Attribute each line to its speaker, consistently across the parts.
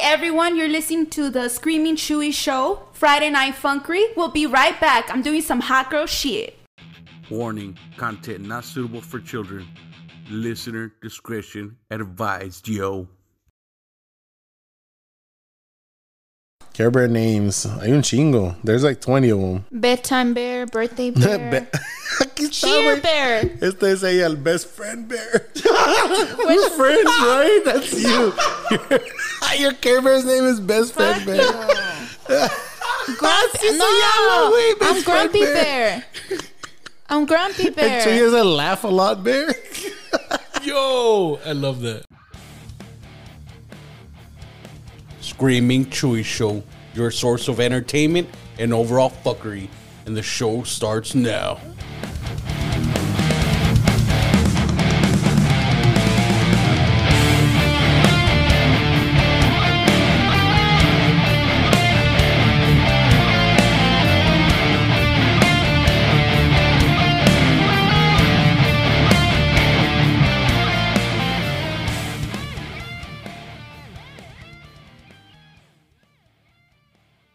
Speaker 1: everyone. You're listening to the Screaming Chewy Show. Friday Night Funkery. We'll be right back. I'm doing some hot girl shit.
Speaker 2: Warning content not suitable for children. Listener discretion advised, yo.
Speaker 3: Care Bear names. Hay un chingo. There's like 20 of them.
Speaker 4: Bedtime bear, birthday bear,
Speaker 3: Be- Aquí está,
Speaker 4: cheer
Speaker 3: güey.
Speaker 4: bear.
Speaker 3: Este es ahí el best friend bear. We're friends, right? That's you. Your Care Bear's name is best friend bear. Así se llama,
Speaker 4: No,
Speaker 3: güey.
Speaker 4: I'm
Speaker 3: Best friend
Speaker 4: grumpy bear. I'm grumpy
Speaker 3: El tuyo
Speaker 4: bear.
Speaker 3: es el laugh a lot bear.
Speaker 5: Yo, I love that. Screaming Chewy Show, your source of entertainment and overall fuckery. And the show starts now.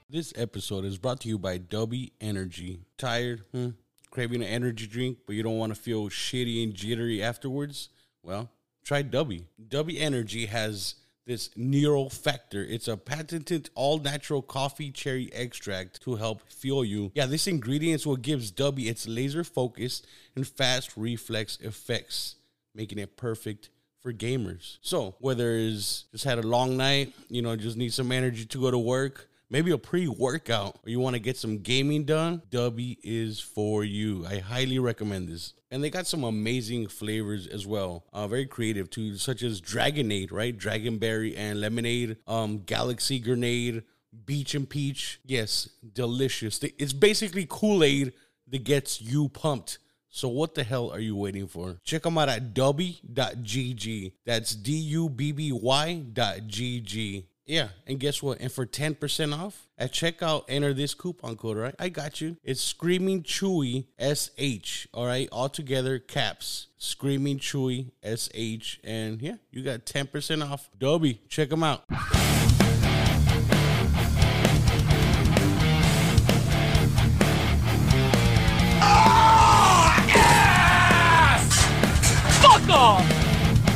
Speaker 5: This episode is brought to you by W Energy. Tired? Hmm? Craving an energy drink, but you don't want to feel shitty and jittery afterwards? Well, try W. W Energy has this neural factor. It's a patented all natural coffee cherry extract to help fuel you. Yeah, this ingredient's what gives W its laser focused and fast reflex effects making it perfect for gamers. So whether it's just had a long night, you know, just need some energy to go to work, maybe a pre-workout, or you want to get some gaming done, Dubby is for you. I highly recommend this. And they got some amazing flavors as well. Uh, very creative too, such as Dragonade, right? Dragonberry and lemonade, um, Galaxy Grenade, Beach and Peach. Yes, delicious. They- It's basically Kool-Aid that gets you pumped. So what the hell are you waiting for? Check them out at dubby.gg. That's D-U-B-B-Y dot G-G. Yeah, and guess what? And for 10% off at checkout, enter this coupon code, all right? I got you. It's Screaming Chewy SH, all right? All together, caps. Screaming Chewy SH. And yeah, you got 10% off. Dubby, check them out.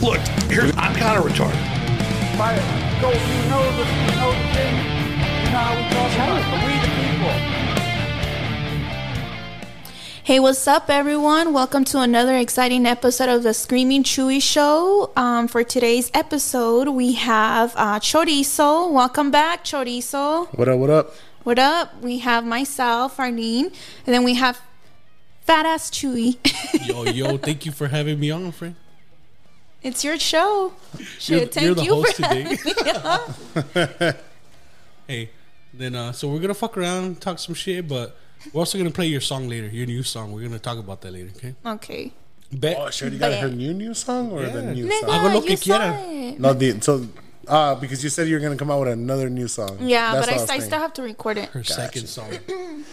Speaker 6: Look, here, I'm kind of retarded.
Speaker 4: Hey, what's up, everyone? Welcome to another exciting episode of the Screaming Chewy Show. Um, for today's episode, we have uh, Chorizo. Welcome back, Chorizo.
Speaker 3: What up, what up?
Speaker 4: What up? We have myself, Arlene, and then we have Fat Ass Chewy.
Speaker 5: Yo, yo, thank you for having me on, friend.
Speaker 4: it's your show. Shit, thank you for having me.
Speaker 5: Hey, then uh so we're gonna fuck around, talk some shit, but we're also gonna play your song later, your new song. We're gonna talk about that later, okay?
Speaker 4: Okay.
Speaker 5: Bet.
Speaker 3: Oh, she already got her new new song or the new song?
Speaker 5: Hago lo
Speaker 4: Nigga,
Speaker 5: que
Speaker 4: you saw
Speaker 5: quiera.
Speaker 4: it.
Speaker 3: No, the so uh because you said you were gonna come out with another new song.
Speaker 4: Yeah,
Speaker 3: That's
Speaker 4: but I,
Speaker 3: what
Speaker 4: I,
Speaker 3: was thinking.
Speaker 4: still have to record it.
Speaker 5: her second song.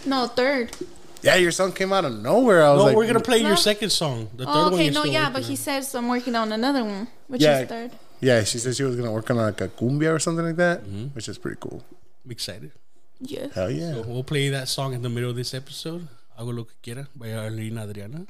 Speaker 4: No, third.
Speaker 3: Yeah, your song came out of nowhere. I was
Speaker 5: No,
Speaker 3: like,
Speaker 5: we're gonna play
Speaker 4: No.
Speaker 5: your second song. The third
Speaker 4: Oh,
Speaker 5: one
Speaker 4: okay,
Speaker 5: you're
Speaker 4: no,
Speaker 5: still
Speaker 4: yeah,
Speaker 5: working
Speaker 4: but
Speaker 5: on.
Speaker 4: he says I'm working on another one, which
Speaker 3: Yeah.
Speaker 4: is third.
Speaker 3: Yeah, she said she was gonna work on like a cumbia or something like that,
Speaker 5: Mm-hmm.
Speaker 3: which is pretty cool.
Speaker 5: I'm excited.
Speaker 4: Yeah.
Speaker 3: Hell yeah!
Speaker 5: We'll play that song in the middle of this episode. Hago lo que quiera by Arlene Adriana.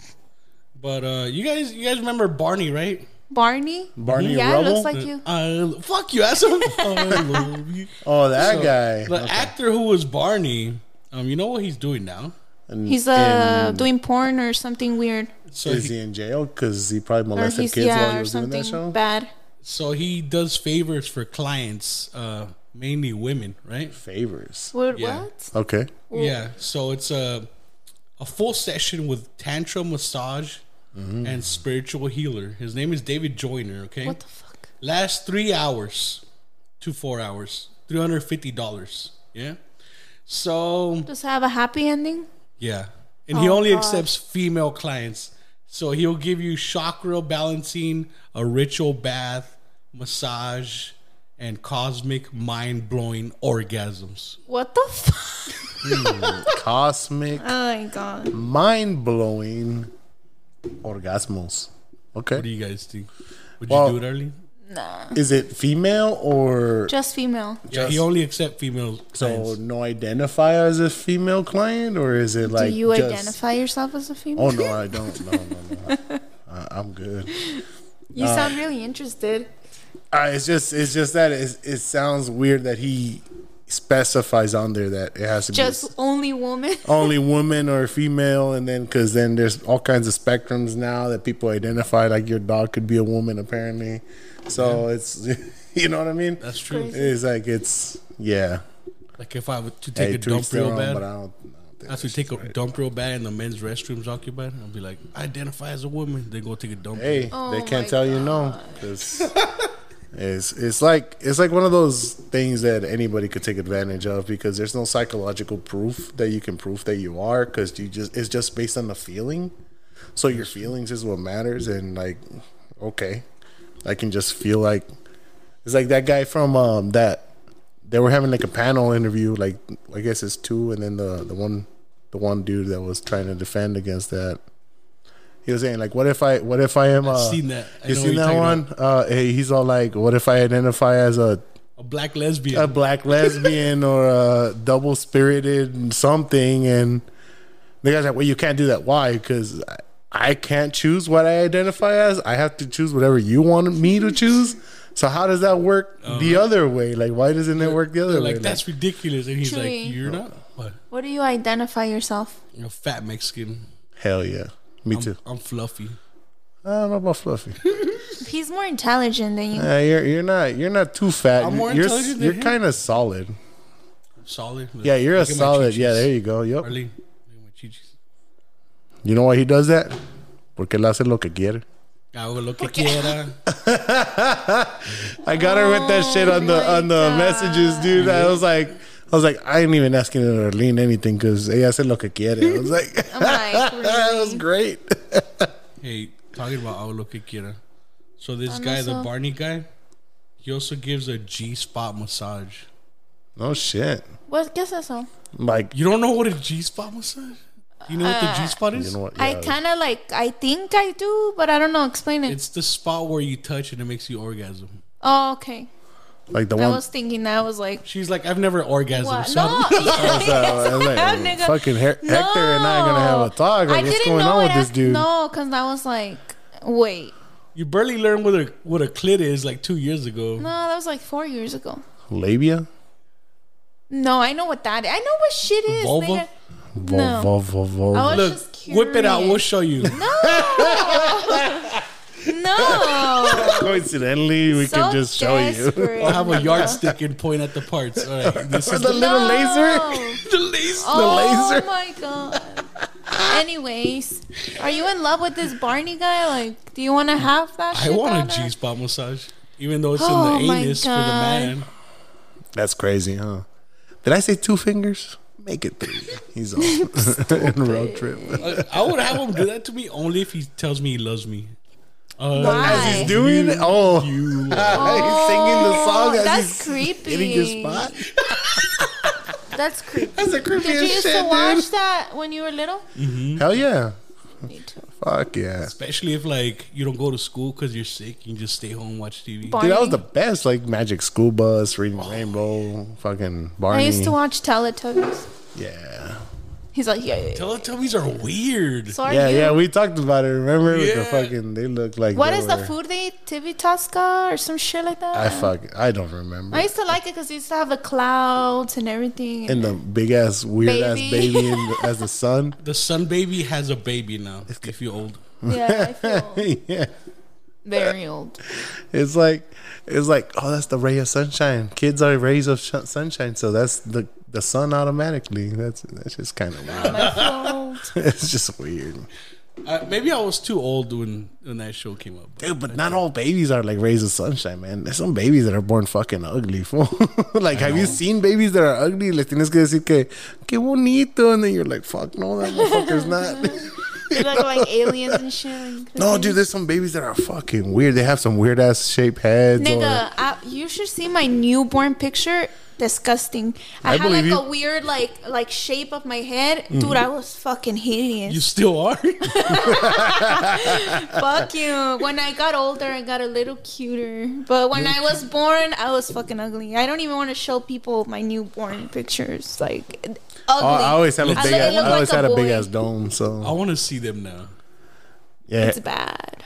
Speaker 5: But uh you guys you guys remember Barney, right?
Speaker 4: Barney?
Speaker 3: Barney
Speaker 4: yeah, it
Speaker 3: Rubble.
Speaker 4: looks like you.
Speaker 5: I lo- fuck you, asshole. I love you.
Speaker 3: oh, that
Speaker 5: So,
Speaker 3: guy.
Speaker 5: The actor who was Barney, um, you know what he's doing now?
Speaker 3: And-
Speaker 4: He's uh
Speaker 3: and
Speaker 4: doing porn or something weird.
Speaker 5: So
Speaker 3: is he in jail? Because he probably
Speaker 4: Or
Speaker 3: molested
Speaker 4: he's
Speaker 3: kids while
Speaker 4: yeah,
Speaker 3: he
Speaker 4: or
Speaker 3: was doing that show.
Speaker 4: something bad.
Speaker 5: So he does favors for clients, uh, mainly women, right?
Speaker 3: Favors.
Speaker 4: What
Speaker 5: Yeah.
Speaker 4: what?
Speaker 3: Okay.
Speaker 5: Yeah. So it's a a full session with tantra massage and spiritual healer. His name is David Joyner. Okay.
Speaker 4: What the fuck?
Speaker 5: Last three hours to four hours, three hundred fifty dollars. Yeah. So
Speaker 4: Does it have a happy ending?
Speaker 5: yeah, and he only accepts female clients. So he'll give you chakra balancing, a ritual bath, massage, and cosmic mind blowing orgasms.
Speaker 4: What the fuck?
Speaker 3: Hmm. Cosmic,
Speaker 4: Oh my god.
Speaker 3: mind blowing orgasmos. Okay.
Speaker 5: What do you guys think? Would
Speaker 3: Well-
Speaker 5: you do it, Arlene?
Speaker 3: Is it female or
Speaker 4: Just female.
Speaker 5: Yeah, he only accept females.
Speaker 3: so
Speaker 5: clients.
Speaker 3: no identifier as a female client, or is it like
Speaker 4: Do you
Speaker 3: just-
Speaker 4: identify yourself as a female?
Speaker 3: Oh no, I don't. No, no, no. I, I'm good.
Speaker 4: You sound really interested.
Speaker 3: Uh, it's just it's just that it's, it sounds weird that he specifies on there that it has to
Speaker 4: Just
Speaker 3: be
Speaker 4: only woman.
Speaker 3: only woman or female, and then because then there's all kinds of spectrums now that people identify. Like your dog could be a woman apparently, so it's you know what I mean.
Speaker 5: That's true.
Speaker 3: It's like it's yeah.
Speaker 5: Like if I were to take
Speaker 3: Hey,
Speaker 5: a
Speaker 3: to
Speaker 5: dump
Speaker 3: each their
Speaker 5: real
Speaker 3: own,
Speaker 5: bad,
Speaker 3: but I don't. I don't think
Speaker 5: I have to
Speaker 3: that's
Speaker 5: take a
Speaker 3: right.
Speaker 5: dump real bad and the men's restroom's occupied. I'll be like, I identify as a woman. They go take a dump.
Speaker 3: Hey,
Speaker 4: Oh
Speaker 3: they
Speaker 4: my
Speaker 3: can't tell you no. 'cause It's it's like it's like one of those things that anybody could take advantage of because there's no psychological proof that you can prove that you are because you just it's just based on the feeling. So your feelings is what matters, and like, okay, I can just feel like it's like that guy from um that they were having like a panel interview, like I guess it's two, and then the the one the one dude that was trying to defend against that. He was saying like, "What if I? What if I am?" Uh,
Speaker 5: seen that. I
Speaker 3: you
Speaker 5: know
Speaker 3: seen
Speaker 5: what you're
Speaker 3: that
Speaker 5: talking
Speaker 3: one? Uh, hey, he's all like, "What if I identify as a
Speaker 5: A black lesbian.
Speaker 3: a black lesbian or a double spirited something?" And the guy's like, "Well, you can't do that. Why? Because I, I can't choose what I identify as. I have to choose whatever you want me to choose." So how does that work the other way? Like, why doesn't it work the other
Speaker 5: They're
Speaker 3: way?
Speaker 5: Uh-huh. like that's ridiculous, and he's
Speaker 4: Chewy.
Speaker 5: like, "You're not what?
Speaker 4: What do you identify yourself?
Speaker 5: You're a fat Mexican.
Speaker 3: Hell yeah, me
Speaker 5: I'm,
Speaker 3: too. Ah,
Speaker 5: I'm fluffy.
Speaker 3: I don't know about fluffy.
Speaker 4: He's more intelligent than you.
Speaker 3: Uh, you're you're not you're not too fat.
Speaker 5: I'm more
Speaker 3: you're
Speaker 5: intelligent than
Speaker 3: you're
Speaker 5: him.
Speaker 3: kind of solid.
Speaker 5: Solid. Look-
Speaker 3: Yeah, you're a
Speaker 5: look at my
Speaker 3: solid. Yeah,
Speaker 5: chichis.
Speaker 3: there you go. Yep.
Speaker 5: Arlene, look at my chichis.
Speaker 3: You know why he does that? Porque él hace lo que quiere.
Speaker 5: Hago
Speaker 4: Oh,
Speaker 5: lo que quiera.
Speaker 3: I got her with
Speaker 4: Oh,
Speaker 3: that shit on the on the messages, dude. I was like, I was like, I ain't even asking Arlene anything because ella hace lo que quiere. I was like,
Speaker 4: I'm like,
Speaker 3: that
Speaker 4: really?
Speaker 3: was great.
Speaker 5: Hey, talking about hago lo que quiera. So this guy, the
Speaker 4: also-
Speaker 5: Barney guy, he also gives a G spot massage.
Speaker 3: No shit.
Speaker 4: What guess that's all.
Speaker 3: Like,
Speaker 5: You don't know what a G spot massage? You know what
Speaker 4: Uh,
Speaker 5: the G spot is?
Speaker 3: you know what?
Speaker 4: I
Speaker 3: Yeah.
Speaker 4: kind of like. I think I do, but I don't know. Explain it.
Speaker 5: It's the spot where you touch and it makes you orgasm.
Speaker 4: oh, okay.
Speaker 3: like the
Speaker 4: I
Speaker 3: one.
Speaker 4: was thinking that I was like.
Speaker 5: She's like, I've never orgasmed.
Speaker 4: What?
Speaker 5: So
Speaker 4: No,
Speaker 3: I was like,
Speaker 4: nigga.
Speaker 3: fucking Her- Hector and I are gonna have a talk. Like, what's going on with
Speaker 4: it
Speaker 3: this
Speaker 4: has-
Speaker 3: dude?
Speaker 4: No, because I was like, wait,
Speaker 5: you barely learned what a what a clit is like two years ago.
Speaker 4: no, that was like four years ago.
Speaker 3: Labia.
Speaker 4: No, I know what that is. I know what shit is.
Speaker 5: Vulva?
Speaker 4: nigga.
Speaker 3: Vo-
Speaker 4: No.
Speaker 3: Oh, vo- vo- vo-
Speaker 4: I was
Speaker 5: Look,
Speaker 4: just curious.
Speaker 5: whip it out. We'll show you.
Speaker 4: no.
Speaker 3: Coincidentally, we
Speaker 4: so
Speaker 3: can just show you.
Speaker 4: desperate.
Speaker 5: I'll have a yardstick and point at the parts. All right, this is
Speaker 3: the little laser.
Speaker 5: the laser.
Speaker 4: oh
Speaker 3: laser.
Speaker 4: my god. Anyways, are you in love with this Barney guy? Like, do you want to have that?
Speaker 5: I
Speaker 4: shit
Speaker 5: want a
Speaker 4: done or-
Speaker 5: G spot massage, even though it's
Speaker 4: Oh
Speaker 5: in the
Speaker 4: my
Speaker 5: anus for the man.
Speaker 3: That's crazy, huh? Did I say two fingers? Make it three. He's off in road trip.
Speaker 5: I, I would have him do that to me only if he tells me he loves me. Uh,
Speaker 4: Why?
Speaker 3: Doing it. Oh,
Speaker 5: you
Speaker 3: he's singing the song
Speaker 4: Oh,
Speaker 3: as
Speaker 4: that's
Speaker 3: he's
Speaker 4: creepy.
Speaker 3: hitting his spot.
Speaker 4: That's creepy.
Speaker 3: That's the creepiest
Speaker 4: Did you used to
Speaker 3: shit,
Speaker 4: watch
Speaker 3: dude.
Speaker 4: that when you were little?
Speaker 3: Hell yeah.
Speaker 4: Me too.
Speaker 3: Fuck yeah.
Speaker 5: especially if like you don't go to school because you're sick, you just stay home watch TV.
Speaker 4: Barney.
Speaker 3: Dude, that was the best. Like Magic School Bus, Reading Rainbow, fucking Barney.
Speaker 4: I used to watch Teletubbies.
Speaker 3: Yeah.
Speaker 4: He's like, yeah, yeah, yeah.
Speaker 5: Teletubbies are weird.
Speaker 4: So are
Speaker 3: Yeah,
Speaker 4: you.
Speaker 3: yeah. We talked about it. Remember with the
Speaker 5: Yeah.
Speaker 3: fucking? They look like.
Speaker 4: What
Speaker 3: they
Speaker 4: is the
Speaker 3: were-
Speaker 4: food they eat? Tivitasca or some shit like that?
Speaker 3: I fuck. I don't remember.
Speaker 4: I used to like it because it used to have the clouds and everything.
Speaker 3: and the big ass weird ass
Speaker 4: Baby.
Speaker 3: baby in the, as the sun.
Speaker 5: The sun baby has a baby now. If you're old,
Speaker 4: yeah, I feel
Speaker 3: yeah.
Speaker 4: very old.
Speaker 3: It's like it's like oh that's the ray of sunshine. Kids are rays of sh- sunshine, so that's the the sun automatically. That's that's just kind of weird.
Speaker 4: I feel old.
Speaker 3: it's just weird,
Speaker 5: uh, maybe I was too old when when that show came up. but-
Speaker 3: dude. But not all babies are like rays of sunshine, man. There's some babies that are born fucking ugly. Fool. like, have you seen babies that are ugly? Les tienes que decir que que bonito, and then you're like, fuck no, that motherfucker's not.
Speaker 4: They look like aliens and shit. like-
Speaker 3: no, dude. There's some babies that are fucking weird. They have some weird ass shaped heads. or-
Speaker 4: Nigga, I, you should see my newborn picture. disgusting. I,
Speaker 3: I
Speaker 4: had like
Speaker 3: believe
Speaker 4: a
Speaker 3: you. Mm-hmm.
Speaker 4: weird like like shape of my head, dude. I was fucking hideous.
Speaker 7: You still are?
Speaker 4: Fuck you. When I got older, I got a little cuter. But when I was born, I was fucking ugly. I don't even want to show people my newborn pictures. Like ugly.
Speaker 3: Oh, I always had a
Speaker 4: I
Speaker 3: big.
Speaker 4: look- I
Speaker 3: ass,
Speaker 4: look
Speaker 3: I always
Speaker 4: like
Speaker 3: had a big
Speaker 4: boy.
Speaker 3: ass dome. So
Speaker 7: I want to see them now.
Speaker 3: yeah,
Speaker 4: It's bad.
Speaker 3: A-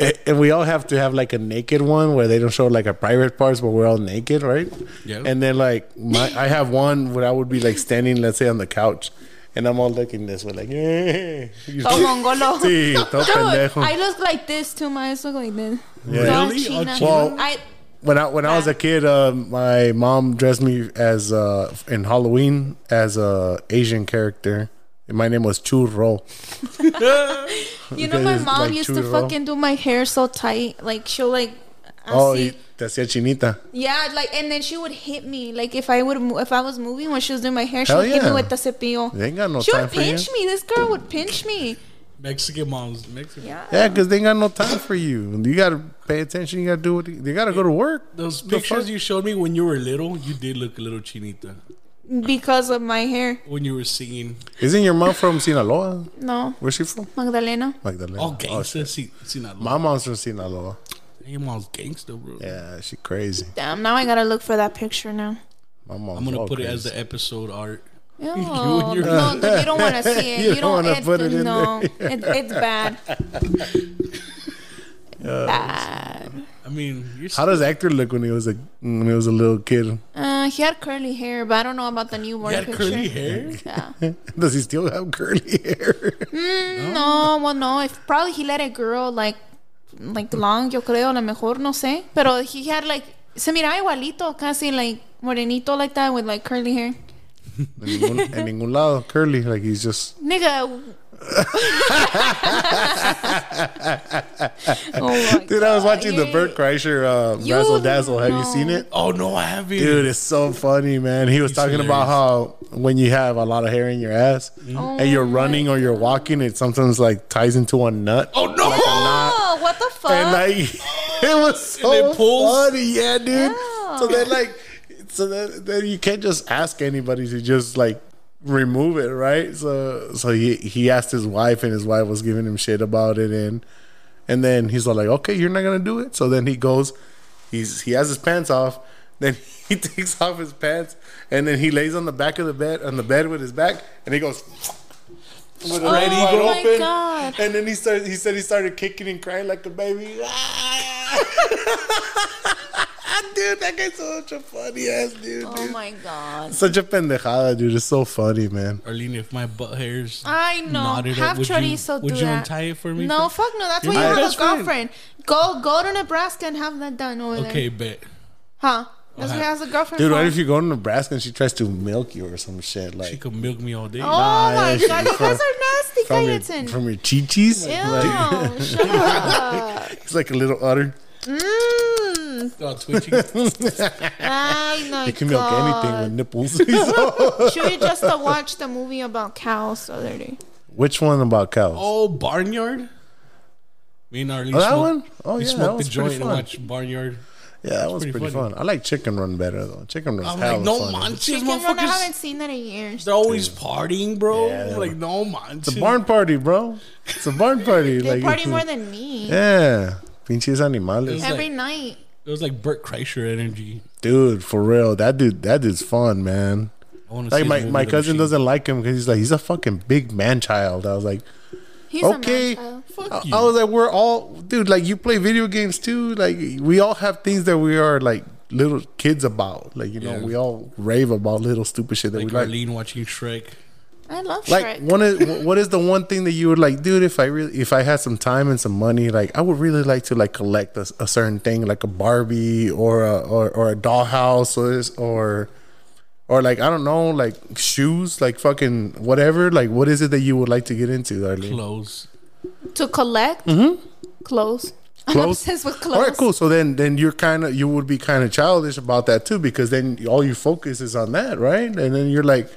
Speaker 3: Eh, and we all have to have like a naked one where they don't show like our private parts, but we're all naked, right?
Speaker 7: Yeah.
Speaker 3: And then like my, I have one where I would be like standing, let's say, on the couch, and I'm all looking this way, like, yeah.
Speaker 4: Oh, mongolo.
Speaker 3: Sí, todo
Speaker 4: Dude,
Speaker 3: pendejo.
Speaker 4: I look like this too. My eyes look like this.
Speaker 3: Yeah.
Speaker 4: Toda
Speaker 7: Really?
Speaker 4: china.
Speaker 7: Oh,
Speaker 3: Well-
Speaker 4: I
Speaker 3: when I when I was a kid, uh, my mom dressed me as uh, in Halloween as a Asian character. And my name was Churro.
Speaker 4: You know, my
Speaker 3: Because,
Speaker 4: mom
Speaker 3: like,
Speaker 4: used
Speaker 3: too
Speaker 4: to
Speaker 3: raw.
Speaker 4: fucking do my hair so tight. Like, she'll, like,
Speaker 3: Oh,
Speaker 4: así.
Speaker 3: y- te hacía chinita.
Speaker 4: yeah, like, and then she would hit me. Like, if I would, mo- if I was moving when she was doing my hair, she
Speaker 3: Hell
Speaker 4: would hit me
Speaker 3: yeah.
Speaker 4: with the cepillo.
Speaker 3: They ain't got no
Speaker 4: she
Speaker 3: time
Speaker 4: would
Speaker 3: for you.
Speaker 4: pinch me. This girl would pinch me.
Speaker 7: Mexican moms. Mexican.
Speaker 4: Yeah.
Speaker 3: Yeah, because they ain't got no time for you. You gotta pay attention. You gotta do what you, they gotta go to work.
Speaker 7: Those
Speaker 3: The
Speaker 7: pictures
Speaker 3: fuck?
Speaker 7: you showed me when you were little, you did look a little chinita.
Speaker 4: Because of my hair.
Speaker 7: When you were singing,
Speaker 3: Isn't your mom from Sinaloa?
Speaker 4: No.
Speaker 3: Where's she from?
Speaker 4: Magdalena.
Speaker 3: Magdalena.
Speaker 7: all
Speaker 3: Oh,
Speaker 7: gangsta.
Speaker 3: shit.
Speaker 7: see, see, not
Speaker 3: My mom's from Sinaloa.
Speaker 7: Your mom's gangsta, bro.
Speaker 3: Yeah, she crazy.
Speaker 4: Damn, now I gotta look for that picture now.
Speaker 3: My mom's
Speaker 7: I'm gonna put it as
Speaker 3: crazy.
Speaker 7: the episode art.
Speaker 4: No,
Speaker 7: and your-
Speaker 4: no, dude, you don't want to see it.
Speaker 3: You
Speaker 4: you,
Speaker 3: don't
Speaker 4: don't.
Speaker 3: wanna
Speaker 4: it,
Speaker 3: put it in
Speaker 4: no, it, it's bad. bad.
Speaker 7: I mean, you're
Speaker 3: How does Hector look when he was a when he was a little kid?
Speaker 4: Uh, he had curly hair, but I don't know about the newborn
Speaker 7: you had
Speaker 4: picture.
Speaker 7: curly hair.
Speaker 4: Yeah.
Speaker 3: Does he still have curly hair?
Speaker 4: Oh. No, well, no. If probably he let it grow like, like long, yo creo, a lo mejor, no sé. Pero he had like, se miraba igualito, casi like morenito like that with like curly hair.
Speaker 3: en, ningún, en ningún lado, curly. Like he's just
Speaker 4: Nigga. oh my
Speaker 3: dude. I was
Speaker 4: God,
Speaker 3: watching the
Speaker 4: you-
Speaker 3: Bert Kreischer uh,
Speaker 4: You
Speaker 3: Razzle Dazzle. Have you
Speaker 4: know.
Speaker 3: seen it?
Speaker 7: Oh no, I haven't.
Speaker 3: Dude, it's so funny, man. He was talking about how when you have a lot of hair in your ass
Speaker 4: Mm-hmm.
Speaker 3: and
Speaker 4: Oh
Speaker 3: you're running or you're walking, it sometimes like ties into a nut.
Speaker 7: Oh no.
Speaker 4: Oh, what the fuck?
Speaker 3: and like it was
Speaker 7: And
Speaker 3: so
Speaker 7: it pulls?
Speaker 3: funny, yeah, dude. So then like, so then, then you can't just ask anybody to just like remove it, right? So so he he asked his wife, and his wife was giving him shit about it, and and then he's all like, okay, you're not gonna do it. So then he goes, he's he has his pants off. Then he takes off his pants, and then he lays on the back of the bed on the bed with his back, and he goes. With his
Speaker 7: Spread
Speaker 3: arms wide
Speaker 7: eagle.
Speaker 4: Oh my God.
Speaker 3: and then he started. He said he started kicking and crying like a baby. Ah! dude, that guy's such a funny ass dude.
Speaker 4: oh
Speaker 3: dude.
Speaker 4: my god.
Speaker 3: Such a pendejada, dude. It's so funny, man.
Speaker 7: Arlene, if my butt hairs
Speaker 4: I know.
Speaker 7: knotted
Speaker 4: Have
Speaker 7: up, would you,
Speaker 4: chorizo
Speaker 7: would
Speaker 4: do
Speaker 7: you
Speaker 4: that.
Speaker 7: untie it for me?
Speaker 4: No,
Speaker 7: please?
Speaker 4: fuck no. That's why you
Speaker 7: You're my
Speaker 4: have a
Speaker 7: best friend.
Speaker 4: girlfriend. Go go to Nebraska and have that done over there.
Speaker 7: Okay, bet.
Speaker 4: Huh? That's why he has a girlfriend.
Speaker 3: Dude,
Speaker 4: for.
Speaker 3: what if you go to Nebraska and she tries to milk you or some shit
Speaker 7: She
Speaker 3: like
Speaker 7: could milk me all day.
Speaker 4: Oh my
Speaker 3: yeah,
Speaker 4: god,
Speaker 3: she-
Speaker 4: you guys are nasty,
Speaker 3: from your
Speaker 4: Kayetan.
Speaker 3: from your chichis? Like,
Speaker 4: Ew, shut up.
Speaker 3: it's like a little udder.
Speaker 4: Mm.
Speaker 7: Oh, twitching.
Speaker 4: Ay, no,
Speaker 3: It can milk anything with nipples.
Speaker 4: Should we just uh, watch the movie about cows the other day?
Speaker 3: Which one about cows? Oh,
Speaker 7: oh, barnyard. Me and Arlene.
Speaker 3: that
Speaker 7: smoked-
Speaker 3: one? Oh
Speaker 7: we
Speaker 3: yeah, that
Speaker 7: smoked the
Speaker 3: was
Speaker 7: joint
Speaker 3: pretty
Speaker 7: and
Speaker 3: fun.
Speaker 7: watched barnyard.
Speaker 3: Yeah, that was
Speaker 7: pretty
Speaker 3: pretty
Speaker 7: funny.
Speaker 3: fun. I like Chicken Run better though. Chicken Run's
Speaker 7: I'm
Speaker 3: hella
Speaker 7: like, no
Speaker 3: funny.
Speaker 7: manches,
Speaker 4: Chicken Run, I
Speaker 7: motherfuckers.
Speaker 4: haven't seen that in years.
Speaker 7: They're always partying, bro.
Speaker 3: Yeah.
Speaker 7: Like, no manches.
Speaker 3: It's a barn party, bro. It's a barn party.
Speaker 4: They
Speaker 3: like,
Speaker 4: party
Speaker 3: it's-
Speaker 4: more than me.
Speaker 3: Yeah. Pinches animales.
Speaker 7: Yeah.
Speaker 4: Every
Speaker 7: like-
Speaker 4: night.
Speaker 7: It was like Burt Kreischer energy.
Speaker 3: Dude, for real. That dude that dude's fun, man.
Speaker 7: I want to
Speaker 3: Like my, my cousin doesn't like him because he's like he's a fucking big man child. I was like,
Speaker 4: He's
Speaker 3: okay.
Speaker 4: a man child.
Speaker 7: Fuck
Speaker 3: I,
Speaker 7: you.
Speaker 3: I was like, we're all dude. Like you play video games too. Like we all have things that we are like little kids about. Like you know,
Speaker 7: Yeah.
Speaker 3: we all rave about little stupid shit that
Speaker 7: like
Speaker 3: we like.
Speaker 7: Arlene watching Shrek.
Speaker 4: I love Shrek.
Speaker 3: Like one is what is the one thing that you would like, dude? If I really, if I had some time and some money, like I would really like to like collect a, a certain thing, like a Barbie or a or, or a dollhouse or this- or or like I don't know, like shoes, like fucking whatever. Like what is it that you would like to get into, Darlene?
Speaker 7: Close.
Speaker 4: to collect mm-hmm. clothes. I'm
Speaker 3: Clothes?
Speaker 4: obsessed with clothes.
Speaker 3: All right, cool. So then then you're kind of you would be kind of childish about that too, because then all you focus is on that, right? And then you're like.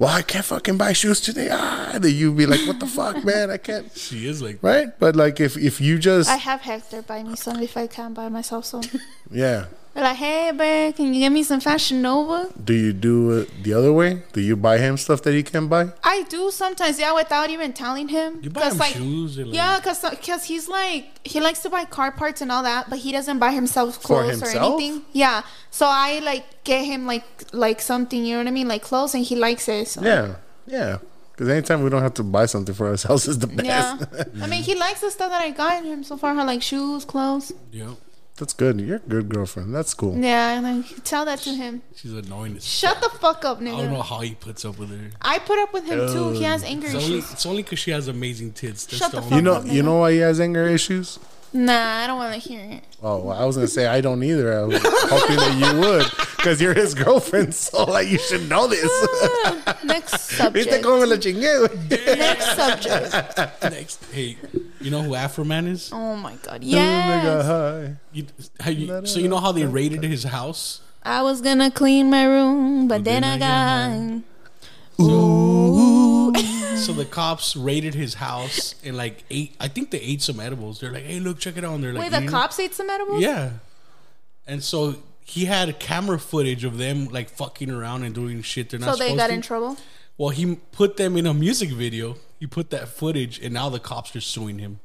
Speaker 3: Well, I can't fucking buy shoes today. Ah, then you'd be like, "What the fuck, man? I can't."
Speaker 7: She is like,
Speaker 3: right? But like if if you just
Speaker 4: I have Hector buy me some if I can buy myself some.
Speaker 3: yeah,
Speaker 4: They're like, hey, babe, can you get me some Fashion Nova?
Speaker 3: Do you do it the other way? Do you buy him stuff that he can buy?
Speaker 4: I do sometimes, yeah, without even telling him.
Speaker 7: You buy
Speaker 4: 'Cause,
Speaker 7: him
Speaker 4: like,
Speaker 7: shoes or, like-
Speaker 4: yeah, cause, uh, 'cause he's like he likes to buy car parts and all that, but he doesn't buy himself
Speaker 3: For
Speaker 4: clothes
Speaker 3: himself?
Speaker 4: or anything. Yeah, so I like get him like like something, you know what I mean, like clothes, and he likes it. So.
Speaker 3: Yeah, yeah. Because anytime we don't have to buy something for ourselves is the best.
Speaker 4: Yeah. I mean, he likes the stuff that I got him so far, like shoes, clothes.
Speaker 7: Yeah.
Speaker 3: That's good. You're a good girlfriend. That's cool.
Speaker 4: Yeah, like tell that to him.
Speaker 5: She's annoying as
Speaker 4: Shut the fuck up,
Speaker 5: I don't
Speaker 4: nigga.
Speaker 5: know how he puts up with her.
Speaker 4: I put up with him too. He has anger
Speaker 5: It's only,
Speaker 4: issues.
Speaker 5: it's only because she has amazing tits. That's
Speaker 4: Shut
Speaker 5: the
Speaker 4: the
Speaker 5: only
Speaker 3: You know, you know why he has anger issues?
Speaker 4: Nah, I don't want to hear it.
Speaker 3: Oh, well, I was gonna say I don't either. I was hoping that you would, because you're his girlfriend, so like you should know this.
Speaker 4: Ah, Next
Speaker 3: Viste
Speaker 4: subject.
Speaker 3: cómo me lo chingué.
Speaker 4: Next subject.
Speaker 5: next. Hey, you know who Afro Man is?
Speaker 4: Oh my god.
Speaker 3: Oh my
Speaker 4: Yes.
Speaker 3: God.
Speaker 5: You, how you, so you know how they raided his house?
Speaker 4: I was gonna clean my room, but then I got.
Speaker 5: So the cops raided his house and like ate. I think they ate some edibles. They're like, "Hey, look, check it out." And they're like,
Speaker 4: Wait, the
Speaker 5: "You know-"
Speaker 4: cops ate some edibles.
Speaker 5: Yeah. And so he had camera footage of them like fucking around and doing shit they're
Speaker 4: So
Speaker 5: not.
Speaker 4: they
Speaker 5: supposed
Speaker 4: got
Speaker 5: to.
Speaker 4: in trouble.
Speaker 5: Well, he put them in a music video. He put that footage, and now the cops are suing him.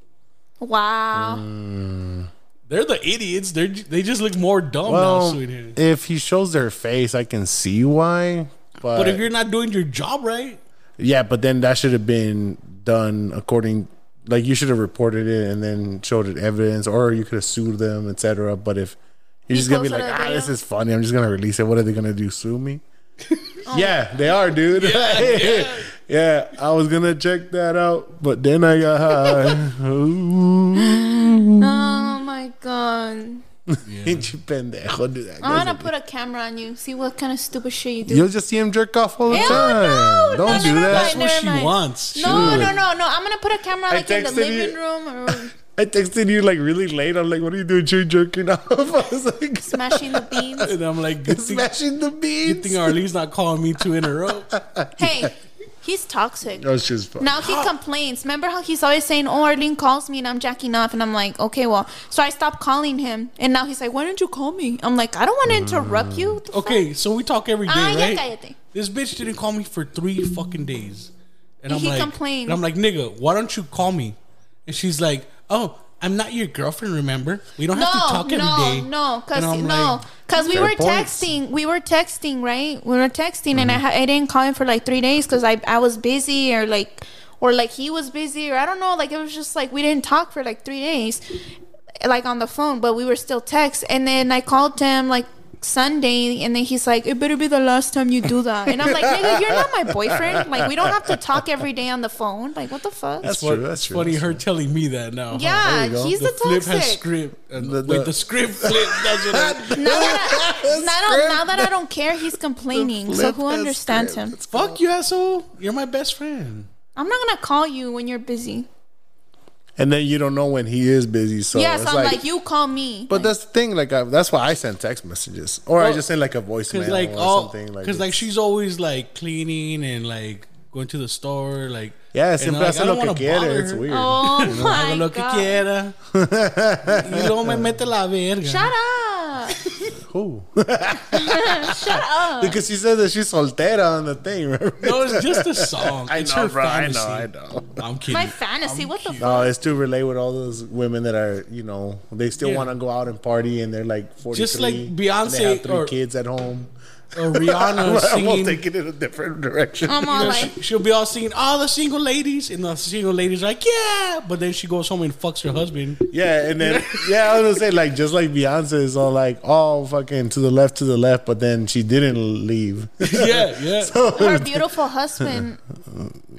Speaker 4: Wow.
Speaker 5: Um, They're the idiots. They are they just look more dumb now
Speaker 3: Well,
Speaker 5: suing him.
Speaker 3: if he shows their face, I can see why. But,
Speaker 5: But if you're not doing your job right,
Speaker 3: yeah, but then that should have been done according. Like you should have reported it and then showed it evidence, or you could have sued them, etc. But if you're just gonna be
Speaker 4: posted
Speaker 3: like,
Speaker 4: a
Speaker 3: ah,
Speaker 4: video?
Speaker 3: this is funny, I'm just gonna release it. What are they gonna do? Sue me? yeah, they are, dude. Yeah, I was gonna check that out, but then I got high. Ooh.
Speaker 4: Oh my god.
Speaker 3: Pinche pendejo, dude. That
Speaker 4: I'm
Speaker 3: guy's a-
Speaker 4: gonna put a camera on you. See what kind of stupid shit you do.
Speaker 3: You'll just see him jerk off all the
Speaker 4: Ew,
Speaker 3: time.
Speaker 4: no,
Speaker 3: Don't
Speaker 4: no,
Speaker 3: do
Speaker 4: no, no,
Speaker 3: that.
Speaker 5: that's what
Speaker 4: never
Speaker 5: she
Speaker 4: mind.
Speaker 5: wants. She-
Speaker 4: No,
Speaker 3: Dude.
Speaker 4: no, no, no. I'm gonna put a camera like in the
Speaker 3: texted
Speaker 4: living
Speaker 3: you.
Speaker 4: room or
Speaker 3: I texted you like really late. I'm like, what are you doing? You're jerking off. I was like,
Speaker 4: smashing the beans.
Speaker 5: And I'm like, good thing,
Speaker 3: smashing the
Speaker 5: good
Speaker 3: beans.
Speaker 5: thing Arlene's not calling me two in a row.
Speaker 4: Hey, he's toxic.
Speaker 3: That was just fun.
Speaker 4: Now he complains. Remember how he's always saying, "Oh, Arlene calls me and I'm jacking off," and I'm like, "Okay, well." So I stopped calling him, and now he's like, "Why didn't you call me?" I'm like, "I don't want to interrupt you." What the
Speaker 5: Okay, so we talk every day,
Speaker 4: Ah, yeah,
Speaker 5: right?
Speaker 4: cállate.
Speaker 5: This bitch didn't call me for three fucking days, and I'm
Speaker 4: He
Speaker 5: like,
Speaker 4: complained.
Speaker 5: and I'm like, nigga, why don't you call me? And she's like, oh, I'm not your girlfriend. Remember, we don't have to
Speaker 4: fuck?
Speaker 5: talk every day.
Speaker 4: No, no, no,
Speaker 5: And
Speaker 4: cause
Speaker 5: I'm
Speaker 4: no,
Speaker 5: like,
Speaker 4: cause we
Speaker 3: Fair
Speaker 4: were
Speaker 3: points.
Speaker 4: texting. We were texting, right? We were texting, and I
Speaker 5: Mm-hmm.
Speaker 4: ha- I didn't call him for like three days because I I was busy or like or like he was busy or I don't know. Like it was just like we didn't talk for like three days, like on the phone, but we were still text. And then I called him like. Sunday, and then he's like, "It better be the last time you do that." And I'm like, "Nigga, you're not my boyfriend. Like, we don't have to talk every day on the phone. Like, what the fuck?"
Speaker 3: That's
Speaker 5: But
Speaker 3: true. That's
Speaker 5: it's
Speaker 3: true.
Speaker 5: funny
Speaker 3: That's
Speaker 5: her telling me that now. huh?
Speaker 4: yeah,
Speaker 3: you go.
Speaker 4: he's
Speaker 5: The
Speaker 4: the,
Speaker 5: flip
Speaker 4: toxic.
Speaker 5: has script. And
Speaker 3: The-
Speaker 5: the, wait,
Speaker 3: the-
Speaker 5: the script flip. That's what I,
Speaker 4: Now that, I, now, that- now that I don't care, he's complaining. So
Speaker 3: flip
Speaker 4: who
Speaker 3: is
Speaker 4: understands
Speaker 3: script.
Speaker 4: him?
Speaker 5: fuck you, asshole. You're my best friend.
Speaker 4: I'm not gonna call you when you're busy.
Speaker 3: And then you don't know when he is busy. So
Speaker 4: yes,
Speaker 3: it's
Speaker 4: I'm like, you call me.
Speaker 3: But that's the thing. Like I, that's why I send text messages, or I just send like a voicemail
Speaker 5: Cause like
Speaker 3: or
Speaker 5: all,
Speaker 3: something.
Speaker 5: cause like
Speaker 3: it's-
Speaker 5: she's always like cleaning and like going to the store, like
Speaker 3: yeah,
Speaker 5: and,
Speaker 3: siempre
Speaker 5: like, I
Speaker 3: hace
Speaker 5: don't
Speaker 3: lo que
Speaker 5: wanna bother
Speaker 3: quiere. It's
Speaker 5: her.
Speaker 3: weird.
Speaker 4: oh
Speaker 5: Haga
Speaker 4: my
Speaker 5: lo que
Speaker 4: god!
Speaker 5: quiera. y luego me mete la verga.
Speaker 4: Shut up!
Speaker 3: Who?
Speaker 4: Shut up!
Speaker 3: because she said that she's soltera on the thing. Remember?
Speaker 5: No, it's just a song.
Speaker 3: I
Speaker 5: it's
Speaker 3: know,
Speaker 5: her
Speaker 3: bro. I know,
Speaker 5: fantasy.
Speaker 3: I know.
Speaker 5: I'm kidding.
Speaker 4: My fantasy. what the? Fuck?
Speaker 3: No, it's to relate with all those women that are, you know, they still
Speaker 5: Yeah.
Speaker 3: want to go out and party, and they're like forty.
Speaker 5: Just like
Speaker 3: and they have
Speaker 5: Beyonce
Speaker 3: three
Speaker 5: or-
Speaker 3: kids at home.
Speaker 5: or Rihanna
Speaker 3: I'm all
Speaker 5: singing.
Speaker 3: taking it a different direction.
Speaker 4: I'm all like,
Speaker 5: She'll be all singing all the single ladies, and the single ladies are like, yeah. But then she goes home and fucks her husband.
Speaker 3: yeah, and then yeah, I was gonna say like just like Beyonce is all like, oh fucking to the left, to the left, but then she didn't leave.
Speaker 5: yeah, yeah.
Speaker 4: her beautiful husband.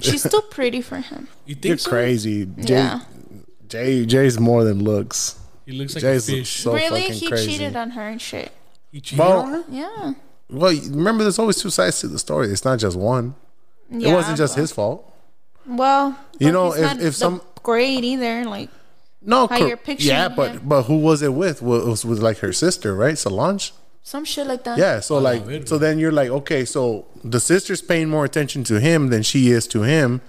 Speaker 4: She's too pretty for him.
Speaker 5: you think
Speaker 3: You're
Speaker 5: so?
Speaker 3: crazy. Jay,
Speaker 4: Yeah.
Speaker 3: Jay, Jay's more than looks.
Speaker 5: He looks like
Speaker 3: Jay's
Speaker 5: a fish.
Speaker 3: so
Speaker 4: really,
Speaker 3: fucking
Speaker 4: he
Speaker 3: crazy.
Speaker 4: cheated on her and shit.
Speaker 5: He cheated
Speaker 3: Well-
Speaker 5: on her?
Speaker 4: Yeah.
Speaker 3: Well, you- remember, there's always two sides to the story. It's not just one.
Speaker 4: yeah
Speaker 3: it wasn't just
Speaker 4: but-
Speaker 3: his fault.
Speaker 4: Well,
Speaker 3: You
Speaker 4: but
Speaker 3: know,
Speaker 4: he's
Speaker 3: if-
Speaker 4: not
Speaker 3: if
Speaker 4: the
Speaker 3: some-
Speaker 4: great either, like
Speaker 3: No,
Speaker 4: How
Speaker 3: cor-
Speaker 4: you're picturing
Speaker 3: yeah, but
Speaker 4: him.
Speaker 3: but who was it with? Well, it was with like her sister, right? Solange.
Speaker 4: some shit like that.
Speaker 3: Yeah,
Speaker 5: Oh,
Speaker 3: so like,
Speaker 5: wait a
Speaker 3: so then you're like, okay, so the sister's paying more attention to him than she is to him,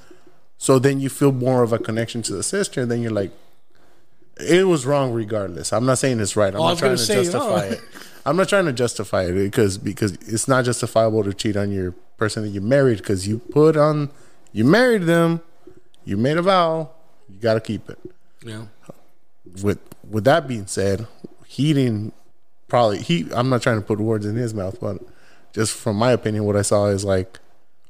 Speaker 3: so then you feel more of a connection to the sister. Then you're like, It was wrong regardless. I'm not saying it's right. I'm
Speaker 5: I
Speaker 3: not
Speaker 5: was
Speaker 3: trying
Speaker 5: gonna
Speaker 3: to
Speaker 5: say,
Speaker 3: justify
Speaker 5: no.
Speaker 3: it. I'm not trying to justify it because because it's not justifiable to cheat on your person that you married because you put on you married them, you made a vow, you got to keep it.
Speaker 5: Yeah.
Speaker 3: With with that being said, he didn't probably he. I'm not trying to put words in his mouth, but just from my opinion, what I saw is like,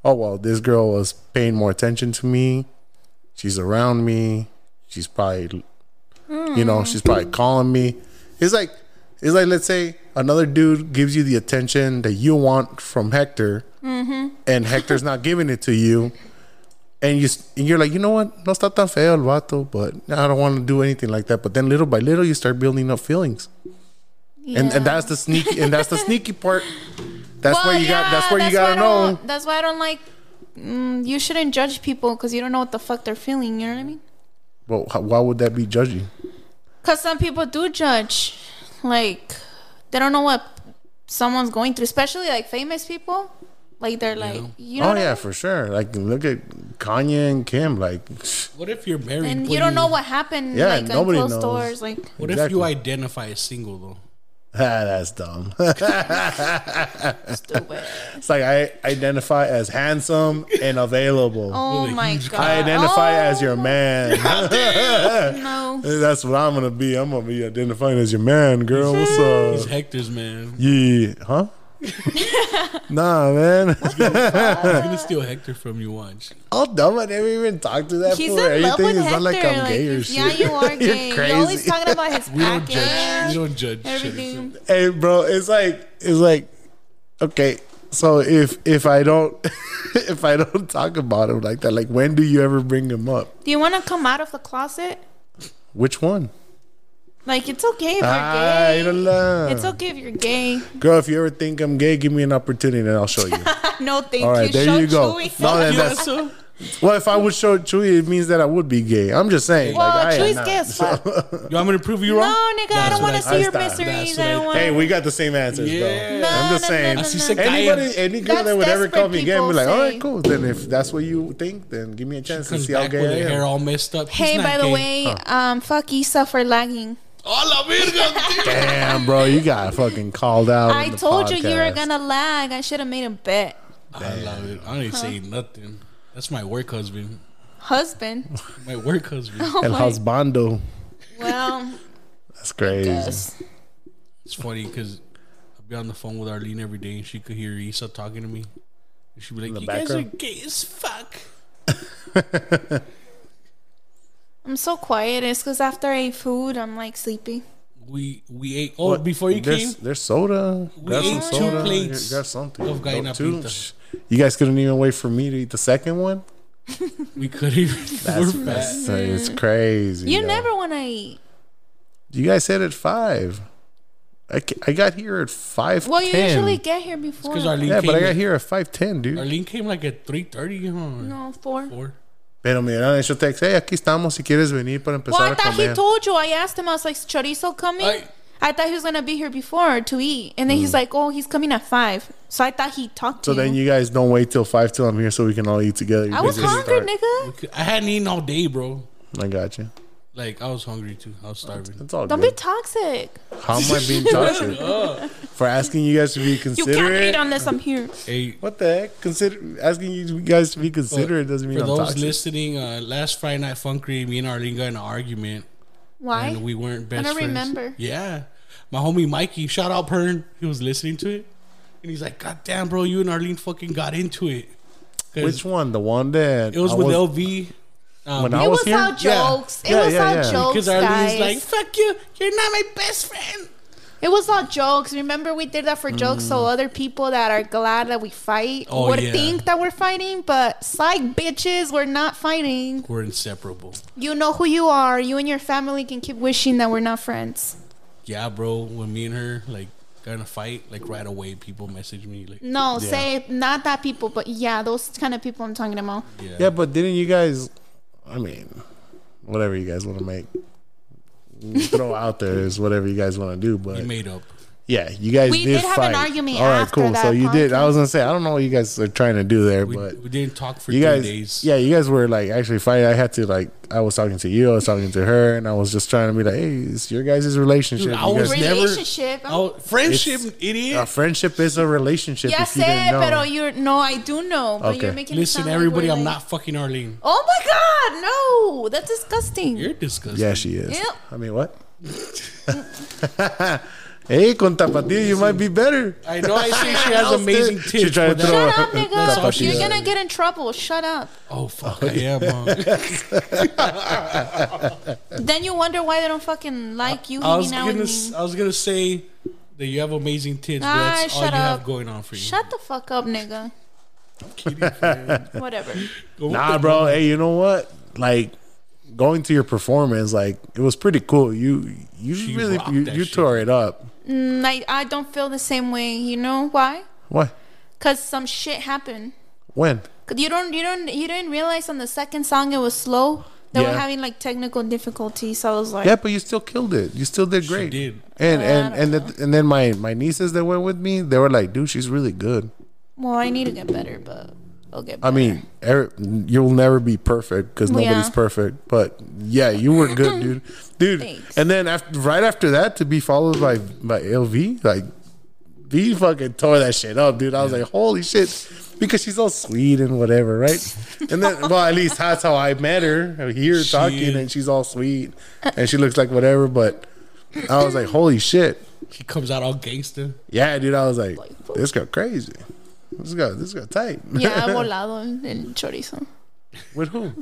Speaker 3: oh well, this girl was paying more attention to me. She's around me. She's probably you know, she's probably calling me. It's like it's like let's say another dude gives you the attention that you want from Hector, and Hector's not giving it to you, and you s- and you're like, you know what? No está tan feo el vato, but I don't want to do anything like that. But then little by little, you start building up feelings, and and that's the sneaky and that's the sneaky part. That's where you got. That's where you
Speaker 4: why I
Speaker 3: gotta know.
Speaker 4: don't- That's why I don't like. Mm, you shouldn't judge people because you don't know what the fuck they're feeling. You know what I mean?
Speaker 3: Well, how- why would that be judging?
Speaker 4: Because some people do judge, like they don't know what someone's going through, especially like famous people. Like they're like, you know,
Speaker 3: Oh
Speaker 4: what I
Speaker 3: yeah,
Speaker 4: mean?
Speaker 3: for sure. Like look at Kanye and Kim. Like
Speaker 5: What if you're married?
Speaker 4: and
Speaker 5: but
Speaker 4: you don't know what happened.
Speaker 3: Yeah,
Speaker 4: like on
Speaker 3: nobody
Speaker 4: closed
Speaker 3: knows.
Speaker 4: doors. Like
Speaker 5: What if
Speaker 3: Exactly.
Speaker 5: you identify as single though?
Speaker 3: ah, that's dumb.
Speaker 4: stupid.
Speaker 3: It's like I identify as handsome and available.
Speaker 4: oh my god.
Speaker 3: I identify
Speaker 4: Oh,
Speaker 3: as your man.
Speaker 4: No.
Speaker 3: That's what I'm gonna be. I'm gonna be identifying as your man, girl. What's
Speaker 5: It's
Speaker 3: up?
Speaker 5: Hector's man.
Speaker 3: Yeah, huh? nah, man.
Speaker 5: I'm gonna steal Hector from you once.
Speaker 3: All dumb. I never even talked to that
Speaker 4: He's
Speaker 3: fool or
Speaker 4: in love
Speaker 3: anything.
Speaker 4: with
Speaker 3: It's
Speaker 4: Hector.
Speaker 3: not like I'm gay or
Speaker 4: he's-
Speaker 3: shit.
Speaker 4: Yeah, you are
Speaker 3: You're
Speaker 4: gay. You're, always
Speaker 3: crazy.
Speaker 4: talking about his
Speaker 5: We don't
Speaker 4: package.
Speaker 5: judge. We don't judge. shit.
Speaker 4: Everything.
Speaker 3: hey, bro. It's like it's like okay. So if if I don't if I don't talk about him like that, like when do you ever bring him up?
Speaker 4: Do you want to come out of the closet?
Speaker 3: Which one?
Speaker 4: Like it's okay if you're
Speaker 3: I
Speaker 4: gay.
Speaker 3: don't know.
Speaker 4: It's okay if you're gay.
Speaker 3: Girl, if you ever think I'm gay, give me an opportunity and I'll show you.
Speaker 4: No, thank
Speaker 3: All right,
Speaker 4: you.
Speaker 3: there
Speaker 4: Show
Speaker 3: you go.
Speaker 4: Chewy.
Speaker 3: No, then
Speaker 5: Yeah,
Speaker 3: that's,
Speaker 5: so
Speaker 3: well, if I would show Chewy, it means that I would be gay. I'm just saying.
Speaker 4: Well,
Speaker 3: like, I am
Speaker 4: Chewy's
Speaker 3: not.
Speaker 4: gay as fuck. No,
Speaker 5: you want me to prove you wrong?
Speaker 4: nigga, I don't want to
Speaker 3: I
Speaker 4: see your
Speaker 3: thought.
Speaker 4: miseries.
Speaker 5: That's
Speaker 4: I
Speaker 5: what
Speaker 4: don't
Speaker 5: I-
Speaker 4: want.
Speaker 3: Hey, we got the same answers,
Speaker 5: Yeah.
Speaker 3: bro. I'm just
Speaker 4: No, no,
Speaker 3: saying.
Speaker 4: no, no,
Speaker 5: She's a
Speaker 4: no.
Speaker 5: guy.
Speaker 3: Anybody, any girl
Speaker 4: That's
Speaker 3: that would ever
Speaker 4: desperate
Speaker 3: call me gay, I'd be like,
Speaker 4: people
Speaker 3: all
Speaker 4: say.
Speaker 3: right, cool. Then if that's what you think, then give me a chance to
Speaker 5: Comes
Speaker 3: see how
Speaker 5: back with
Speaker 3: gay
Speaker 5: her
Speaker 3: I
Speaker 5: hair
Speaker 3: am.
Speaker 5: all messed up.
Speaker 4: Hey,
Speaker 5: He's
Speaker 4: by
Speaker 5: not
Speaker 4: the
Speaker 5: gay.
Speaker 4: way, um, fuck Issa for lagging.
Speaker 5: Hola, verga.
Speaker 3: Damn, bro, you got fucking called out.
Speaker 4: I
Speaker 3: on the
Speaker 4: told you you were
Speaker 3: podcast.
Speaker 4: gonna lag. I should have made a bet.
Speaker 5: I love it. I ain't saying nothing. That's my work husband.
Speaker 4: Husband.
Speaker 5: My work husband.
Speaker 4: Oh
Speaker 3: El
Speaker 4: my.
Speaker 3: husbando.
Speaker 4: Well,
Speaker 3: That's crazy.
Speaker 4: yes.
Speaker 5: It's funny because I'd be on the phone with Arlene every day and she could hear Issa talking to me. And She'd be like,
Speaker 3: the
Speaker 5: You guys are
Speaker 3: background?
Speaker 5: gay as fuck.
Speaker 4: I'm so quiet. It's because after I ate food, I'm like sleepy.
Speaker 5: We we ate oh before you
Speaker 3: there's,
Speaker 5: came
Speaker 3: There's soda. Grab
Speaker 5: ate
Speaker 3: some
Speaker 5: two
Speaker 3: soda.
Speaker 5: plates
Speaker 3: Grab something.
Speaker 5: of
Speaker 3: Don't
Speaker 5: gallinapita.
Speaker 3: too- Shh. You guys couldn't even wait for me to eat the second one.
Speaker 5: we couldn't even
Speaker 3: That's,
Speaker 5: we're fat.
Speaker 3: that's it's crazy.
Speaker 4: You
Speaker 3: yo.
Speaker 4: never want to eat.
Speaker 3: You guys said at five. I, ca- I got here at five.
Speaker 4: Well, you usually get here before.
Speaker 5: Because Arlene,
Speaker 3: yeah,
Speaker 5: came
Speaker 3: but I got
Speaker 5: at-
Speaker 3: here at five ten, dude.
Speaker 5: Arlene came like at three thirty, huh?
Speaker 4: No, four.
Speaker 5: Four.
Speaker 3: Pero me dieron hecho text. Hey, Eh, aquí estamos. Si quieres venir para
Speaker 4: Well,
Speaker 3: empezar
Speaker 4: I
Speaker 3: a
Speaker 4: thought he
Speaker 3: comer.
Speaker 4: told you. I asked him. I was like, "Is "Chorizo coming?" I,
Speaker 5: I-
Speaker 4: thought he was gonna be here before to eat, and then he's like, "Oh, he's coming at five. So I thought he talked
Speaker 3: Mm. So
Speaker 4: to
Speaker 3: then
Speaker 4: you.
Speaker 3: you guys don't wait till five till I'm here so we can all eat together. You
Speaker 4: I was
Speaker 3: guys just
Speaker 4: hungry,
Speaker 3: start.
Speaker 4: nigga.
Speaker 5: I hadn't eaten all day, bro.
Speaker 3: I got you.
Speaker 5: Like I was hungry too. I was starving.
Speaker 3: It's all
Speaker 4: Don't be
Speaker 3: good.
Speaker 4: toxic.
Speaker 3: How am I being toxic for asking you guys to be
Speaker 4: You can't
Speaker 3: considerate?
Speaker 4: eat unless I'm here.
Speaker 5: Hey,
Speaker 3: what the heck? Consider asking you guys to be considerate doesn't mean
Speaker 5: for
Speaker 3: I'm
Speaker 5: those
Speaker 3: toxic.
Speaker 5: listening, uh, last Friday night funkery, me and Arlene got in an argument,
Speaker 4: Why?
Speaker 5: and we weren't best
Speaker 4: don't
Speaker 5: friends.
Speaker 4: remember.
Speaker 5: Yeah, my homie Mikey, shout out Pern. He was listening to it, and he's like, "God damn, bro, you and Arlene fucking got into it." 'Cause
Speaker 3: Which one? The one that
Speaker 5: It was
Speaker 3: I
Speaker 5: with LV. Um,
Speaker 3: when I
Speaker 4: It was,
Speaker 3: was here.
Speaker 4: all jokes. It
Speaker 3: Yeah,
Speaker 4: was
Speaker 3: yeah,
Speaker 4: all
Speaker 3: yeah.
Speaker 4: jokes,
Speaker 5: because Arlene's
Speaker 4: guys.
Speaker 5: like, "Fuck you, you're not my best friend."
Speaker 4: it was all jokes. Remember, we did that for jokes, so
Speaker 3: Mm.
Speaker 4: other people that are glad that we fight
Speaker 5: Oh,
Speaker 4: would
Speaker 5: yeah.
Speaker 4: think that we're fighting, but psych bitches, we're not fighting.
Speaker 5: We're inseparable.
Speaker 4: You know who you are. You and your family can keep wishing that we're not friends.
Speaker 5: Yeah, bro. When me and her like got in a fight, like right away, people message me like,
Speaker 4: No, say not that people, but yeah, those kind of people I'm talking about.
Speaker 5: "Yeah,
Speaker 3: Yeah, but didn't you guys? I mean, whatever you guys want to make throw out there is whatever you guys want to do. But
Speaker 5: you made up."
Speaker 3: Yeah, you guys
Speaker 4: We
Speaker 3: did,
Speaker 4: did have
Speaker 3: fight.
Speaker 4: an argument
Speaker 3: All right,
Speaker 4: after
Speaker 3: cool.
Speaker 4: that
Speaker 3: so you did. I
Speaker 4: podcast.
Speaker 3: was gonna say I don't know what you guys are trying to do there, but
Speaker 5: We didn't talk for
Speaker 3: you
Speaker 5: three
Speaker 3: guys,
Speaker 5: days.
Speaker 3: yeah, you guys were like actually fighting. I had to like I was talking to you, I was talking to her, and I was just trying to be like, hey, it's your guys' relationship.
Speaker 5: Dude, I
Speaker 3: You guys-
Speaker 5: was never.
Speaker 4: Relationship, I'm-
Speaker 5: Oh, friendship, idiot.
Speaker 3: a friendship is a relationship.
Speaker 4: Ya
Speaker 3: if you didn't
Speaker 4: sé,
Speaker 3: know.
Speaker 4: pero you're no, I do know, but
Speaker 3: Okay.
Speaker 4: you're making it
Speaker 5: Listen,
Speaker 4: sound like
Speaker 5: everybody,
Speaker 4: we're
Speaker 5: I'm
Speaker 4: like-
Speaker 5: not fucking Arlene.
Speaker 4: Oh my god, no, that's disgusting.
Speaker 5: You're disgusting.
Speaker 3: yeah, she is.
Speaker 4: Ew.
Speaker 3: I mean, what? hey, con tapatio, you might be better.
Speaker 5: I know. I see she has amazing tits.
Speaker 3: She tried
Speaker 5: but that-
Speaker 3: to throw
Speaker 4: Shut up,
Speaker 5: all
Speaker 4: nigga.
Speaker 5: she
Speaker 4: You're
Speaker 5: said.
Speaker 4: gonna get in trouble. Shut up.
Speaker 5: Oh fuck! Yeah, man.
Speaker 4: Then you wonder why they don't fucking like you
Speaker 5: I was
Speaker 4: hanging out with
Speaker 5: gonna.
Speaker 4: me.
Speaker 5: s- I was gonna say that you have amazing tits, but
Speaker 4: Ah,
Speaker 5: that's all you
Speaker 4: shut
Speaker 5: have
Speaker 4: up.
Speaker 5: going on for you.
Speaker 4: Shut the fuck up, nigga. Whatever.
Speaker 5: Go with
Speaker 3: Nah,
Speaker 5: the-
Speaker 3: bro. Hey, you know what? Like going to your performance, like it was pretty cool. You you
Speaker 5: She
Speaker 3: really
Speaker 5: rocked
Speaker 3: you,
Speaker 5: that
Speaker 3: you
Speaker 5: shit.
Speaker 3: tore it up.
Speaker 4: Mm, I I don't feel the same way. You know why?
Speaker 3: What?
Speaker 4: Cause some shit happened.
Speaker 3: When?
Speaker 4: 'Cause You don't you don't you didn't realize on the second song it was slow. They were
Speaker 3: Yeah.
Speaker 4: having like technical difficulties. So I was like,
Speaker 3: Yeah, but you still killed it. You still did great.
Speaker 5: did.
Speaker 3: And
Speaker 4: Yeah,
Speaker 3: and
Speaker 4: I
Speaker 3: and the, and then my my nieces that went with me, they were like, "Dude, she's really good."
Speaker 4: well, I need to get better, but I'll get. Better.
Speaker 3: I mean, er, you'll never be perfect because
Speaker 4: Well,
Speaker 3: nobody's
Speaker 4: yeah.
Speaker 3: perfect. But yeah, you were good, dude. Dude,
Speaker 4: Thanks.
Speaker 3: and then after, right after that, to be followed by by LV, like he fucking tore that shit up, dude. I was like, holy shit, because she's all sweet and whatever, right? and then, well, at least that's how I met her here talking, and she's all sweet and she looks like whatever. But I was like, holy shit,
Speaker 5: He comes out all gangster.
Speaker 3: yeah, dude. I was like, this got crazy. This got this got tight.
Speaker 4: yeah, volado en el chorizo.
Speaker 3: With who?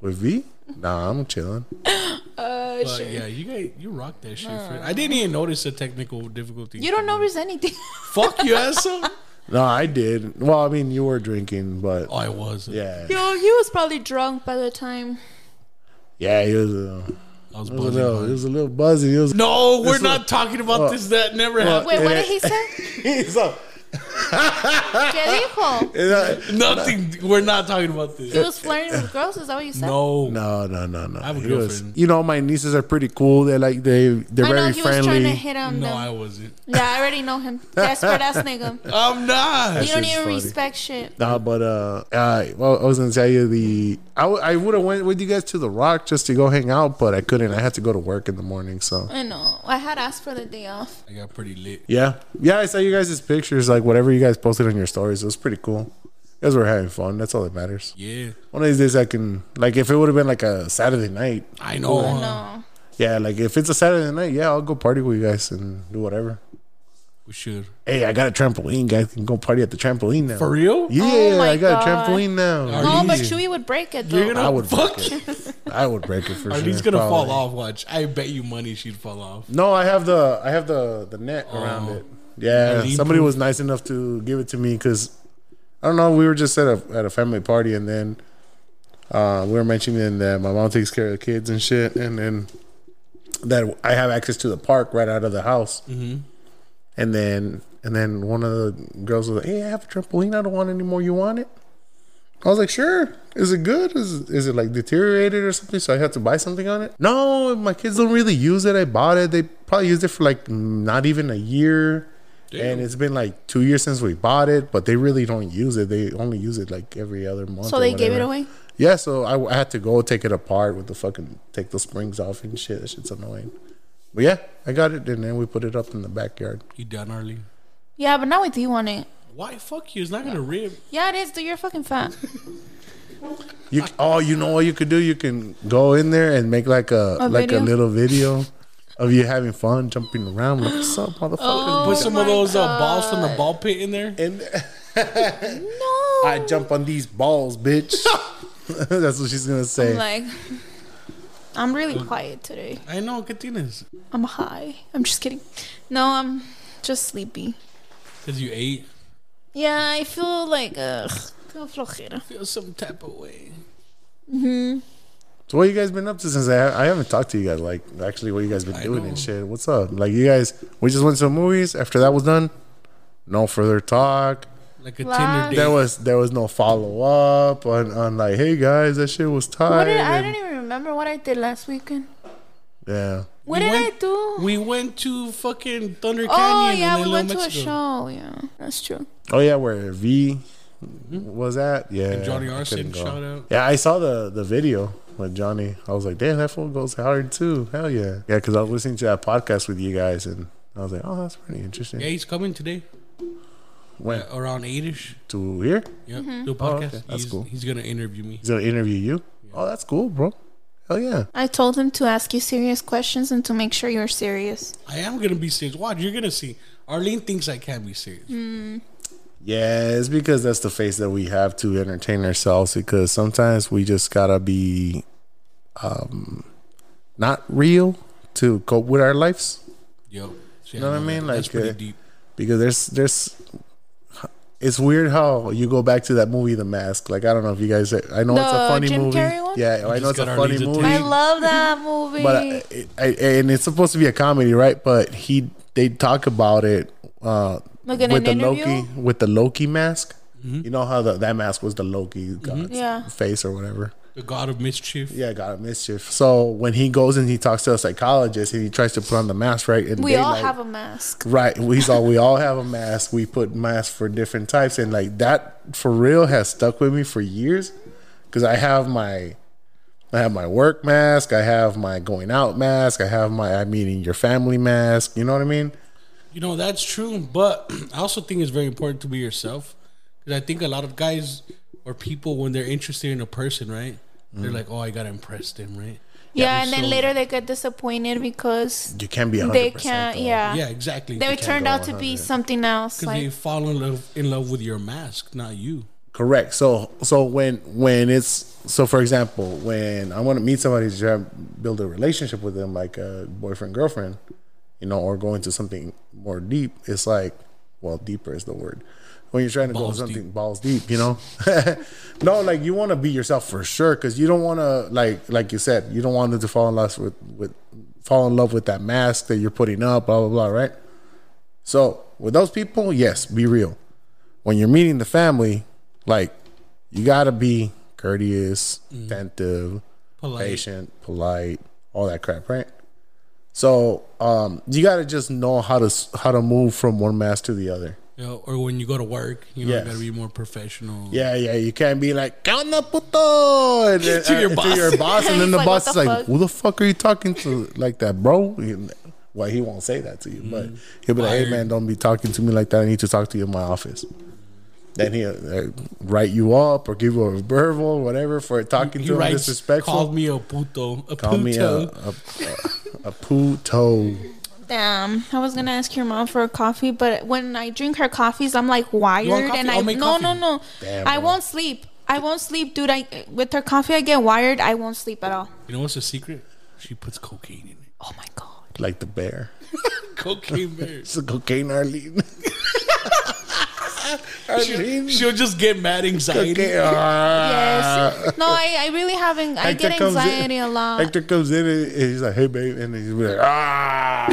Speaker 3: With V? Nah, I'm chilling.
Speaker 4: Uh,
Speaker 5: But
Speaker 4: sure.
Speaker 5: yeah, you guys, you rocked that shit. friend. I didn't even notice the technical difficulty.
Speaker 4: You don't notice anything.
Speaker 5: fuck you, asshole.
Speaker 3: No, I did. Well, I mean, you were drinking, but
Speaker 5: Oh, I was.
Speaker 3: yeah,
Speaker 4: Yo, he was probably drunk by the time.
Speaker 3: yeah, it was a,
Speaker 5: I was
Speaker 3: it was a
Speaker 5: buzzing.
Speaker 3: little,
Speaker 5: man.
Speaker 3: it was a little buzzy. It was
Speaker 5: No, we're
Speaker 3: It's
Speaker 5: not
Speaker 3: like-
Speaker 5: talking about
Speaker 3: Well,
Speaker 5: this. That never
Speaker 3: well,
Speaker 5: happened.
Speaker 4: Wait, what
Speaker 3: Yeah.
Speaker 4: did he say?
Speaker 3: It's a-
Speaker 4: ¿Qué dijo?
Speaker 3: it's a-
Speaker 5: Nothing. We're not talking about
Speaker 4: He
Speaker 5: this.
Speaker 4: was flirting with girls. Is that what you said?
Speaker 5: No.
Speaker 3: no, no, no, no. I
Speaker 5: have a girlfriend.
Speaker 3: you know, my nieces are pretty cool. They're like they they're
Speaker 4: I know
Speaker 3: very
Speaker 4: he was trying to
Speaker 3: friendly.
Speaker 4: hit on
Speaker 5: No,
Speaker 4: them.
Speaker 5: I wasn't.
Speaker 4: yeah, I already know him. Desperate ass nigga.
Speaker 5: I'm not.
Speaker 4: You don't
Speaker 3: shit's
Speaker 4: even
Speaker 3: funny.
Speaker 4: respect shit.
Speaker 3: Nah, but uh, uh, well, I was gonna tell you the I, w- I would have went with you guys to the Rock just to go hang out, but I couldn't. I had to go to work in the morning, so
Speaker 4: I know. I had asked for the day off.
Speaker 5: I got pretty lit.
Speaker 3: yeah, yeah. I saw you guys' pictures, like whatever you guys posted on your stories. It was pretty cool. You guys were having fun. That's all that matters.
Speaker 5: Yeah,
Speaker 3: One of these days I can like if it would have been like a Saturday night.
Speaker 5: I know. huh?
Speaker 4: No.
Speaker 3: Yeah, like if it's a Saturday night, yeah, I'll go party with you guys and do whatever.
Speaker 5: We should.
Speaker 3: Hey, I got a trampoline. Guys can go party at the trampoline now.
Speaker 5: For real?
Speaker 3: yeah,
Speaker 4: Oh my
Speaker 3: I
Speaker 4: God.
Speaker 3: got a trampoline now.
Speaker 4: No, but
Speaker 5: Easy.
Speaker 4: Chewy would break it
Speaker 5: You're
Speaker 4: though.
Speaker 5: gonna
Speaker 3: I would
Speaker 5: fuck.
Speaker 3: break I would break it for sure.
Speaker 5: Arlene's gonna
Speaker 3: probably.
Speaker 5: fall off. Watch. I bet you money she'd fall off.
Speaker 3: No, I have the I have the the net around it. Yeah,
Speaker 5: Arlene
Speaker 3: somebody
Speaker 5: proof.
Speaker 3: was nice enough to give it to me because I don't know. We were just at a at a family party and then uh, we were mentioning that my mom takes care of the kids and shit, and then that I have access to the park right out of the house. And then and then one of the girls was like, "Hey, I have a trampoline. I don't want any more. You want it?" I was like, "Sure." Is it good? Is is it like deteriorated or something? So I had to buy something on it. No, my kids don't really use it. I bought it. They probably used it for like not even a year. And it's been like two years since we bought it, but they really don't use it. They only use it like every other month.
Speaker 4: So
Speaker 3: or
Speaker 4: they gave it
Speaker 3: whatever.
Speaker 4: away?
Speaker 3: Yeah, so I, I had to go take it apart with the fucking take the springs off and shit. That shit's annoying. But yeah, I got it, and then we put it up in the backyard.
Speaker 5: You done, Arlene?
Speaker 4: Yeah, but not with you on it.
Speaker 5: Why? Fuck you. It's not gonna rip.
Speaker 4: Yeah, it is. Dude, you're fucking fat.
Speaker 3: You oh, you know what you could do? You can go in there and make like a,
Speaker 4: A
Speaker 3: like a
Speaker 4: video?
Speaker 3: little video of you having fun, jumping around. Like, What's up, motherfuckers?
Speaker 4: Oh.
Speaker 5: Put some of those uh, balls from the ball pit in there.
Speaker 3: And
Speaker 4: No.
Speaker 3: I jump on these balls, bitch. That's what she's gonna say.
Speaker 4: I'm like, I'm really quiet today.
Speaker 5: I know. Katina's
Speaker 4: I'm high. I'm just kidding. No, I'm just sleepy.
Speaker 5: because you ate.
Speaker 4: Yeah, I feel like ugh, feel flojera.
Speaker 5: Feel some type of way.
Speaker 3: So what you guys been up to since I, I haven't talked to you guys? Like actually, what you guys been doing and shit? What's up? Like you guys, we just went to the movies. After that was done, no further talk.
Speaker 5: Like a
Speaker 4: Wow.
Speaker 5: Tinder date.
Speaker 3: There was there was no follow up on, on like, hey guys, that shit was tight.
Speaker 4: What did, I
Speaker 3: and
Speaker 4: don't even remember what I did last weekend.
Speaker 3: Yeah.
Speaker 4: What
Speaker 5: We
Speaker 4: did
Speaker 5: went-
Speaker 4: I do?
Speaker 5: We went to fucking Thunder
Speaker 4: oh
Speaker 5: Canyon.
Speaker 4: yeah,
Speaker 5: in
Speaker 4: we
Speaker 5: Little
Speaker 4: went to
Speaker 5: Mexico.
Speaker 4: a show. Yeah, that's true.
Speaker 3: Oh yeah, where V was at? Yeah.
Speaker 5: Johnny
Speaker 3: I couldn't
Speaker 5: Arson,
Speaker 3: go.
Speaker 5: shout out.
Speaker 3: Yeah, I saw the the video with Johnny. I was like, damn, that fool goes hard too. Hell yeah. Yeah, because I was listening to that podcast with you guys, and I was like, oh, that's pretty interesting.
Speaker 5: Yeah, he's coming today
Speaker 3: Went
Speaker 5: uh, around eight-ish.
Speaker 3: to here.
Speaker 5: Yeah,
Speaker 4: Mm-hmm.
Speaker 5: do a podcast.
Speaker 3: Oh, okay. That's
Speaker 5: he's,
Speaker 3: cool.
Speaker 5: He's gonna interview me.
Speaker 3: He's gonna interview you. Oh, that's cool, bro. Hell yeah.
Speaker 4: I told him to ask you serious questions and to make sure you're serious.
Speaker 5: I am gonna be serious. Watch, you're gonna see. Arlene thinks I can be serious.
Speaker 4: Mm.
Speaker 3: Yeah, it's because that's the face that we have to entertain ourselves. Because sometimes we just gotta be, um, not real to cope with our lives.
Speaker 5: Yo,
Speaker 3: You know what I mean? Like,
Speaker 5: that's pretty
Speaker 3: uh,
Speaker 5: deep.
Speaker 3: because there's there's it's weird how you go back to that movie The Mask. Like I don't know if you guys I know it's a
Speaker 4: The
Speaker 3: funny
Speaker 4: Jim
Speaker 3: movie.
Speaker 4: Carrey one?
Speaker 3: Yeah, I know
Speaker 5: just
Speaker 3: it's a
Speaker 5: got our
Speaker 3: funny
Speaker 5: needs
Speaker 3: movie.
Speaker 4: I
Speaker 5: attention.
Speaker 4: love that movie.
Speaker 3: but
Speaker 5: uh,
Speaker 3: I, I, and it's supposed to be a comedy, right? But he they talk about it uh
Speaker 4: Like in
Speaker 3: with the
Speaker 4: an
Speaker 3: Loki
Speaker 4: interview?
Speaker 3: with the Loki mask. You know how the, that mask was the Loki god's
Speaker 4: Yeah.
Speaker 3: face or whatever.
Speaker 5: The god of mischief.
Speaker 3: Yeah, God of Mischief. So when he goes and he talks to a psychologist and he tries to put on the mask, right? And
Speaker 4: we all
Speaker 3: daylight-
Speaker 4: have a mask.
Speaker 3: Right. We all we all have a mask. We put masks for different types, and like that for real has stuck with me for years. Because I have my, I have my work mask. I have my going out mask. I have my I'm meeting your family mask. You know what I mean?
Speaker 5: You know that's true, but I also think it's very important to be yourself because I think a lot of guys or people when they're interested in a person, right?
Speaker 3: Mm.
Speaker 5: They're like, "Oh, I gotta impress them," right?
Speaker 4: Yeah, and then later they get disappointed because
Speaker 3: You can't be a
Speaker 4: they
Speaker 3: hundred
Speaker 4: can't.
Speaker 3: percent. though.
Speaker 4: Yeah,
Speaker 5: Yeah, exactly.
Speaker 4: Ah. they
Speaker 5: Because
Speaker 4: turned out to be something else.
Speaker 5: they
Speaker 4: Like
Speaker 5: fall in love in love with your mask, not you.
Speaker 3: Correct. So so when when it's so for example when I want to meet somebody to try to build a relationship with them like a boyfriend girlfriend, you know, or go into something more deep. It's like well deeper is the word. When you're trying to
Speaker 5: Balls
Speaker 3: go something balls deep, you know, no, like you want to be yourself for sure because you don't want to like like you said you don't want them to fall in love with with fall in love with that mask that you're putting up, blah blah blah, right? So with those people, yes, be real when you're meeting the family, like you gotta be courteous, attentive,
Speaker 5: Polite.
Speaker 3: patient, polite, all that crap, right? So um, you gotta just know how to s- how to move from one mask to the other.
Speaker 5: You know, or when you go to work, you know,
Speaker 3: Yes.
Speaker 5: you gotta be more professional.
Speaker 3: Yeah, yeah, you can't be like "Calma, puto" and then,
Speaker 5: To your
Speaker 3: uh,
Speaker 5: boss.
Speaker 3: boss, and then
Speaker 4: He's
Speaker 3: the
Speaker 4: like,
Speaker 3: boss
Speaker 4: "What the
Speaker 3: is like,
Speaker 4: fuck?"
Speaker 3: "Who the fuck are you talking to like that, bro?" You- Well, he won't say that to you, but
Speaker 5: Mm.
Speaker 3: he'll be like, "Hey,
Speaker 5: Fired.
Speaker 3: man, don't be talking to me like that. I need to talk to you in my office." Then he'll uh, write you up or give you a verbal, whatever, for talking
Speaker 5: He
Speaker 3: to him
Speaker 5: writes,
Speaker 3: disrespectful.
Speaker 5: called me a puto, a
Speaker 3: Call
Speaker 5: puto.
Speaker 3: me a a, a, a puto.
Speaker 4: Damn, I was gonna ask your mom for a coffee, but when I drink her coffees, I'm like wired,
Speaker 5: coffee?
Speaker 4: and I
Speaker 5: I'll make
Speaker 4: no
Speaker 5: coffee.
Speaker 4: no no,
Speaker 3: Damn,
Speaker 4: I
Speaker 3: bro.
Speaker 4: won't sleep. I won't sleep, dude. I with her coffee, I get wired. I won't sleep at all.
Speaker 5: you know what's the secret? She puts cocaine in it.
Speaker 4: Oh my god.
Speaker 3: like the bear.
Speaker 5: Cocaine bears.
Speaker 3: It's a cocaine Arlene. Arlene.
Speaker 5: She'll just get mad anxiety.
Speaker 3: Cocaine. Ah.
Speaker 4: Yes. No, I, I really haven't. I
Speaker 3: Hector
Speaker 4: get
Speaker 3: comes in-
Speaker 4: anxiety a lot.
Speaker 3: Hector comes in and, and he's like, "Hey, babe," and he's like, "Ah,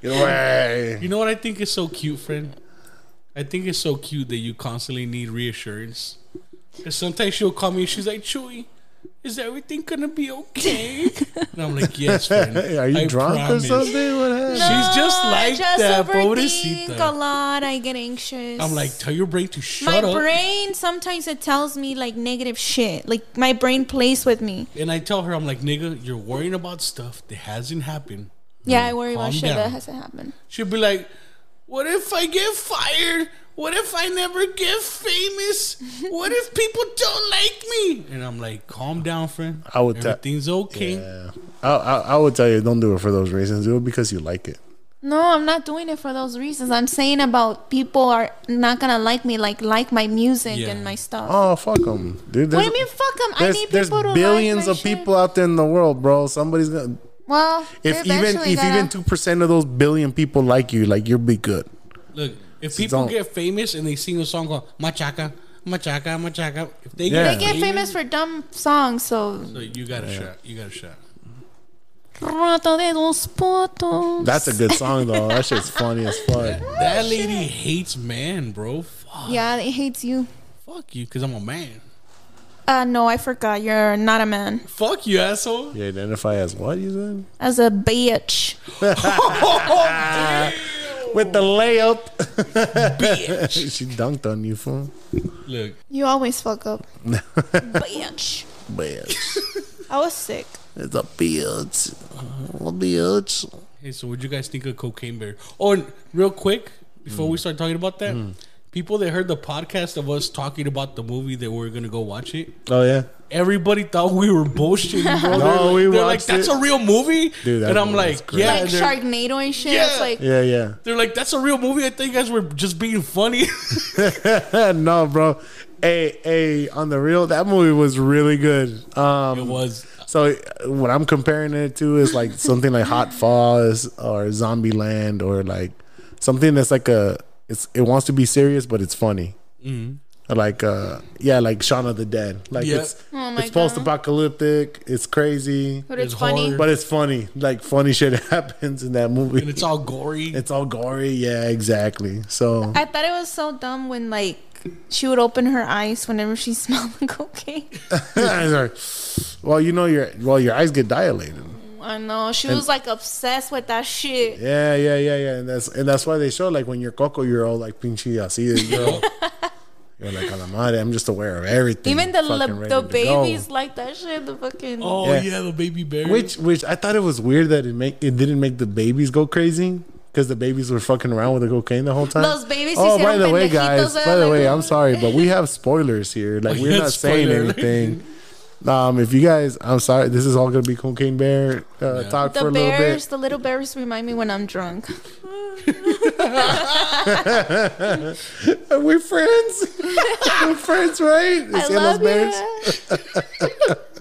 Speaker 3: get away!"
Speaker 5: You know what I think is so cute, friend? I think it's so cute that you constantly need reassurance. Because sometimes she'll call me and she's like, Chewy, is everything going to be okay? and I'm like, yes, friend.
Speaker 3: Are
Speaker 5: I
Speaker 3: you drunk
Speaker 5: promise."
Speaker 3: or something? What happened?
Speaker 5: She's just
Speaker 4: No,
Speaker 5: like
Speaker 4: I just
Speaker 5: that,
Speaker 4: overthink a
Speaker 5: pobrecita.
Speaker 4: lot. I get anxious.
Speaker 5: I'm like, tell your brain to shut
Speaker 4: my
Speaker 5: up.
Speaker 4: brain sometimes it tells me like negative shit. Like my brain plays with me.
Speaker 5: And I tell her, I'm like, nigga, you're worrying about stuff that hasn't happened.
Speaker 4: Yeah, I worry about
Speaker 5: Calm
Speaker 4: shit
Speaker 5: down.
Speaker 4: that hasn't happened.
Speaker 5: She'll be like, what if I get fired? What if I never get famous? What if people don't like me? And I'm like, calm down, friend.
Speaker 3: I would tell-
Speaker 5: Everything's okay.
Speaker 3: Yeah. I, I, I would tell you, don't do it for those reasons. Do it because you like it.
Speaker 4: No, I'm not doing it for those reasons. I'm saying about people are not gonna like me, like like my music
Speaker 5: Yeah.
Speaker 4: and my stuff.
Speaker 3: Oh, fuck them, dude.
Speaker 4: what
Speaker 3: there's-
Speaker 4: do you mean? Fuck them. I
Speaker 3: There's,
Speaker 4: need
Speaker 3: there's
Speaker 4: people to
Speaker 3: billions
Speaker 4: like my
Speaker 3: of
Speaker 4: shit.
Speaker 3: people out there in the world, bro. Somebody's gonna.
Speaker 4: Well,
Speaker 3: If even
Speaker 4: eventually
Speaker 3: if
Speaker 4: gotta-
Speaker 3: even two percent of those billion people like you, like you'll be good.
Speaker 5: Look, if people
Speaker 3: don't-
Speaker 5: get famous and they sing a song called Machaca, Machaca, Machaca, if they
Speaker 3: Yeah.
Speaker 4: they get famous for dumb songs, so
Speaker 5: So you got a shot. You got a shot.
Speaker 4: Rato de dos potos.
Speaker 3: That's a good song though. that shit's funny as fuck.
Speaker 5: That lady hates man, bro. Fuck,
Speaker 4: yeah, it hates you.
Speaker 5: fuck you, because I'm a man.
Speaker 4: Uh, no, I forgot. You're not a man.
Speaker 5: Fuck you, asshole.
Speaker 3: You identify as what you said?
Speaker 4: As a bitch.
Speaker 3: With the layup. she dunked on you, fool.
Speaker 5: Look,
Speaker 4: You always fuck up. bitch.
Speaker 3: Bitch.
Speaker 4: I was sick.
Speaker 3: It's a bitch. A bitch.
Speaker 5: hey, so what'd you guys think of Cocaine Bear? Oh, and real quick, before
Speaker 3: Mm.
Speaker 5: we start talking about that, people that heard the podcast of us talking about the movie that we are gonna go watch it,
Speaker 3: Oh, yeah.
Speaker 5: everybody thought we were bullshitting, bro.
Speaker 3: No,
Speaker 5: They're-
Speaker 3: we
Speaker 5: they're like,
Speaker 3: watched
Speaker 5: that's
Speaker 3: it.
Speaker 5: a real movie?
Speaker 3: Dude, that
Speaker 5: and I'm
Speaker 3: movie was
Speaker 5: like,
Speaker 3: great.
Speaker 5: yeah.
Speaker 4: Like
Speaker 5: they're,
Speaker 4: Sharknado and shit. It's
Speaker 5: Yeah.
Speaker 4: like
Speaker 3: Yeah, yeah.
Speaker 5: they're like, that's a real movie? I thought you guys were just being funny.
Speaker 3: no, bro. Hey, hey, on the real, that movie was really good. Um,
Speaker 5: it was.
Speaker 3: So uh, what I'm comparing it to is like something like Hot Fuzz or Zombieland or like something that's like a it's it wants to be serious but it's funny. Mm-hmm. Like uh yeah, like Shaun of the Dead. Like
Speaker 5: Yeah.
Speaker 3: it's
Speaker 4: Oh my
Speaker 3: it's post apocalyptic. It's crazy,
Speaker 4: but it's
Speaker 5: It's
Speaker 4: funny.
Speaker 5: hard.
Speaker 3: but it's funny. Like funny shit happens in that movie.
Speaker 5: And it's all gory.
Speaker 3: it's all gory. Yeah, exactly. So
Speaker 4: I thought it was so dumb when like she would open her eyes whenever she smelled the cocaine.
Speaker 3: Sorry. well, you know your well your eyes get dilated.
Speaker 4: I know she was like obsessed with that shit.
Speaker 3: Yeah, yeah, yeah, yeah. And that's and that's why they show like when you're coco, you're all like pinchy así. You're, all- you're like a la madre. I'm just aware of everything.
Speaker 4: Even the
Speaker 3: fucking
Speaker 4: li-
Speaker 3: ready
Speaker 4: the
Speaker 3: to go."
Speaker 4: babies like that shit. The fucking
Speaker 5: oh,
Speaker 3: yeah.
Speaker 5: yeah. the baby bear.
Speaker 3: Which which I thought it was weird that it make it didn't make the babies go crazy because the babies were fucking around with the cocaine the whole time.
Speaker 4: Those babies
Speaker 3: Oh,
Speaker 4: hicieron
Speaker 3: by the way,
Speaker 4: pendejitos,
Speaker 3: guys.
Speaker 4: ¿verdad?
Speaker 3: By the way,
Speaker 4: Like-
Speaker 3: I'm sorry, but we have spoilers here. Like we're
Speaker 5: yeah,
Speaker 3: not saying
Speaker 5: spoiler.
Speaker 3: anything. Um, if you guys, I'm sorry. This is all gonna be cocaine bear uh, talk
Speaker 4: the
Speaker 3: for a little
Speaker 4: bears,
Speaker 3: bit.
Speaker 4: the little bears remind me when I'm drunk.
Speaker 3: Are we Uh, friends? we're friends, right?
Speaker 4: I
Speaker 3: See those
Speaker 4: love
Speaker 3: bears?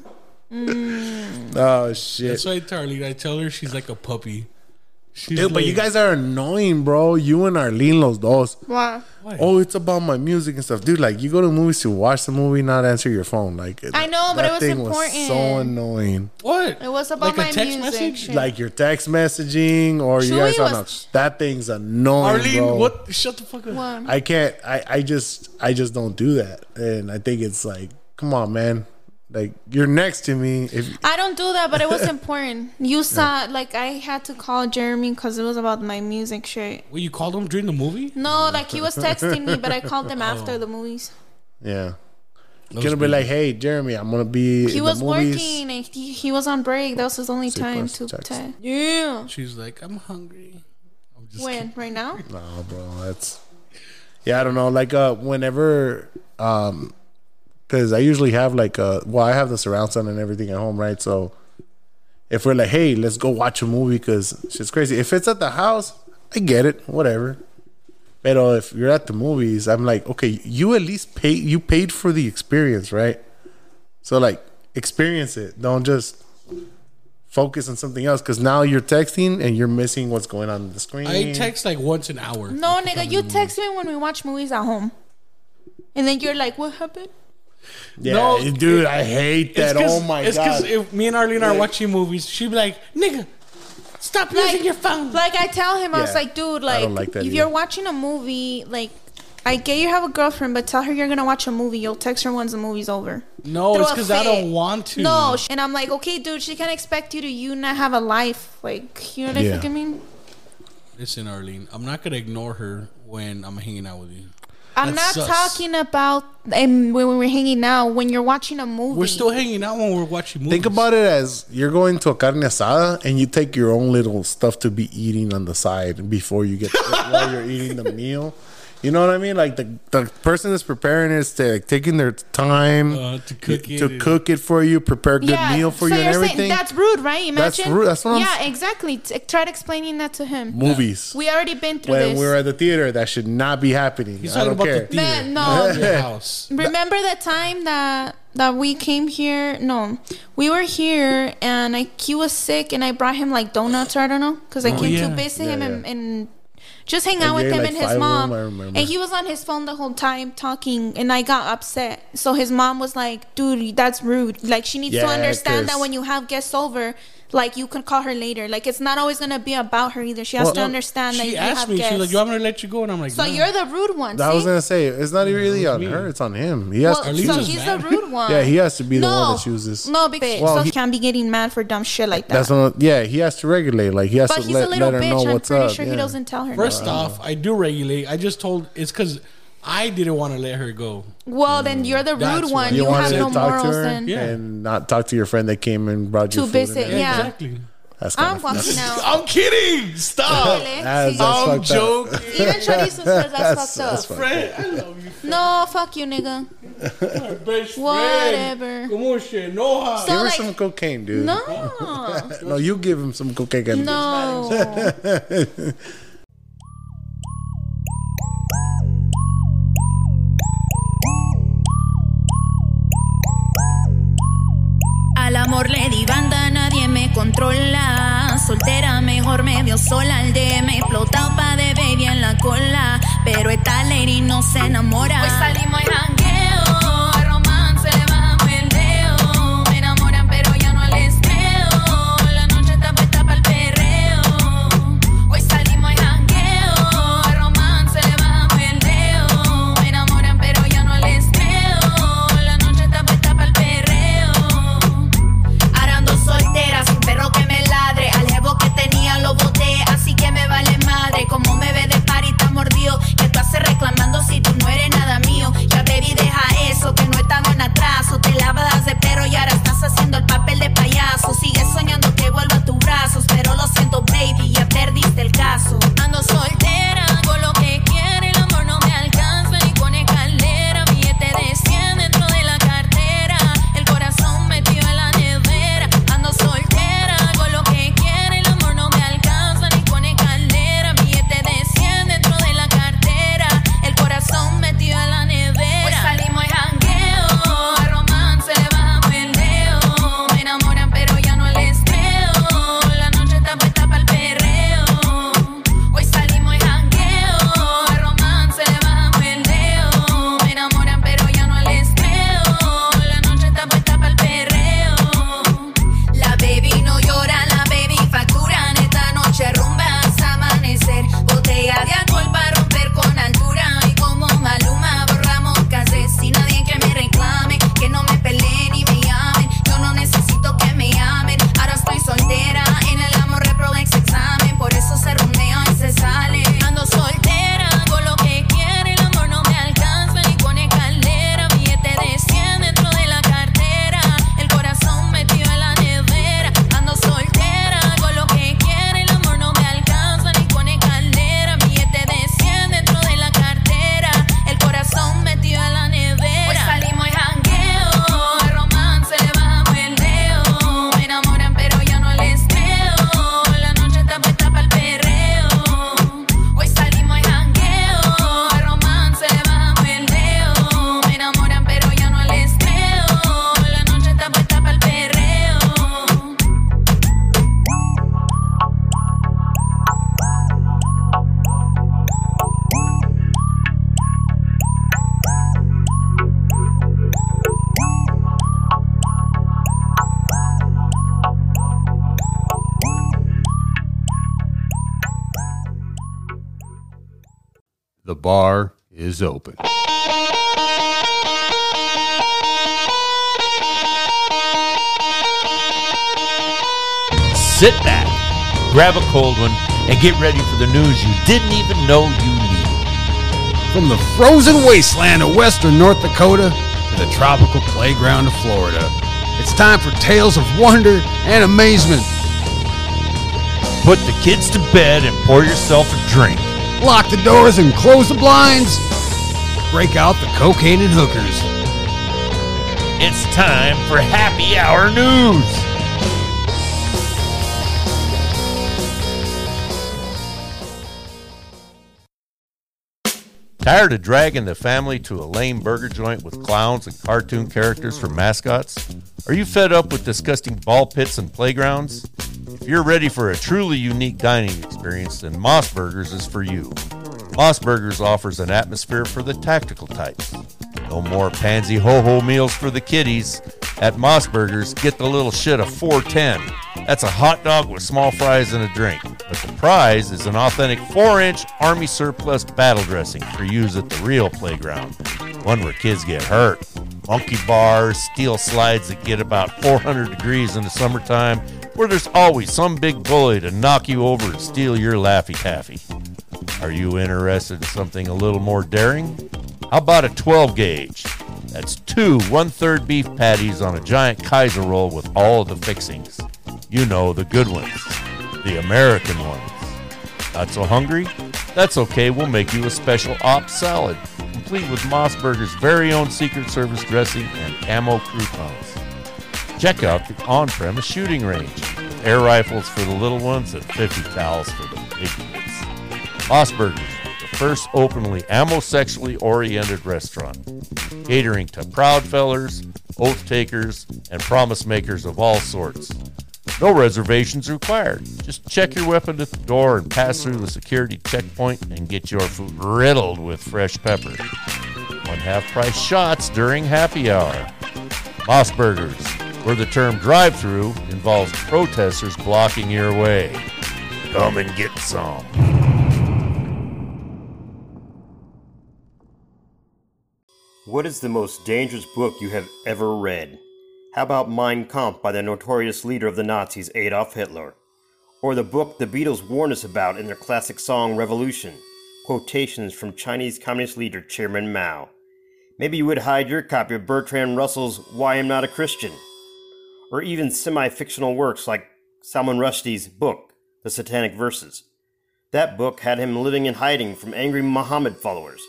Speaker 4: you.
Speaker 3: Oh shit.
Speaker 5: That's why Tarlene, I tell her she's like a puppy. She's
Speaker 3: Dude, but you
Speaker 5: like-
Speaker 3: guys are annoying, bro. You and Arlene, los dos.
Speaker 4: Wow.
Speaker 3: Oh, it's about my music and stuff, dude. Like, you go to movies to watch the movie, not answer your phone. Like,
Speaker 4: I know, but it was
Speaker 3: so
Speaker 4: important.
Speaker 3: annoying.
Speaker 5: What?
Speaker 4: It was about my music. shit.
Speaker 3: Like your text messaging, or you
Speaker 4: Chewy
Speaker 3: guys are
Speaker 4: was-
Speaker 3: not. That thing's annoying,
Speaker 5: Arlene,
Speaker 3: bro.
Speaker 5: what? Shut the fuck up.
Speaker 4: Wow.
Speaker 3: I can't. I I just I just don't do that, and I think it's like, come on, man. Like you're next to me. If
Speaker 4: I don't do that, but it was important. You saw, like, I had to call Jeremy because it was about my music shit.
Speaker 5: Well, you called him during the movie?
Speaker 4: No, like he was texting me, but I called him after the movies.
Speaker 3: yeah, gonna be like, hey, Jeremy, I'm gonna be.
Speaker 4: He
Speaker 3: in
Speaker 4: was
Speaker 3: the movies.
Speaker 4: working and he, he was on break. That was his only
Speaker 3: So
Speaker 4: time
Speaker 3: plus
Speaker 4: to
Speaker 3: text.
Speaker 4: text. Yeah.
Speaker 5: She's like, I'm hungry. I'm just
Speaker 4: When? Right now?
Speaker 3: Oh, bro, that's yeah. I don't know. Like, uh, whenever, um, because I usually have like, uh, well, I have the surround sound and everything at home, right? So if we're like, hey, let's go watch a movie, because shit's crazy. If it's at the house, I get it, whatever. But if you're at the movies, I'm like, okay, you at least pay, you paid for the experience, right? So like, experience it. Don't just focus on something else, because now you're texting and you're missing what's going on in the screen.
Speaker 5: kidding. I text like once an hour.
Speaker 4: No, nigga,
Speaker 3: mm.
Speaker 4: you text me when we watch movies at home. And then you're like, what happened?
Speaker 3: Yeah,
Speaker 5: No,
Speaker 3: dude, I hate that. Oh my
Speaker 5: it's
Speaker 3: god.
Speaker 5: It's because if me and Arlene are watching movies, she'd be like, nigga, stop using your phone.
Speaker 4: Like, I tell him, I was
Speaker 3: Yeah.
Speaker 4: like, dude,
Speaker 3: I
Speaker 4: like,
Speaker 3: don't like that
Speaker 4: if
Speaker 3: either.
Speaker 4: you're watching a movie, like, I get you have a girlfriend, but tell her you're gonna watch a movie. You'll text her once the movie's over.
Speaker 5: No,
Speaker 4: Throw
Speaker 5: it's
Speaker 4: a
Speaker 5: 'cause
Speaker 4: fit.
Speaker 5: I don't want to.
Speaker 4: No, sh- and I'm like, okay, dude, she can't expect you to you not have a life. Like, you know what
Speaker 3: Yeah.
Speaker 4: I fucking mean?
Speaker 5: Listen, Arlene, I'm not going to ignore her when I'm hanging out with you.
Speaker 4: I'm
Speaker 5: That's
Speaker 4: not
Speaker 5: sus.
Speaker 4: talking about and when we're hanging out. When you're watching a movie,
Speaker 5: We're still hanging out when we're watching movies.
Speaker 3: Think about it as you're going to a carne asada and you take your own little stuff to be eating on the side before you get while you're eating the meal. You know what I mean? Like the, the person that's preparing is to, like, taking their time
Speaker 5: Uh, to cook it
Speaker 3: to
Speaker 5: and-
Speaker 3: cook it for you, prepare a good meal for
Speaker 4: so
Speaker 3: you and
Speaker 4: you're saying
Speaker 3: everything.
Speaker 4: that's rude, right? Imagine
Speaker 3: That's rude. That's what I'm
Speaker 4: Yeah,
Speaker 3: s-
Speaker 4: exactly. T- try explaining that to him.
Speaker 3: Movies.
Speaker 4: We already been through
Speaker 3: When
Speaker 4: this.
Speaker 3: we were at the theater, that should not be happening.
Speaker 5: He's
Speaker 3: I
Speaker 5: talking
Speaker 3: don't
Speaker 5: about
Speaker 3: care.
Speaker 5: the theater.
Speaker 4: Man, no.
Speaker 5: Your house.
Speaker 4: Remember the time that that we came here? No, we were here and I, he was sick, and I brought him like donuts. I don't know because I came
Speaker 5: Oh, yeah.
Speaker 4: to visit
Speaker 3: Yeah,
Speaker 4: him and,
Speaker 3: yeah.
Speaker 4: and just hang
Speaker 3: And
Speaker 4: out with
Speaker 3: you're
Speaker 4: him
Speaker 3: like
Speaker 4: and
Speaker 3: five
Speaker 4: his
Speaker 3: of
Speaker 4: mom.
Speaker 3: them, I remember.
Speaker 4: and he was on his phone the whole time talking, and I got upset. So his mom was like, "Dude, that's rude. Like she needs to
Speaker 3: Yeah,
Speaker 4: understand that
Speaker 3: 'cause-
Speaker 4: when you have guests over." Like you could call her later. Like it's not always gonna be about her either. She has
Speaker 3: Well,
Speaker 4: to understand that
Speaker 5: She
Speaker 4: you
Speaker 5: asked
Speaker 4: have
Speaker 5: me,
Speaker 4: guests.
Speaker 5: she's like, "You want me to let you go?" And I'm like,
Speaker 4: so
Speaker 5: "No."
Speaker 4: you're the rude one.
Speaker 3: That I
Speaker 4: see?
Speaker 3: was gonna say it's not really on her; it's on him. He has
Speaker 4: well,
Speaker 3: to
Speaker 5: Arlene's
Speaker 4: so
Speaker 5: is
Speaker 3: choose.
Speaker 4: he's
Speaker 5: mad.
Speaker 4: the rude one.
Speaker 3: Yeah, he has to be the one that chooses.
Speaker 4: No, because
Speaker 3: Well,
Speaker 4: so
Speaker 3: he-
Speaker 4: he can't be getting mad for dumb shit like that.
Speaker 3: That's what. Yeah, he has to regulate. Like he has
Speaker 4: but
Speaker 3: to
Speaker 4: he's
Speaker 3: let,
Speaker 4: a little
Speaker 3: let her know
Speaker 4: bitch. I'm
Speaker 3: what's
Speaker 4: pretty
Speaker 3: up.
Speaker 4: sure
Speaker 3: yeah.
Speaker 4: he doesn't tell her.
Speaker 5: First
Speaker 4: no.
Speaker 5: off, I do regulate. I just told it's because I didn't want to let her go.
Speaker 4: well, then you're the
Speaker 5: That's
Speaker 4: rude
Speaker 5: why.
Speaker 4: one.
Speaker 3: you
Speaker 4: You,
Speaker 3: wanted
Speaker 4: have
Speaker 3: to
Speaker 4: no
Speaker 3: talk to
Speaker 4: morals.
Speaker 3: her
Speaker 4: Then
Speaker 5: Yeah.
Speaker 3: and not talk to your friend that came and brought you
Speaker 4: Too
Speaker 3: food and
Speaker 4: busy,
Speaker 3: everything.
Speaker 4: Yeah.
Speaker 5: exactly.
Speaker 3: That's kind
Speaker 4: I'm walking out.
Speaker 7: I'm kidding. Stop.
Speaker 3: That's, that's
Speaker 7: I'm
Speaker 3: fucked up.
Speaker 7: joking.
Speaker 4: Even Chorizo says that's, fucked
Speaker 3: That's- that's
Speaker 4: up.
Speaker 3: fucked up.
Speaker 5: I love you,
Speaker 4: No, fuck you, nigga.
Speaker 5: best friend.
Speaker 4: Whatever.
Speaker 5: Come on, shit. No, how.
Speaker 4: So
Speaker 3: Give her
Speaker 4: like,
Speaker 3: some cocaine, dude. No,
Speaker 4: no,
Speaker 3: you give him some cocaine. and-
Speaker 4: no.
Speaker 8: Al amor le di banda, nadie me controla. Soltera, mejor medio sola. Al DM explotado pa' de baby en la cola. Pero esta lady no se enamora. Hoy salimos y jangueo. A romance bajo el dedo. Me enamoran, pero ya no les creo. La noche está puesta pa'l perreo. Hoy salimos y jangueo. A romance bajo el dedo. Me enamoran, pero ya no les creo. La noche está puesta pa'l perreo. Ahora ando soltera, sin perro que me ladre. Al jevo que tenía lo boté, así que me vale madre. Como me ve de party tan mordido, que tú haces reclamando si tú no eres nada mío. Ya baby, deja eso, que no están en atraso. Te lavas de perro y ahora estás haciendo el papel de payaso. Sigues soñando que vuelva a tus brazos, pero lo siento, baby, ya perdiste el caso. Ando soltera, hago lo que quiero, el amor no me alcanza ni con escalera. Billete de 100 dentro de la cartera, el corazón metido en la nevera. Ando soltera, hago lo que quiero, el amor no me alcanza ni con escalera. Billete de 100 dentro de la cartera, el corazón metido en la nevera. Hoy Pues salimos y jangueo, a romance le bajamos el dedo. Me enamoran pero ya no les creo, la noche está puesta para el perreo. Hoy salimos y jangueo, a romance le bajamos el dedo. Me enamoran pero ya no les creo, la noche está puesta para el perreo. La baby no llora, la baby factura. En esta noche rumba hasta amanecer. Botella de alcohol para romper con altura. Y como Maluma borramos cassettes. Sin nadie que me reclame, que no me peleen y me llamen. Yo no necesito que me llamen. Ahora estoy soltera, en el amor reprobé ese examen. Por eso se rumea y se sale. Ando soltera, hago lo que quiere. El amor no me alcanza ni pone caldera. Billete de 100 dentro de la cartera. El corazón metido en la nevera. Ando soltera, hago lo que quiere. El amor no me alcanza ni pone caldera. Billete de 100 dentro de la cartera. El corazón metido en la nevera. Hoy salimos y jangueo. A romance le bajamos el dedo. Me enamoran, pero ya no les creo. La noche está puesta para el perreo. Hoy salimos y jangueo. A romance le bajamos el dedo. Me enamoran, pero ya no les creo. La noche está puesta para el perreo.
Speaker 9: The bar is open.
Speaker 6: Sit back, grab a cold one, and get ready for the news you didn't even know you needed.
Speaker 9: From the frozen wasteland of western North Dakota to the tropical playground of Florida, it's time for tales of wonder and amazement.
Speaker 6: Put the kids to bed and pour yourself a drink.
Speaker 9: Lock the doors and close the blinds. Break out the cocaine and hookers.
Speaker 6: It's time for Happy Hour News. Tired of dragging the family to a lame burger joint with clowns and cartoon characters for mascots? Are you fed up with disgusting ball pits and playgrounds? If you're ready for a truly unique dining experience, then Moss Burgers is for you. Moss Burgers offers an atmosphere for the tactical types. No more pansy ho ho meals for the kiddies. At Moss Burgers, get the little shit of 410. That's a hot dog with small fries and a drink. But the prize is an authentic 4 inch Army surplus battle dressing for use at the real playground, one where kids get hurt. Monkey bars, steel slides that get about 400 degrees in the summertime, where there's always some big bully to knock you over and steal your Laffy Taffy. Are you interested in something a little more daring? How about a 12 gauge? That's two one third beef patties on a giant Kaiser roll with all of the fixings. You know, the good ones, the American ones. Not so hungry? That's okay, we'll make you a special op salad, complete with Moss Burger's very own Secret Service dressing and ammo croutons. Check out the on premise shooting range with air rifles for the little ones and 50 cals for the big kids. Moss Burgers, the first openly ammo sexually oriented restaurant, catering to proud fellers, oath takers, and promise makers of all sorts. No reservations required. Just check your weapon at the door and pass through the security checkpoint and get your food riddled with fresh pepper. One half price shots during happy hour. Moss Burgers, where the term drive through involves protesters blocking your way. Come and get some.
Speaker 10: What is the most dangerous book you have ever read? How about Mein Kampf by the notorious leader of the Nazis, Adolf Hitler? Or the book the Beatles warned us about in their classic song Revolution? Quotations from Chinese Communist leader Chairman Mao. Maybe you would hide your copy of Bertrand Russell's Why I'm Not a Christian. Or even semi fictional works like Salman Rushdie's book, The Satanic Verses. That book had him living in hiding from angry Muhammad followers.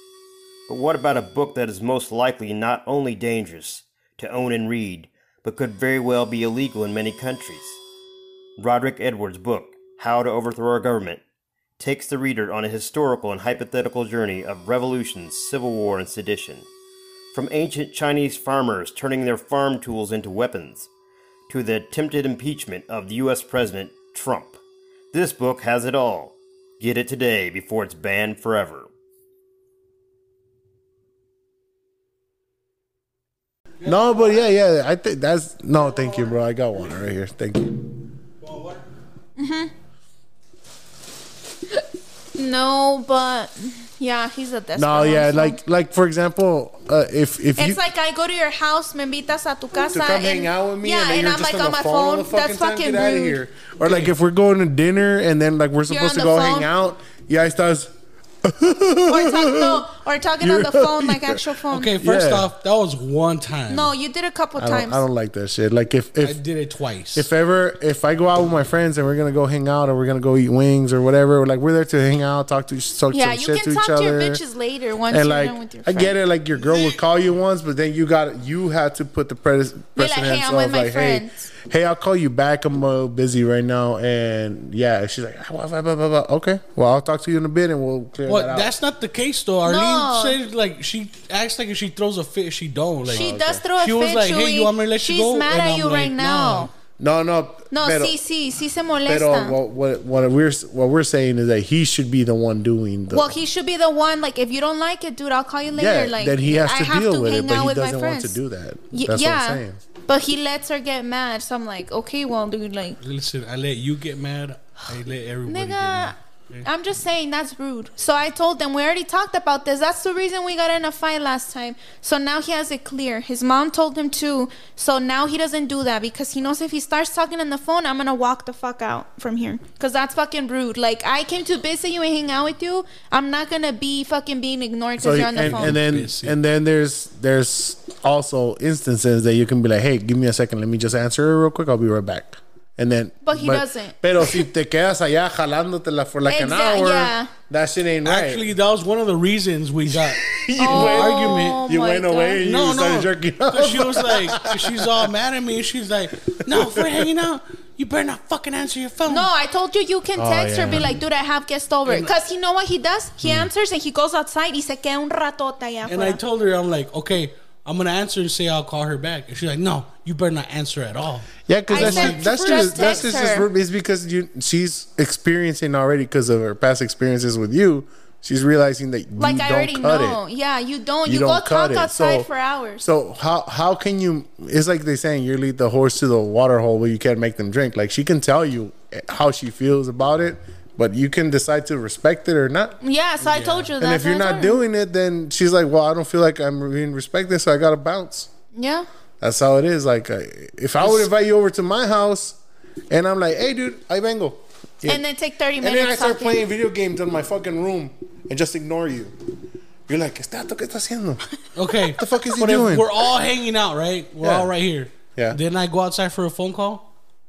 Speaker 10: But what about a book that is most likely not only dangerous to own and read, but could very well be illegal in many countries? Roderick Edwards' book, How to Overthrow Our Government, takes the reader on a historical and hypothetical journey of revolution, civil war, and sedition. From ancient Chinese farmers turning their farm tools into weapons, to the attempted impeachment of the U.S. President Trump. This book has it all. Get it today before it's banned forever.
Speaker 3: No, but yeah, yeah. I think that's no. Thank you, bro. I got one right here. Thank you.
Speaker 4: No, but yeah, he's a desperate.
Speaker 3: No, yeah.
Speaker 4: one, so-
Speaker 3: Like, like for example, uh, if if
Speaker 4: it's
Speaker 3: you
Speaker 4: like I go to your house, me invitas a tu casa,
Speaker 3: to come hang out with me,
Speaker 4: yeah,
Speaker 3: and, then
Speaker 4: and
Speaker 3: you're
Speaker 4: I'm
Speaker 3: just
Speaker 4: like on
Speaker 3: on, the
Speaker 4: my
Speaker 3: phone, all
Speaker 4: phone.
Speaker 3: the fucking
Speaker 4: That's
Speaker 3: time,
Speaker 4: fucking
Speaker 3: get out of
Speaker 4: rude.
Speaker 3: here. Or like if we're going to dinner and then like we're supposed to
Speaker 4: on
Speaker 3: go
Speaker 4: the
Speaker 3: hang
Speaker 4: phone.
Speaker 3: out, yeah, I starts.
Speaker 4: or, talk, no, or talking on the
Speaker 3: You're-
Speaker 4: phone, like actual phone.
Speaker 5: Okay, first
Speaker 3: Yeah.
Speaker 5: off, that was one time.
Speaker 4: no, you did a couple
Speaker 3: I don't,
Speaker 4: times.
Speaker 3: I don't like that shit. Like if
Speaker 5: I
Speaker 3: if
Speaker 5: did it twice.
Speaker 3: if ever if I go out with my friends and we're gonna go hang out or we're gonna go eat wings or whatever, like we're there to hang out, talk to talk
Speaker 4: yeah,
Speaker 3: some
Speaker 4: you
Speaker 3: shit
Speaker 4: can
Speaker 3: to
Speaker 4: talk
Speaker 3: each
Speaker 4: to your
Speaker 3: other.
Speaker 4: bitches later once
Speaker 3: and
Speaker 4: you're
Speaker 3: like
Speaker 4: done with your
Speaker 3: I
Speaker 4: friend.
Speaker 3: get it, like your girl would call you once, but then you got you had to put the pres-
Speaker 4: Be like, hey,
Speaker 3: precedence
Speaker 4: I'm with
Speaker 3: of
Speaker 4: my
Speaker 3: like, hey,
Speaker 4: friends.
Speaker 3: hey, I'll call you back. I'm uh, busy right now, and yeah, she's like, "Ah, blah, blah, blah, blah, blah. okay, well, I'll talk to you in a bit, and we'll clear
Speaker 5: Well,
Speaker 3: that out.
Speaker 5: that's not the case though. Arlene
Speaker 4: No.
Speaker 5: said like she acts like if she throws a fit, she don't.
Speaker 3: Oh,
Speaker 5: Like
Speaker 4: She does throw a
Speaker 5: She was
Speaker 4: fit,
Speaker 5: like, "Hey,
Speaker 4: Chewy.
Speaker 5: you want me to let
Speaker 4: She's
Speaker 5: you go?"
Speaker 4: mad
Speaker 5: And
Speaker 4: at
Speaker 5: I'm
Speaker 4: you
Speaker 5: like,
Speaker 4: right now.
Speaker 3: no, no,
Speaker 4: No,
Speaker 3: pero-
Speaker 4: sí, sí, sí se
Speaker 3: Pero
Speaker 4: molesta.
Speaker 3: what, what what we're what we're saying is that he should be the one doing the
Speaker 4: well, he should be the one. Like, if you don't like it, dude, I'll call you later.
Speaker 3: yeah.
Speaker 4: like,
Speaker 3: then he has
Speaker 4: I
Speaker 3: to
Speaker 4: have
Speaker 3: deal
Speaker 4: to
Speaker 3: with
Speaker 4: hang out
Speaker 3: it, but he
Speaker 4: with my
Speaker 3: doesn't want to
Speaker 4: friends.
Speaker 3: do that.
Speaker 4: Y-
Speaker 3: That's
Speaker 4: yeah,
Speaker 3: what I'm saying.
Speaker 4: but he lets her get mad. So I'm like, okay, well, dude, like,
Speaker 5: Listen, I let you get mad. I let everybody. get
Speaker 4: Nigga,
Speaker 5: mad.
Speaker 4: I'm just saying that's rude. So I told them we already talked about this. That's the reason we got in a fight last time. So now he has it clear. His mom told him too. So now he doesn't do that because he knows if he starts talking on the phone, I'm gonna walk the fuck out from here. Cause that's fucking rude. Like I came to visit you and hang out with you. I'm not gonna be fucking being ignored because
Speaker 3: So he-
Speaker 4: you're on the
Speaker 3: and,
Speaker 4: phone.
Speaker 3: and then and then there's there's also instances that you can be like, hey, give me a second, let me just answer it real quick, I'll be right back. And then,
Speaker 4: But he doesn't.
Speaker 3: Pero si te quedas allá jalándotela for like an
Speaker 4: Exact-
Speaker 3: hour,
Speaker 4: yeah.
Speaker 3: that shit ain't right.
Speaker 5: Actually, that was one of the reasons we got
Speaker 3: you
Speaker 5: argument.
Speaker 3: went, you
Speaker 4: Oh my
Speaker 3: went away. And
Speaker 5: No,
Speaker 3: you started
Speaker 5: no.
Speaker 3: jerking
Speaker 5: Cause
Speaker 3: off.
Speaker 5: she was like, she's all mad at me. and She's like, "No, if we're hanging out, you better not fucking answer your phone."
Speaker 4: No, I told you you can text her, be
Speaker 3: yeah.
Speaker 4: like, dude, I have guest over. Because you know what he does? He answers and he goes outside. He se queda un ratota allá
Speaker 5: And I
Speaker 4: afuera.
Speaker 5: told her, I'm like, okay, I'm gonna answer and say I'll call her back. And she's like, no, you better not answer at all.
Speaker 3: Yeah, because
Speaker 4: I
Speaker 3: that's
Speaker 4: said
Speaker 3: just, that's
Speaker 4: just
Speaker 3: just
Speaker 4: text
Speaker 3: that's just, just
Speaker 4: her.
Speaker 3: rude. It's because you she's experiencing already because of her past experiences with you She's realizing that you
Speaker 4: Like
Speaker 3: don't
Speaker 4: I already
Speaker 3: cut
Speaker 4: know.
Speaker 3: it.
Speaker 4: Yeah, you don't. You,
Speaker 3: You
Speaker 4: go
Speaker 3: don't cut
Speaker 4: talk
Speaker 3: it.
Speaker 4: outside
Speaker 3: So-
Speaker 4: for hours.
Speaker 3: So how how can you? It's like they saying you lead the horse to the water hole where you can't make them drink. Like she can tell you how she feels about it, but you can decide to respect it or not.
Speaker 4: yeah, so I told you that.
Speaker 3: And if you're not doing it, then she's like, "Well, I don't feel like I'm being respected, so I gotta bounce."
Speaker 4: yeah,
Speaker 3: That's how it is. Like, uh, if I would invite you over to my house, and I'm like, "Hey, dude, I vengo," Yeah.
Speaker 4: and then take thirty
Speaker 3: and
Speaker 4: minutes.
Speaker 3: then I start
Speaker 4: talking.
Speaker 3: playing video games in my fucking room and just ignore you, you're like, "Estato, qué está haciendo?"
Speaker 5: Okay. What
Speaker 3: the fuck is he
Speaker 5: But if
Speaker 3: doing?
Speaker 5: we're all hanging out, right? We're
Speaker 3: Yeah.
Speaker 5: all right here.
Speaker 3: Yeah.
Speaker 5: Then I go outside for a phone call.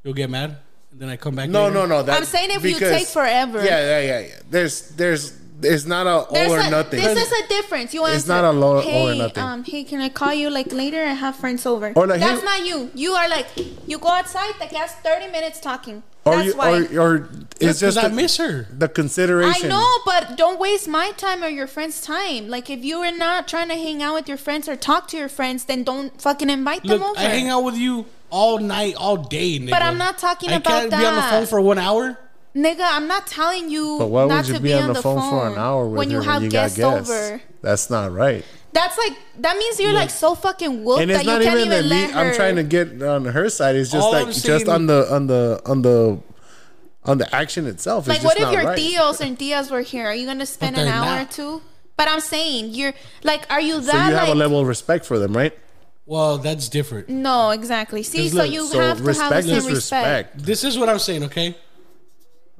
Speaker 5: You'll get mad. And then I come back.
Speaker 3: No,
Speaker 5: later.
Speaker 3: no, no. That,
Speaker 4: I'm saying if you
Speaker 3: because-
Speaker 4: take forever.
Speaker 3: Yeah, yeah, yeah, yeah. There's, there's, there's not a all
Speaker 4: There's
Speaker 3: or
Speaker 4: a,
Speaker 3: nothing.
Speaker 4: This is a difference. You answer.
Speaker 3: It's not a lo- all or
Speaker 4: hey,
Speaker 3: nothing.
Speaker 4: Um, hey, can I call you like later? I have friends over.
Speaker 3: Or like,
Speaker 4: That's
Speaker 3: hey-
Speaker 4: not you. You are like you go outside. The guy's thirty minutes talking.
Speaker 3: or
Speaker 4: That's
Speaker 3: you,
Speaker 4: why.
Speaker 3: or, or it's just
Speaker 5: I
Speaker 3: the-
Speaker 5: miss her.
Speaker 3: The
Speaker 4: I
Speaker 3: consideration.
Speaker 4: know, but don't waste my time or your friend's time. Like, if you are not trying to hang out with your friends or talk to your friends, then don't fucking invite them
Speaker 5: Look,
Speaker 4: over.
Speaker 5: I hang out with you all night, all day, nigga.
Speaker 4: But I'm not talking
Speaker 5: I
Speaker 4: about
Speaker 5: can't be on the
Speaker 4: that.
Speaker 5: phone for one hour.
Speaker 4: Nigga, I'm not telling you
Speaker 3: But why
Speaker 4: not
Speaker 3: would you
Speaker 4: to
Speaker 3: be on the phone, for an hour with
Speaker 4: when
Speaker 3: her
Speaker 4: you have
Speaker 3: when you
Speaker 4: guests,
Speaker 3: got guests?
Speaker 4: over.
Speaker 3: That's not right.
Speaker 4: That's like that means you're like so fucking woke
Speaker 3: and
Speaker 4: that
Speaker 3: it's
Speaker 4: you
Speaker 3: not
Speaker 4: can't
Speaker 3: even
Speaker 4: even,
Speaker 3: that
Speaker 4: let
Speaker 3: me-
Speaker 4: her.
Speaker 3: I'm trying to get on her side. It's just
Speaker 4: All
Speaker 3: like
Speaker 4: I'm
Speaker 3: just
Speaker 4: saying-
Speaker 3: on the on the on the on the action itself.
Speaker 4: like,
Speaker 3: it's
Speaker 4: what
Speaker 3: just
Speaker 4: if
Speaker 3: not
Speaker 4: your
Speaker 3: right.
Speaker 4: tios and tias were here? Are you gonna spend an
Speaker 3: they're
Speaker 4: hour
Speaker 3: not.
Speaker 4: or two? But I'm saying you're like, are you that
Speaker 3: So you
Speaker 4: like?
Speaker 3: have a level of respect for them, right?
Speaker 5: Well, that's different.
Speaker 4: no, exactly. See,
Speaker 3: 'Cause
Speaker 4: so
Speaker 3: look,
Speaker 4: you
Speaker 3: so
Speaker 4: have to have the
Speaker 3: respect
Speaker 4: same
Speaker 3: is
Speaker 4: respect.
Speaker 3: respect.
Speaker 5: This is what I'm saying, okay?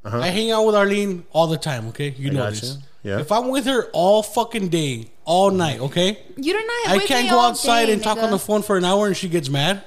Speaker 5: I hang out with Arlene all the time, okay? You know
Speaker 3: Uh-huh. gotcha.
Speaker 5: this.
Speaker 3: Yeah. Mm-hmm.
Speaker 5: If I'm with her all fucking day, all night, okay?
Speaker 4: You're not.
Speaker 5: I
Speaker 4: with
Speaker 5: can't
Speaker 4: me
Speaker 5: go
Speaker 4: all
Speaker 5: outside
Speaker 4: day,
Speaker 5: and talk
Speaker 4: nigga.
Speaker 5: on the phone for an hour and she gets mad.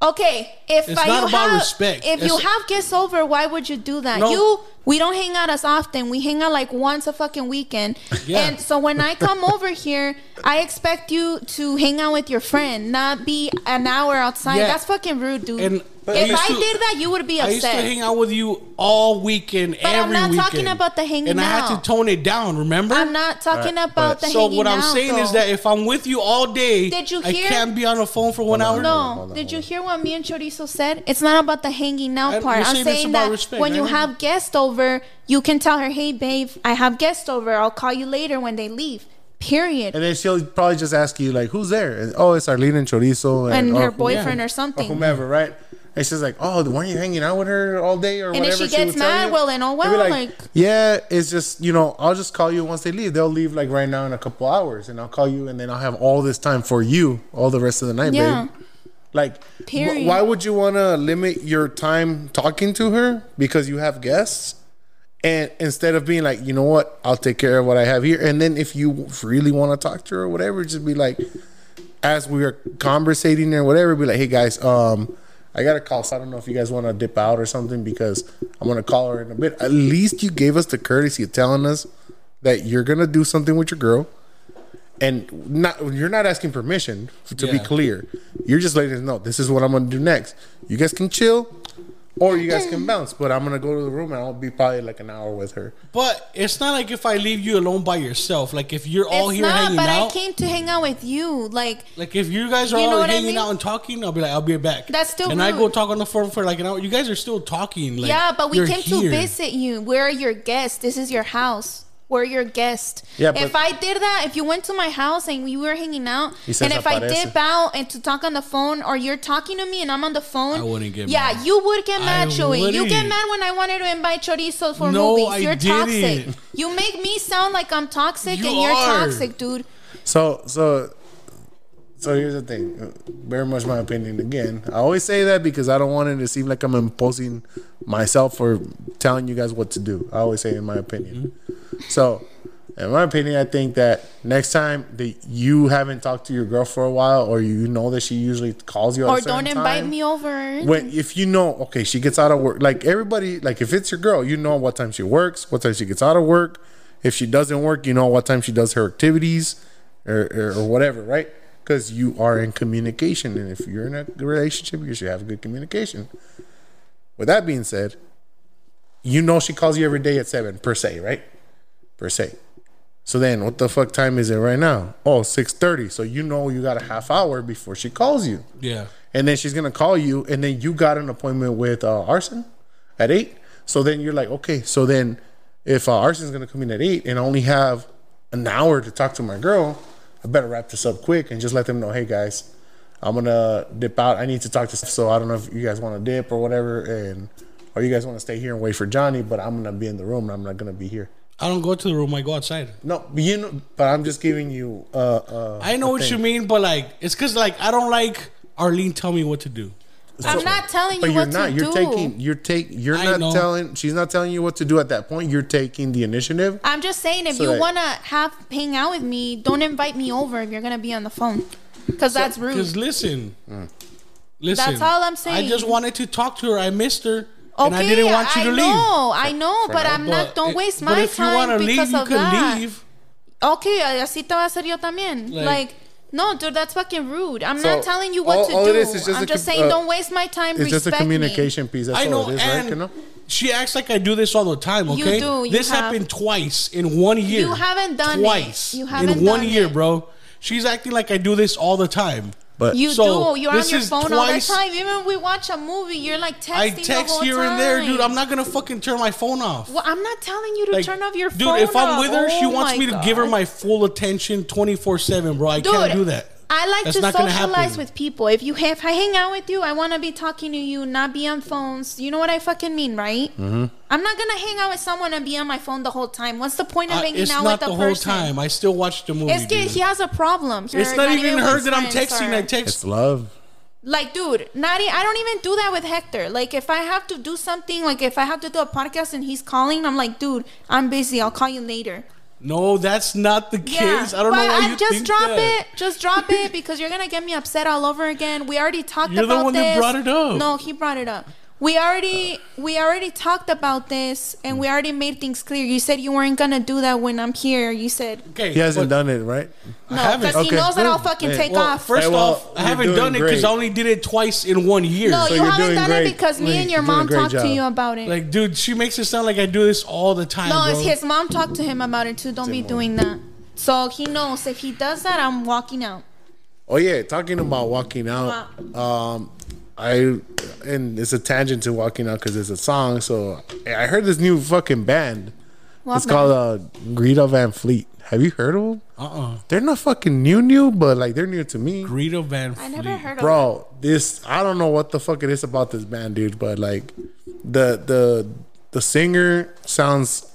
Speaker 4: Okay, if
Speaker 5: It's
Speaker 4: uh,
Speaker 5: not
Speaker 4: you
Speaker 5: about
Speaker 4: have,
Speaker 5: respect.
Speaker 4: If you
Speaker 5: It's-
Speaker 4: have guests over, why would you do that?
Speaker 5: No.
Speaker 4: You we don't hang out as often. We hang out like once a fucking weekend.
Speaker 5: Yeah.
Speaker 4: And so when I come over here, I expect you to hang out with your friend, not be an hour outside.
Speaker 5: Yeah.
Speaker 4: That's fucking rude, dude.
Speaker 5: And- But I
Speaker 4: if
Speaker 5: used
Speaker 4: I
Speaker 5: to-
Speaker 4: did that, you would be
Speaker 5: I used to
Speaker 4: upset.
Speaker 5: hang out with you all weekend,
Speaker 4: But I'm
Speaker 5: every
Speaker 4: not
Speaker 5: weekend.
Speaker 4: talking about the hanging
Speaker 5: And I have
Speaker 4: out.
Speaker 5: to tone it down, remember?
Speaker 4: I'm not talking Alright, about but- the
Speaker 5: So
Speaker 4: hanging
Speaker 5: what I'm
Speaker 4: out,
Speaker 5: saying is
Speaker 4: though.
Speaker 5: that if I'm with you all day,
Speaker 4: Did you
Speaker 5: I
Speaker 4: hear-
Speaker 5: can't be on the phone for one hour.
Speaker 4: no, did you hear what me and Chorizo said? It's not about the hanging out
Speaker 5: I-
Speaker 4: part.
Speaker 5: you're
Speaker 4: I'm
Speaker 5: saying
Speaker 4: saying,
Speaker 5: it's about
Speaker 4: that
Speaker 5: respect.
Speaker 4: when
Speaker 5: I
Speaker 4: you
Speaker 5: know.
Speaker 4: have guests over, you can tell her, "Hey, babe, I have guests over. I'll call you later when they leave." Period.
Speaker 3: And then she'll probably just ask you like, "Who's there?" And oh, it's Arlene and Chorizo
Speaker 4: and
Speaker 3: or
Speaker 4: her
Speaker 3: who-
Speaker 4: boyfriend
Speaker 3: yeah.
Speaker 4: or something.
Speaker 3: or whomever, right? And she's like, "Oh, weren't you hanging out with her all day or
Speaker 4: And
Speaker 3: whatever?"
Speaker 4: if she
Speaker 3: would
Speaker 4: gets
Speaker 3: tell
Speaker 4: mad,
Speaker 3: you?
Speaker 4: well then oh
Speaker 3: They'll be
Speaker 4: well, like,
Speaker 3: like, Yeah, it's just you know I'll just call you once they leave. They'll leave like right now in a couple hours, and I'll call you, and then I'll have all this time for you all the rest of the night,
Speaker 4: Yeah.
Speaker 3: babe. Like,
Speaker 4: Period.
Speaker 3: wh- why would you want to limit your time talking to her because you have guests? And instead of being like, you know what, I'll take care of what I have here, and then if you really want to talk to her or whatever, just be like, as we were conversating or whatever, be like, hey guys, um, I got a call, so I don't know if you guys want to dip out or something because I'm gonna call her in a bit. At least you gave us the courtesy of telling us that you're gonna do something with your girl, and not you're not asking permission. To be
Speaker 11: Yeah.
Speaker 3: clear, you're just letting us know this is what I'm gonna do next. You guys can chill, or you guys can bounce. But I'm gonna go to the room and I'll be probably like an hour with her.
Speaker 5: But it's not like if I leave you alone by yourself. Like if you're all
Speaker 4: it's
Speaker 5: here
Speaker 4: not.
Speaker 5: hanging
Speaker 4: But
Speaker 5: out.
Speaker 4: I came to hang out with you. Like
Speaker 5: Like if you guys are
Speaker 4: You know
Speaker 5: all
Speaker 4: what I
Speaker 5: hanging
Speaker 4: mean?
Speaker 5: out and talking, I'll be like, I'll be back.
Speaker 4: That's still
Speaker 5: And I go
Speaker 4: rude.
Speaker 5: talk on the phone for like an hour. You guys are still talking. Like,
Speaker 4: yeah, but we
Speaker 5: you're
Speaker 4: came to
Speaker 5: here.
Speaker 4: visit you. We're your guest. This is your house. We're your guest.
Speaker 5: Yeah, but-
Speaker 4: if I did that, if you went to my house and we were hanging out,
Speaker 3: He says
Speaker 4: and if I
Speaker 3: aparece.
Speaker 4: dip out and to talk on the phone, or you're talking to me and I'm on the phone,
Speaker 5: I wouldn't get
Speaker 4: yeah,
Speaker 5: mad.
Speaker 4: you would get mad,
Speaker 5: I
Speaker 4: Chewy. You get
Speaker 5: wouldn't.
Speaker 4: mad when I wanted to invite chorizo for
Speaker 5: No,
Speaker 4: movies.
Speaker 5: I
Speaker 4: you're toxic.
Speaker 3: didn't.
Speaker 4: You make me sound like I'm toxic,
Speaker 5: You
Speaker 4: and you're
Speaker 5: are.
Speaker 4: toxic, dude.
Speaker 3: So so so here's the thing. Very much my opinion again. I always say that because I don't want it to seem like I'm imposing myself or telling you guys what to do. I always say in my opinion. So in my opinion, I think that next time that you haven't talked to your girl for a while, or you know that she usually calls you, at a
Speaker 4: Or
Speaker 3: certain
Speaker 4: don't invite
Speaker 3: time,
Speaker 4: me over. or anything.
Speaker 3: when if you know okay she gets out of work like everybody like if it's your girl you know what time she works what time she gets out of work if she doesn't work you know what time she does her activities or, or, or whatever right because you are in communication and if you're in a relationship you should have good communication with that being said you know she calls you every day at seven per se right per se so then what the fuck time is it right now oh 6.30 so you know you got a half hour before she calls you
Speaker 5: Yeah.
Speaker 3: and then she's gonna call you, and then you got an appointment with uh, Arson at eight. So then you're like, okay, so then if uh, Arsen's gonna come in at eight and I only have an hour to talk to my girl, I better wrap this up quick and just let them know, hey guys, I'm gonna dip out. I need to talk to so I don't know if you guys want to dip or whatever, and or you guys want to stay here and wait for Johnny, but I'm gonna be in the room and I'm not gonna be here.
Speaker 5: I don't go to the room. I go outside.
Speaker 3: No, but you know, but I'm just giving you. Uh, uh,
Speaker 5: I know
Speaker 3: a
Speaker 5: what
Speaker 3: thing.
Speaker 5: you mean, but like it's because like I don't like Arlene tell me what to do.
Speaker 4: I'm not telling
Speaker 3: But
Speaker 4: you
Speaker 3: you're
Speaker 4: what
Speaker 3: not.
Speaker 4: to
Speaker 3: You're
Speaker 4: do.
Speaker 3: taking. You're take. You're
Speaker 5: I
Speaker 3: not
Speaker 5: know.
Speaker 3: telling. She's not telling you what to do at that point. You're taking the initiative.
Speaker 4: I'm just saying, if
Speaker 3: So
Speaker 4: you
Speaker 3: that-
Speaker 4: wanna have hang out with me, don't invite me over if you're gonna be on the phone, because that's rude.
Speaker 5: Because listen, listen.
Speaker 4: Mm. That's all I'm
Speaker 5: I
Speaker 4: saying.
Speaker 5: just wanted to talk to her. I missed her, and I
Speaker 4: Okay,
Speaker 5: didn't want you
Speaker 4: I
Speaker 5: to leave.
Speaker 4: know, I know,
Speaker 5: For
Speaker 4: but
Speaker 5: now.
Speaker 4: I'm not- don't
Speaker 5: it-
Speaker 4: waste
Speaker 5: but
Speaker 4: my
Speaker 5: if you
Speaker 4: time
Speaker 5: wanna leave,
Speaker 4: because
Speaker 5: you
Speaker 4: of
Speaker 5: can
Speaker 4: that.
Speaker 5: Leave.
Speaker 4: Okay, así te voy a hacer yo también.
Speaker 5: Like-
Speaker 4: Like, no, dude, that's fucking rude. I'm
Speaker 3: So,
Speaker 4: not telling you what
Speaker 3: all-
Speaker 4: to
Speaker 3: all
Speaker 4: do.
Speaker 3: it is is just
Speaker 4: I'm
Speaker 3: a
Speaker 4: just
Speaker 3: com-
Speaker 4: saying,
Speaker 3: uh,
Speaker 4: don't waste my time.
Speaker 3: It's just a
Speaker 4: Respect me.
Speaker 3: communication piece. That's
Speaker 5: I know,
Speaker 3: all it is, right?
Speaker 5: and
Speaker 3: You know?
Speaker 5: she acts like I do this all the time.
Speaker 4: You
Speaker 5: Okay,
Speaker 4: do, you
Speaker 5: this
Speaker 4: have-
Speaker 5: happened twice in one year.
Speaker 4: You haven't done it.
Speaker 5: twice
Speaker 4: You haven't
Speaker 5: in one
Speaker 4: done
Speaker 5: year, bro. She's acting like I do this all the time.
Speaker 3: But
Speaker 4: You
Speaker 5: So,
Speaker 4: do. You're on
Speaker 5: this
Speaker 4: your
Speaker 5: is
Speaker 4: phone all the
Speaker 5: twice-
Speaker 4: time. Even when we watch a movie, you're like texting
Speaker 5: I
Speaker 4: the
Speaker 5: text
Speaker 4: whole
Speaker 5: here
Speaker 4: time.
Speaker 5: and there, dude. I'm not gonna fucking turn my phone off.
Speaker 4: Well, I'm not telling you to
Speaker 5: Like,
Speaker 4: turn off your
Speaker 5: Dude,
Speaker 4: phone.
Speaker 5: if I'm
Speaker 4: off.
Speaker 5: with her, she
Speaker 4: Oh
Speaker 5: wants
Speaker 4: my
Speaker 5: me to give her
Speaker 4: God.
Speaker 5: my full attention 24 7, bro. I can't
Speaker 4: Dude,
Speaker 5: do that.
Speaker 4: I like
Speaker 5: That's
Speaker 4: to
Speaker 5: not gonna
Speaker 4: socialize
Speaker 5: happen.
Speaker 4: with people. If you if I hang out with you, I want to be talking to you, not be on phones. You know what I fucking mean, right?
Speaker 5: Mhm.
Speaker 4: I'm not gonna hang out with someone and be on my phone the whole time. What's the point of
Speaker 5: I-
Speaker 4: hanging
Speaker 5: Uh, it's
Speaker 4: out with
Speaker 5: not the
Speaker 4: a
Speaker 5: whole
Speaker 4: person?
Speaker 5: time. I still watch the movie.
Speaker 4: it's
Speaker 5: dude.
Speaker 4: good. He has a problem.
Speaker 5: it's
Speaker 4: Her-
Speaker 5: not even her
Speaker 4: with
Speaker 5: that I'm
Speaker 4: friends
Speaker 5: texting.
Speaker 4: are-
Speaker 5: I text.
Speaker 3: It's love.
Speaker 4: like, dude, not e- I don't even do that with Hector. Like, if I have to do something, like if I have to do a podcast and he's calling, I'm like, dude, I'm busy. I'll call you later.
Speaker 5: No, that's not the
Speaker 4: Yeah,
Speaker 5: case. I don't
Speaker 4: but
Speaker 5: know why
Speaker 4: I-
Speaker 5: you
Speaker 4: just
Speaker 5: think
Speaker 4: drop
Speaker 5: that.
Speaker 4: it. Just drop it because you're gonna get me upset all over again. We already talked
Speaker 5: You're the
Speaker 4: about
Speaker 5: one
Speaker 4: this.
Speaker 5: that brought it up.
Speaker 4: No, he brought it up. We already we already talked about this and we already made things clear. You said you weren't gonna do that when I'm here. You said
Speaker 5: Okay,
Speaker 3: He hasn't done it, right?
Speaker 4: no because he
Speaker 3: Okay,
Speaker 4: knows that I'll
Speaker 3: good.
Speaker 4: fucking
Speaker 3: Hey.
Speaker 4: take
Speaker 3: Well,
Speaker 4: off.
Speaker 5: First
Speaker 3: Hey, well,
Speaker 5: off, I
Speaker 3: you're
Speaker 5: haven't
Speaker 3: doing
Speaker 5: done it because
Speaker 3: great.
Speaker 5: I only did it twice in one year.
Speaker 4: No,
Speaker 3: So
Speaker 4: you
Speaker 3: you're
Speaker 4: haven't
Speaker 3: doing
Speaker 4: done it
Speaker 3: great.
Speaker 4: because me
Speaker 3: Wait,
Speaker 4: and your
Speaker 3: you're doing a
Speaker 4: mom
Speaker 3: great
Speaker 4: talked to
Speaker 3: job.
Speaker 4: you about it.
Speaker 5: Like, dude, she makes it sound like I do this all the time.
Speaker 4: no, it's
Speaker 5: bro.
Speaker 4: his mom talked to him about it too. Don't be doing that. So he knows if he does that, I'm walking out.
Speaker 3: Oh yeah, talking about walking out. Um, I and it's a tangent to walking out because it's a song. So I heard this new fucking band.
Speaker 4: What
Speaker 3: it's called uh, Greta Van Fleet. Have you heard of them?
Speaker 5: Uh-uh.
Speaker 3: They're not fucking new, new, but like they're new to me.
Speaker 5: Greta Van
Speaker 4: I never heard of it.
Speaker 3: Bro, this I don't know what the fuck it is about this band, dude, but like the the the singer sounds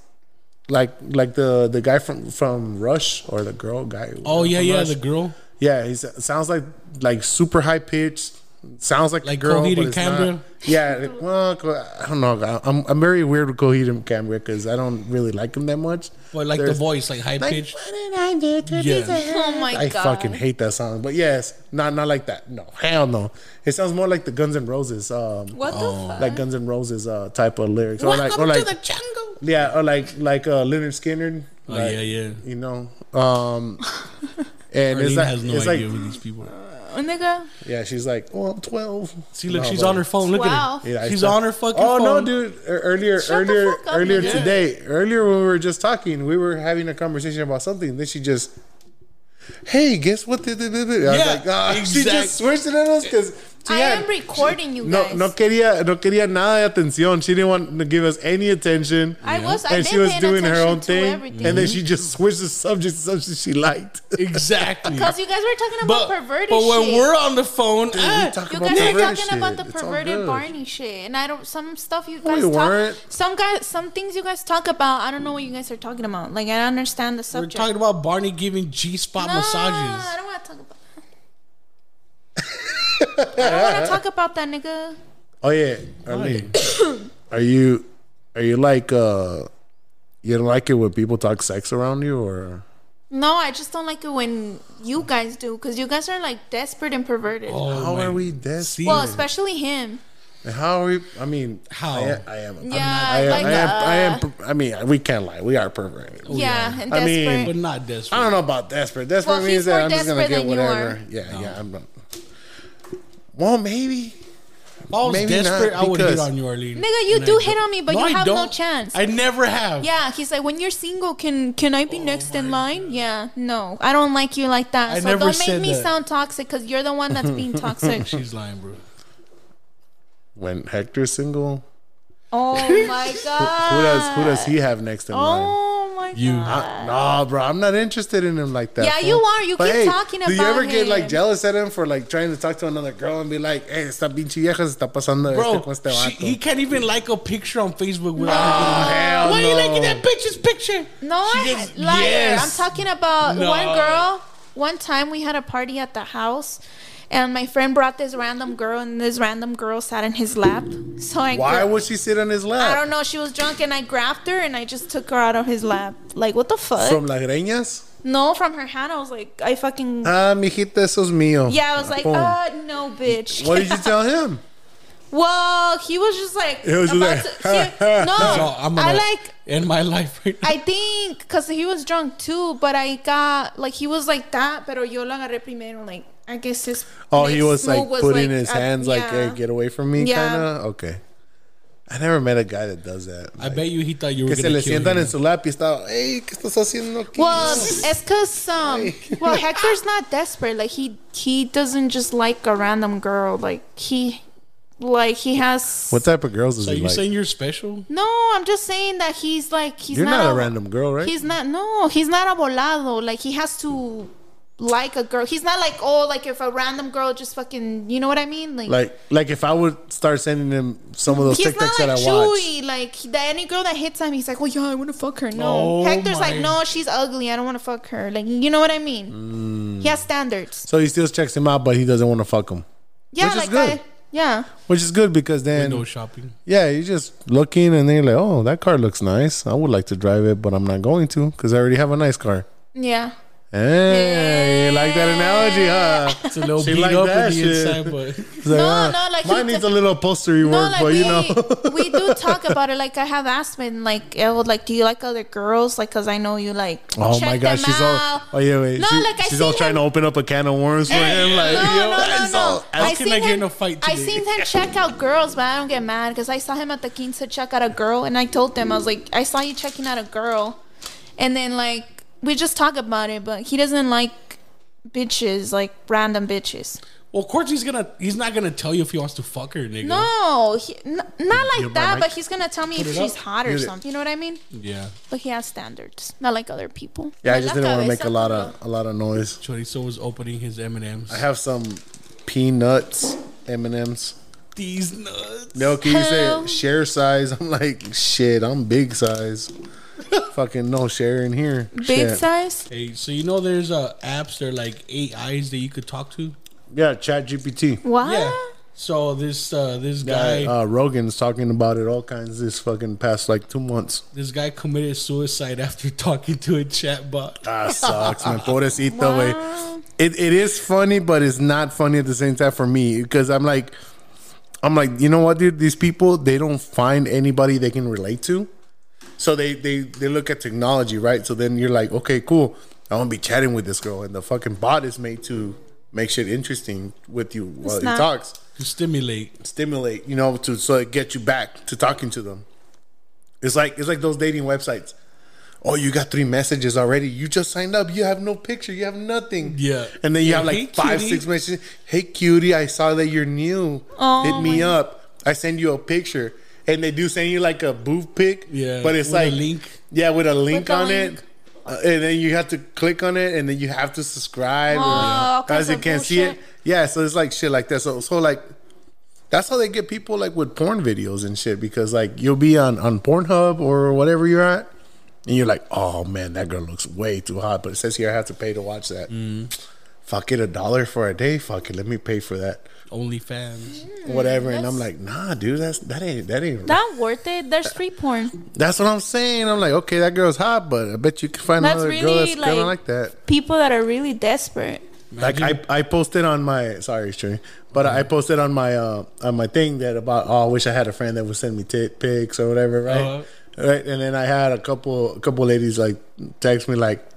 Speaker 3: like like the the guy from from Rush or the girl guy.
Speaker 5: Oh, yeah,
Speaker 3: from
Speaker 5: yeah,
Speaker 3: Rush.
Speaker 5: the girl.
Speaker 3: Yeah, he s- sounds like like super high pitched. Sounds like,
Speaker 5: Like
Speaker 3: a girl,
Speaker 5: Coheed
Speaker 3: but
Speaker 5: and
Speaker 3: it's
Speaker 5: Cambria?
Speaker 3: not. Yeah, like, well, co- I don't know. I- I'm I'm very weird with Coheed and Cambria because I don't really like them that much.
Speaker 5: But like the
Speaker 3: There's-
Speaker 5: voice, like high pitched.
Speaker 3: Yeah.
Speaker 4: Oh my
Speaker 3: I
Speaker 4: god.
Speaker 3: fucking hate that song. But yes, not not like that. No, hell no. It sounds more like the Guns N' Roses. Um,
Speaker 4: What the fuck?
Speaker 3: like Guns N' Roses uh, type of lyrics, or like,
Speaker 4: Welcome
Speaker 3: or like,
Speaker 4: to the jungle.
Speaker 3: yeah, or like like uh, Leonard Skinner.
Speaker 5: Oh
Speaker 3: like,
Speaker 5: yeah, yeah.
Speaker 3: You know, um, and
Speaker 5: Arlene
Speaker 3: it's like,
Speaker 5: has no
Speaker 3: it's
Speaker 5: idea
Speaker 3: like,
Speaker 5: who these people. are.
Speaker 4: Uh, nigga.
Speaker 3: yeah, she's like, oh, I'm twelve.
Speaker 5: See, look,
Speaker 3: No,
Speaker 5: she's
Speaker 3: but-
Speaker 5: on her phone. Look at
Speaker 4: Twelve.
Speaker 5: her.
Speaker 3: Yeah, I
Speaker 5: she's
Speaker 3: stopped-
Speaker 5: on her fucking
Speaker 3: oh,
Speaker 5: phone.
Speaker 3: no, dude! Ear- Earlier,
Speaker 4: Shut the
Speaker 3: earlier,
Speaker 4: fuck up,
Speaker 3: earlier
Speaker 4: nigga.
Speaker 3: today, earlier when we were just talking, we were having a conversation about something. Then she just, hey, guess what? Yeah, I was
Speaker 5: Yeah,
Speaker 3: like, ah, she
Speaker 5: exact-
Speaker 3: just switched it at us because
Speaker 4: I am recording you
Speaker 3: no,
Speaker 4: guys.
Speaker 3: no quería, no quería nada de atención. She didn't want to give us any attention.
Speaker 4: I was. I
Speaker 3: and
Speaker 4: did
Speaker 3: she was
Speaker 4: paying
Speaker 3: doing her
Speaker 4: attention
Speaker 3: own
Speaker 4: to
Speaker 3: thing,
Speaker 4: everything.
Speaker 3: and then she just switched the subject to something she liked.
Speaker 5: Exactly.
Speaker 4: Because you guys were talking about
Speaker 5: But,
Speaker 4: perverted
Speaker 5: but when
Speaker 4: shit.
Speaker 5: we're on the phone, ah,
Speaker 4: you guys were talking
Speaker 3: perverted
Speaker 4: about
Speaker 3: shit.
Speaker 4: the
Speaker 3: It's all
Speaker 4: perverted
Speaker 3: good.
Speaker 4: Barney shit, and I don't. Some stuff you
Speaker 3: No,
Speaker 4: guys
Speaker 3: you
Speaker 4: talk.
Speaker 3: weren't.
Speaker 4: Some guys, some things you guys talk about. I don't know what you guys are talking about. Like I don't understand the
Speaker 5: we're
Speaker 4: subject.
Speaker 5: talking about Barney giving G spot
Speaker 4: No, I
Speaker 5: massages.
Speaker 4: don't want to talk about. I don't want to talk about that, nigga.
Speaker 3: Oh yeah, Arlene. are you are you like uh you don't like it when people talk sex around you or
Speaker 4: No, I just don't like it when you guys do, because you guys are like desperate and perverted.
Speaker 3: how
Speaker 5: my-
Speaker 3: are we desperate?
Speaker 4: well, especially him.
Speaker 3: how are we? I mean,
Speaker 5: How?
Speaker 3: I am. I am.
Speaker 4: Yeah,
Speaker 3: I am.
Speaker 4: like,
Speaker 3: I am. I, am
Speaker 4: uh,
Speaker 3: per- I mean, we can't lie. We are perverted.
Speaker 5: Oh,
Speaker 4: yeah, and
Speaker 3: I
Speaker 4: desperate.
Speaker 3: mean,
Speaker 5: but not desperate.
Speaker 3: I don't know about desperate. Desperate
Speaker 4: Well,
Speaker 3: means
Speaker 4: he's
Speaker 3: that
Speaker 4: more
Speaker 3: I'm just gonna
Speaker 4: desperate
Speaker 3: get
Speaker 4: than you
Speaker 3: whatever.
Speaker 4: are.
Speaker 3: Yeah, yeah. I'm not. Well, maybe.
Speaker 5: If I was
Speaker 3: Maybe not,
Speaker 5: desperate, I would hit
Speaker 3: because-
Speaker 5: on you, Arlene.
Speaker 4: Nigga, you
Speaker 5: And I
Speaker 4: do
Speaker 5: don't-
Speaker 4: hit on me, but you
Speaker 5: I
Speaker 4: have no
Speaker 5: don't.
Speaker 4: chance.
Speaker 5: I never have.
Speaker 4: Yeah, he's like, when you're single, can can I be
Speaker 5: Oh
Speaker 4: next in line? Yeah, no, I don't like you like that.
Speaker 5: I
Speaker 4: so
Speaker 5: never
Speaker 4: don't make
Speaker 5: said
Speaker 4: me
Speaker 5: that.
Speaker 4: sound toxic because you're the one that's being toxic.
Speaker 5: She's lying, bro.
Speaker 3: When Hector's single,
Speaker 4: Oh my god.
Speaker 3: Who does who does he have next in line?
Speaker 4: Oh my
Speaker 3: You I, nah, bro. I'm not interested in him like that.
Speaker 4: Yeah,
Speaker 3: fool.
Speaker 4: you are. You keep talking
Speaker 3: Do you
Speaker 4: about
Speaker 3: ever get like
Speaker 4: him.
Speaker 3: jealous at him for like trying to talk to another girl and be like, "Hey, esta pinche vieja se está pasando
Speaker 5: Bro,
Speaker 3: este con este
Speaker 5: she-
Speaker 3: vato."
Speaker 5: he can't even like a picture on Facebook without.
Speaker 3: hell
Speaker 5: Why are you
Speaker 3: no.
Speaker 5: liking that bitch's picture?
Speaker 4: No, I
Speaker 5: gets-
Speaker 4: liar.
Speaker 5: Yes.
Speaker 4: I'm talking about
Speaker 5: No.
Speaker 4: one girl. One time we had a party at the house, and my friend brought this random girl, and this random girl sat in his lap. So I
Speaker 3: Why
Speaker 4: gra-
Speaker 3: would she sit on his
Speaker 4: I
Speaker 3: lap?
Speaker 4: don't know. She was drunk, and I grabbed her, and I just took her out of his lap. Like what the fuck?
Speaker 3: From las greñas?
Speaker 4: no, from her hand, I was like, I fucking.
Speaker 3: Ah, mijita, eso es mío.
Speaker 4: yeah, I was like,
Speaker 3: Boom.
Speaker 4: uh, no, bitch.
Speaker 3: Oh. What did you tell him?
Speaker 4: Well, he was just like,
Speaker 3: It was just
Speaker 4: about
Speaker 3: like,
Speaker 4: to, he- no,
Speaker 5: So I'm gonna
Speaker 4: I like
Speaker 5: end my life right
Speaker 4: I think because he was drunk too, but I got like he was like that, pero yo lo agarré primero. Like I guess his
Speaker 3: Oh, he
Speaker 4: next
Speaker 3: was like
Speaker 4: move was,
Speaker 3: putting
Speaker 4: like,
Speaker 3: his
Speaker 4: uh,
Speaker 3: hands like,
Speaker 4: yeah.
Speaker 3: "Hey, get away from me,"
Speaker 4: Yeah.
Speaker 3: kind of. Okay. I never met a guy that does that.
Speaker 5: I bet you he thought you were
Speaker 3: Que se
Speaker 5: gonna
Speaker 3: le
Speaker 5: kill
Speaker 3: sientan
Speaker 5: him.
Speaker 3: en su lap y está, "Hey, ¿qué estás haciendo aquí?"
Speaker 4: Well, it's cause um, well Hector's not desperate. Like he he doesn't just like a random girl. Like he like he has
Speaker 3: What type of girls does
Speaker 5: So
Speaker 3: he
Speaker 5: you
Speaker 3: like?
Speaker 5: saying you're special?
Speaker 4: no. I'm just saying that he's like he's
Speaker 3: You're not a
Speaker 4: a-
Speaker 3: random girl, right?
Speaker 4: He's not. No, he's not a volado. Like he has to like a girl. He's not like oh like if a random girl just fucking you know what I mean like.
Speaker 3: Like, like if I would start sending him some of those
Speaker 4: He's
Speaker 3: TikToks
Speaker 4: not
Speaker 3: that
Speaker 4: like
Speaker 3: I watch,
Speaker 4: Chewy. Like the, any girl that hits him, he's like, "Oh yeah, I want to fuck her." No,
Speaker 3: Oh,
Speaker 4: Hector's like,
Speaker 3: my.
Speaker 4: "No, she's ugly. I don't want to fuck her." Like you know what I mean?
Speaker 3: Mm.
Speaker 4: He has standards.
Speaker 3: so he still checks him out, but he doesn't want to fuck him,
Speaker 4: Yeah,
Speaker 3: Which is
Speaker 4: like
Speaker 3: good.
Speaker 4: I, yeah.
Speaker 3: which is good because then
Speaker 5: Window shopping.
Speaker 3: Yeah, you're just looking and then you're like, oh, that car looks nice. I would like to drive it, but I'm not going to because I already have a nice car.
Speaker 4: Yeah.
Speaker 3: Hey, you like that analogy, huh?
Speaker 5: It's a little beat up on the inside, but
Speaker 3: no,
Speaker 4: no, like,
Speaker 3: "Ah, mine
Speaker 4: he
Speaker 3: needs
Speaker 4: d-
Speaker 3: a little upholstery work,
Speaker 4: like,
Speaker 3: but you
Speaker 4: we-
Speaker 3: know,
Speaker 4: we do talk about it. Like I have asked him, like, "Yo, like, do you like other girls? Like, cause I know you like."
Speaker 3: oh
Speaker 4: check
Speaker 3: my gosh,
Speaker 4: them
Speaker 3: she's all,
Speaker 4: out.
Speaker 3: oh yeah, wait,
Speaker 4: No,
Speaker 3: she-
Speaker 4: like, I
Speaker 3: she's all
Speaker 4: seen
Speaker 3: trying to open up a can of worms for him, like,
Speaker 4: no,
Speaker 3: yo,
Speaker 4: no,
Speaker 3: that's
Speaker 4: no, no.
Speaker 3: all.
Speaker 4: I
Speaker 5: how can
Speaker 4: seen
Speaker 5: I get
Speaker 4: him-
Speaker 5: in a fight today?
Speaker 4: I seen him check out girls, but I don't get mad because I saw him at the quince check out a girl, and I told them I was like, I saw you checking out a girl, and then like we just talk about it, but he doesn't like bitches, like random bitches.
Speaker 5: Well, of course he's gonna. He's not gonna tell you if he wants to fuck her, nigga.
Speaker 4: No, he, n- not
Speaker 5: You
Speaker 4: like
Speaker 5: have my
Speaker 4: that.
Speaker 5: mic?
Speaker 4: But he's gonna tell me
Speaker 5: Put
Speaker 4: if
Speaker 5: it up.
Speaker 4: she's hot or
Speaker 3: Mute it.
Speaker 4: something. You know what I mean?
Speaker 5: Yeah.
Speaker 4: But he has standards, not like other people.
Speaker 3: Yeah, I
Speaker 4: Like
Speaker 3: just
Speaker 4: la
Speaker 3: didn't want to
Speaker 4: cabeza
Speaker 3: make a lot of a lot of noise.
Speaker 5: Chorizo was opening his M and M's.
Speaker 3: I have some peanuts M and M's.
Speaker 5: These nuts.
Speaker 3: No, can you
Speaker 5: Hello?
Speaker 3: say share size? I'm like, shit, I'm big size. Fucking no share in here. Shit.
Speaker 5: Hey, so you know there's uh, apps that are like AIs that you could talk to.
Speaker 3: Yeah, Chat GPT.
Speaker 4: What?
Speaker 5: Yeah. So this uh, this guy
Speaker 3: uh, Rogan's talking about it all kinds this fucking past like two months.
Speaker 5: this guy committed suicide after talking to a chatbot.
Speaker 3: Ah, sucks, man. Pobrecito, way. It it is funny, but it's not funny at the same time for me because I'm like, I'm like, you know what, dude? These people they don't find anybody they can relate to, so they they they look at technology, right? So then you're like, okay, cool. I want to be chatting with this girl, and the fucking bot is made to make shit interesting with you while
Speaker 5: It's
Speaker 3: he
Speaker 5: not.
Speaker 3: talks.
Speaker 5: To stimulate,
Speaker 3: stimulate, you know, to so it gets you back to talking to them. It's like it's like those dating websites. Oh, you got three messages already. You just signed up. You have no picture. You have nothing.
Speaker 5: Yeah.
Speaker 3: And then you
Speaker 5: Yeah,
Speaker 3: have like
Speaker 5: hey,
Speaker 3: five,
Speaker 5: cutie.
Speaker 3: six messages. Hey, cutie, I saw that you're new.
Speaker 5: Oh,
Speaker 3: Hit me
Speaker 5: my-
Speaker 3: up. I send you a picture, and they do send you like a boob pic.
Speaker 5: Yeah,
Speaker 3: But it's
Speaker 5: with a
Speaker 3: like
Speaker 5: link.
Speaker 3: Yeah, with a link
Speaker 5: With a
Speaker 3: on it. Uh, and then you have to click on it, and then you have to subscribe.
Speaker 5: Oh, all
Speaker 3: and,
Speaker 5: kinds
Speaker 3: guys, you
Speaker 5: of
Speaker 3: can't see it.
Speaker 5: bullshit.
Speaker 3: Yeah, so it's like shit like that. So, so like that's how they get people like with porn videos and shit because like you'll be on on Pornhub or whatever you're at, and you're like, oh man, that girl looks way too hot. But it says here I have to pay to watch that. Fuck it, a dollar for a day. Fuck it, let me pay for that.
Speaker 5: OnlyFans,
Speaker 3: Whatever, and I'm like, nah, dude, Mm, that's that ain't that ain't.
Speaker 4: Not worth it. There's free porn.
Speaker 3: That's what I'm saying. I'm like, okay, that girl's hot, but I bet you can find
Speaker 4: That's
Speaker 3: another girl
Speaker 4: really,
Speaker 3: that's kind
Speaker 4: like,
Speaker 3: of like that.
Speaker 4: People that are really desperate.
Speaker 3: Like I, I posted on my sorry Trey, but I posted on my uh on my thing that about oh I wish I had a friend that would send me tit pics or whatever right right and then I had a couple a couple ladies like text me like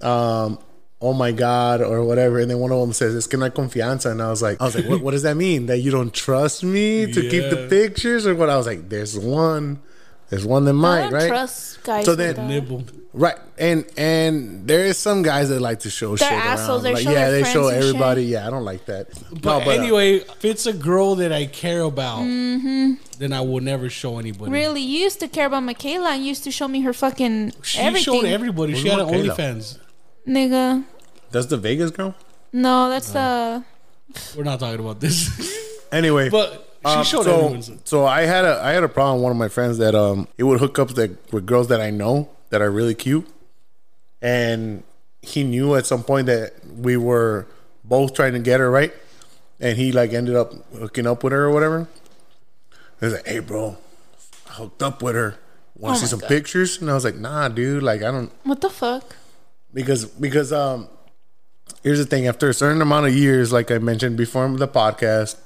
Speaker 3: um oh my god or whatever and then one of them says it's que no hay confianza and I was like I was like what what does that mean that you don't trust me to keep the
Speaker 5: Yeah.
Speaker 3: pictures or what I was like there's one there's one that might
Speaker 4: I don't
Speaker 3: right
Speaker 4: trust guys.
Speaker 3: so
Speaker 4: with
Speaker 3: then
Speaker 4: that.
Speaker 5: nibble.
Speaker 3: Right, and and there is some guys that like to show
Speaker 5: They're
Speaker 3: shit
Speaker 5: assholes. They
Speaker 3: around. Like,
Speaker 5: show
Speaker 3: yeah,
Speaker 5: their
Speaker 3: they
Speaker 5: friends
Speaker 3: show
Speaker 5: and shit.
Speaker 3: everybody. Yeah, I don't like that.
Speaker 5: But,
Speaker 3: No, uh,
Speaker 5: anyway, if it's a girl that I care about,
Speaker 4: Mm-hmm.
Speaker 5: then I will never show anybody.
Speaker 4: Really, you used to care about Michaela and used to show me her fucking
Speaker 5: She
Speaker 4: everything.
Speaker 5: showed everybody. She
Speaker 3: Where's
Speaker 5: had an
Speaker 3: Michaela?
Speaker 5: OnlyFans.
Speaker 4: Nigga,
Speaker 3: that's the Vegas girl.
Speaker 4: no, that's uh, the.
Speaker 5: We're not talking about this.
Speaker 3: Anyway,
Speaker 5: But she
Speaker 3: uh,
Speaker 5: showed
Speaker 3: so,
Speaker 5: everyone's.
Speaker 3: So I had a I had a problem with one of my friends that um he would hook up that with girls that I know that are really cute, and he knew at some point that we were both trying to get her right, and he like ended up hooking up with her or whatever. He was like, "Hey, bro, I hooked up with her. Want
Speaker 4: Oh
Speaker 3: to see
Speaker 4: my
Speaker 3: some
Speaker 4: God.
Speaker 3: pictures?" And I was like, "Nah, dude. Like, I don't
Speaker 4: What the fuck?
Speaker 3: because because um here's the thing after a certain amount of years like i mentioned before the podcast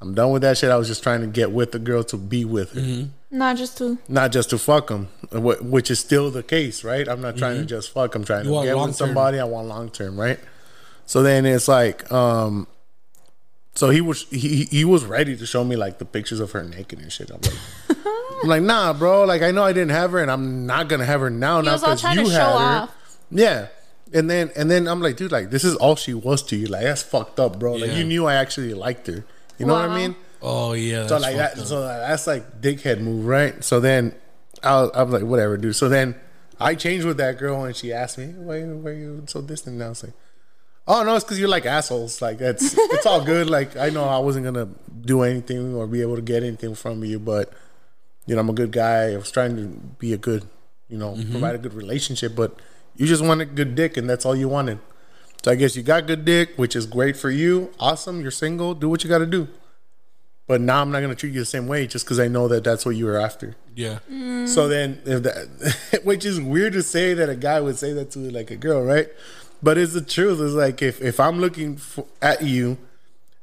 Speaker 3: i'm done with that shit i was just trying to get with the girl to be with her
Speaker 4: Mm-hmm. Not just to.
Speaker 3: not just to fuck them which is still the case right i'm not trying
Speaker 4: Mm-hmm.
Speaker 5: Mhm.
Speaker 3: to just fuck i'm trying
Speaker 5: You
Speaker 3: to
Speaker 5: want
Speaker 3: get
Speaker 5: long-term.
Speaker 3: with somebody i want long term right so then it's like um so he was he he was ready to show me like the pictures of her naked and shit i'm like I'm like, nah, bro. Like, I know I didn't have her, and I'm not gonna have her now.
Speaker 4: He
Speaker 3: now
Speaker 4: was all
Speaker 3: because
Speaker 4: trying
Speaker 3: you
Speaker 4: to show
Speaker 3: had her.
Speaker 4: off.
Speaker 3: Yeah. And then and then I'm like, dude, like this is all she was to you. Like that's fucked up, bro. Like
Speaker 5: Yeah.
Speaker 3: you knew I actually liked her. You know what I
Speaker 5: Wow.
Speaker 3: mean?
Speaker 5: Oh yeah.
Speaker 3: so
Speaker 5: that's
Speaker 3: like
Speaker 5: fucked
Speaker 3: that.
Speaker 5: up.
Speaker 3: So like, that's like dickhead move, right? So then I was, I was like, whatever, dude. So then I changed with that girl, and she asked me, why why are you so distant? And I was like, oh no, it's because you're like assholes. Like that's it's all good. Like I know I wasn't gonna do anything or be able to get anything from you, but you know I'm a good guy. I was trying to be a good, you know,
Speaker 5: Mhm.
Speaker 3: provide a good relationship, but you just wanted good dick, and that's all you wanted. So I guess you got good dick, which is great for you. Awesome, you're single. Do what you got to do. But now I'm not gonna treat you the same way just because I know that that's what you were after.
Speaker 5: Yeah.
Speaker 4: Mm.
Speaker 3: So then, if that, which is weird to say that a guy would say that to like a girl, right? But it's the truth. It's like if if I'm looking for, at you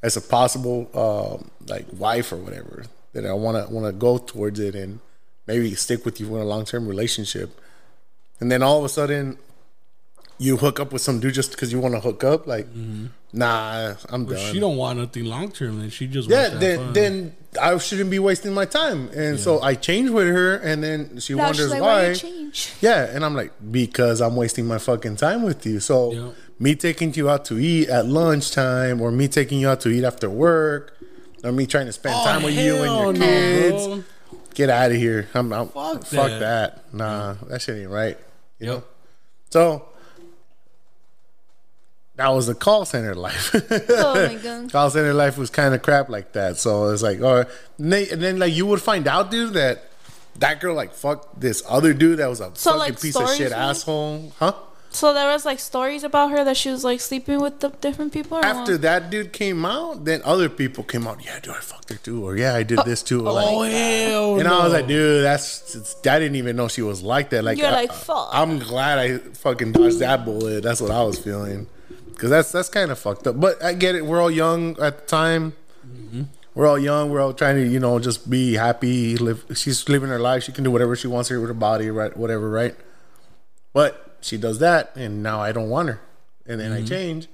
Speaker 3: as a possible um, like wife or whatever, then I wanna wanna go towards it and maybe stick with you in a long term relationship, and then all of a sudden you hook up with some dude just because you want to hook up, like. Nah, I'm
Speaker 5: But
Speaker 3: done.
Speaker 5: she don't want nothing long term, and she just
Speaker 3: Yeah,
Speaker 5: wants to have
Speaker 3: then
Speaker 5: fun.
Speaker 3: then I shouldn't be wasting my time. And so I changed with her, and then she
Speaker 4: Now she's
Speaker 3: wonders
Speaker 4: like,
Speaker 3: why.
Speaker 4: why you change?
Speaker 3: Yeah, and I'm like, because I'm wasting my fucking time with you. So me taking you out to eat at lunchtime, or me taking you out to eat after work, or me trying to spend time with you and your
Speaker 5: Oh, hell no,
Speaker 3: kids.
Speaker 5: bro.
Speaker 3: Get out of here. I'm, I'm fuck,
Speaker 5: Fuck
Speaker 3: fuck
Speaker 5: that.
Speaker 3: that. Nah, that shit ain't right. You know. So. That was the call center life.
Speaker 4: Oh my God.
Speaker 3: Call center life was kind of crap like that. So it's like, or and, they, and then like you would find out, dude, that that girl like fucked this other dude that was a
Speaker 4: So,
Speaker 3: fucking
Speaker 4: like,
Speaker 3: piece
Speaker 4: stories
Speaker 3: of
Speaker 4: Uh-huh.
Speaker 3: shit
Speaker 4: were-
Speaker 3: asshole, huh?
Speaker 4: So there was like stories about her that she was like sleeping with the different people. Or
Speaker 3: After that dude came out, then other people came out. Yeah, dude, I fucked her too, or yeah, I
Speaker 4: Uh,
Speaker 3: did this too. Or, like,
Speaker 5: Oh hell!
Speaker 3: and I was
Speaker 5: no.
Speaker 3: like, dude, that's it's, I didn't even know she was like that. Like,
Speaker 4: You're
Speaker 3: I,
Speaker 4: like, fuck.
Speaker 3: I'm glad I fucking dodged that bullet. That's what I was feeling, because that's that's kind of fucked up. But I get it. We're all young at the time.
Speaker 5: Mm-hmm.
Speaker 3: We're all young. We're all trying to, you know, just be happy. Live. She's living her life. She can do whatever she wants to with her body, right? Whatever, right? But she does that, and now I don't want her. And then I
Speaker 5: Mhm.
Speaker 3: change.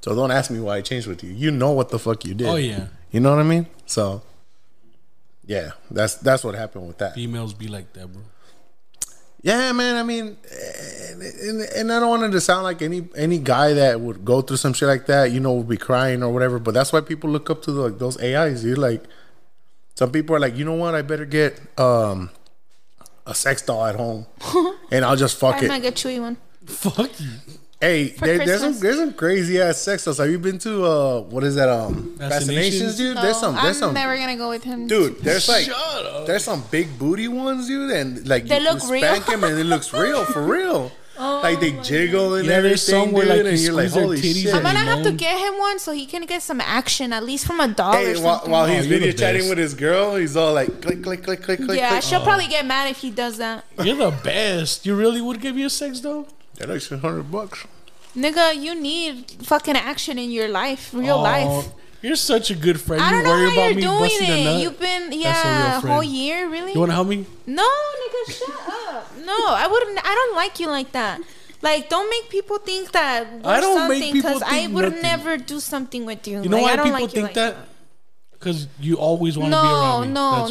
Speaker 3: So don't ask me why I changed with you. You know what the fuck you did.
Speaker 5: Oh, yeah.
Speaker 3: You know what I mean? So, yeah, that's that's what happened with that.
Speaker 5: females be like that, bro.
Speaker 3: Yeah, man. I mean, and, and, and I don't want it to sound like any any guy that would go through some shit like that, you know, would be crying or whatever. But that's why people look up to the, like those AIs. You like, some people are like, you know what? I better get um a sex doll at home, and I'll just fuck
Speaker 4: I'm
Speaker 3: it.
Speaker 4: not gonna chewy one.
Speaker 3: Hey,
Speaker 4: Oh For
Speaker 3: there, there's some
Speaker 4: Christmas.
Speaker 3: there's some crazy ass sex dolls. Have you been to uh what is that um
Speaker 5: Fascinations?
Speaker 3: fascinations, dude? there's some
Speaker 4: I'm
Speaker 3: there's some
Speaker 4: never gonna go with him,
Speaker 3: dude. There's like
Speaker 4: Shut up.
Speaker 3: there's some big booty ones, dude, and like
Speaker 4: They
Speaker 3: you
Speaker 4: look real. Oh
Speaker 3: spank them and it looks real for real. like they jiggle and
Speaker 5: Yeah, there's
Speaker 3: everything,
Speaker 5: some where,
Speaker 3: dude,
Speaker 5: like, you
Speaker 3: and you're like,
Speaker 5: squeeze their
Speaker 3: holy
Speaker 5: titties
Speaker 3: shit!
Speaker 4: I'm gonna have to get him one so he can get some action at least from a dollar.
Speaker 3: Hey,
Speaker 4: or
Speaker 3: while,
Speaker 4: something.
Speaker 3: while he's
Speaker 5: Oh, you're the
Speaker 3: video chatting
Speaker 5: best.
Speaker 3: with his girl, he's all like, click, click, click, click, click.
Speaker 4: yeah,
Speaker 3: click.
Speaker 4: she'll probably get mad if he does that.
Speaker 5: You're the best. You really would give me a sex doll?
Speaker 3: That extra hundred bucks.
Speaker 4: Nigga, you need fucking action in your life, real life.
Speaker 5: You're such a good friend.
Speaker 4: I
Speaker 5: You
Speaker 4: don't know
Speaker 5: worry
Speaker 4: how
Speaker 5: about
Speaker 4: you're
Speaker 5: me
Speaker 4: doing
Speaker 5: busting a
Speaker 4: it.
Speaker 5: nut.
Speaker 4: You've been
Speaker 5: That's a
Speaker 4: yeah,
Speaker 5: real friend.
Speaker 4: whole year, really.
Speaker 5: You want to help me?
Speaker 4: No, nigga, shut up. No, I wouldn't. I don't like you like that. Like, don't make people think that we're
Speaker 5: I don't make
Speaker 4: something
Speaker 5: people
Speaker 4: because I
Speaker 5: think
Speaker 4: would
Speaker 5: nothing.
Speaker 4: never do something with you.
Speaker 5: You know
Speaker 4: like, I
Speaker 5: why
Speaker 4: don't
Speaker 5: people
Speaker 4: like you
Speaker 5: think
Speaker 4: like
Speaker 5: that? Because you always want to be
Speaker 4: No,
Speaker 5: around me.
Speaker 4: no,
Speaker 5: That's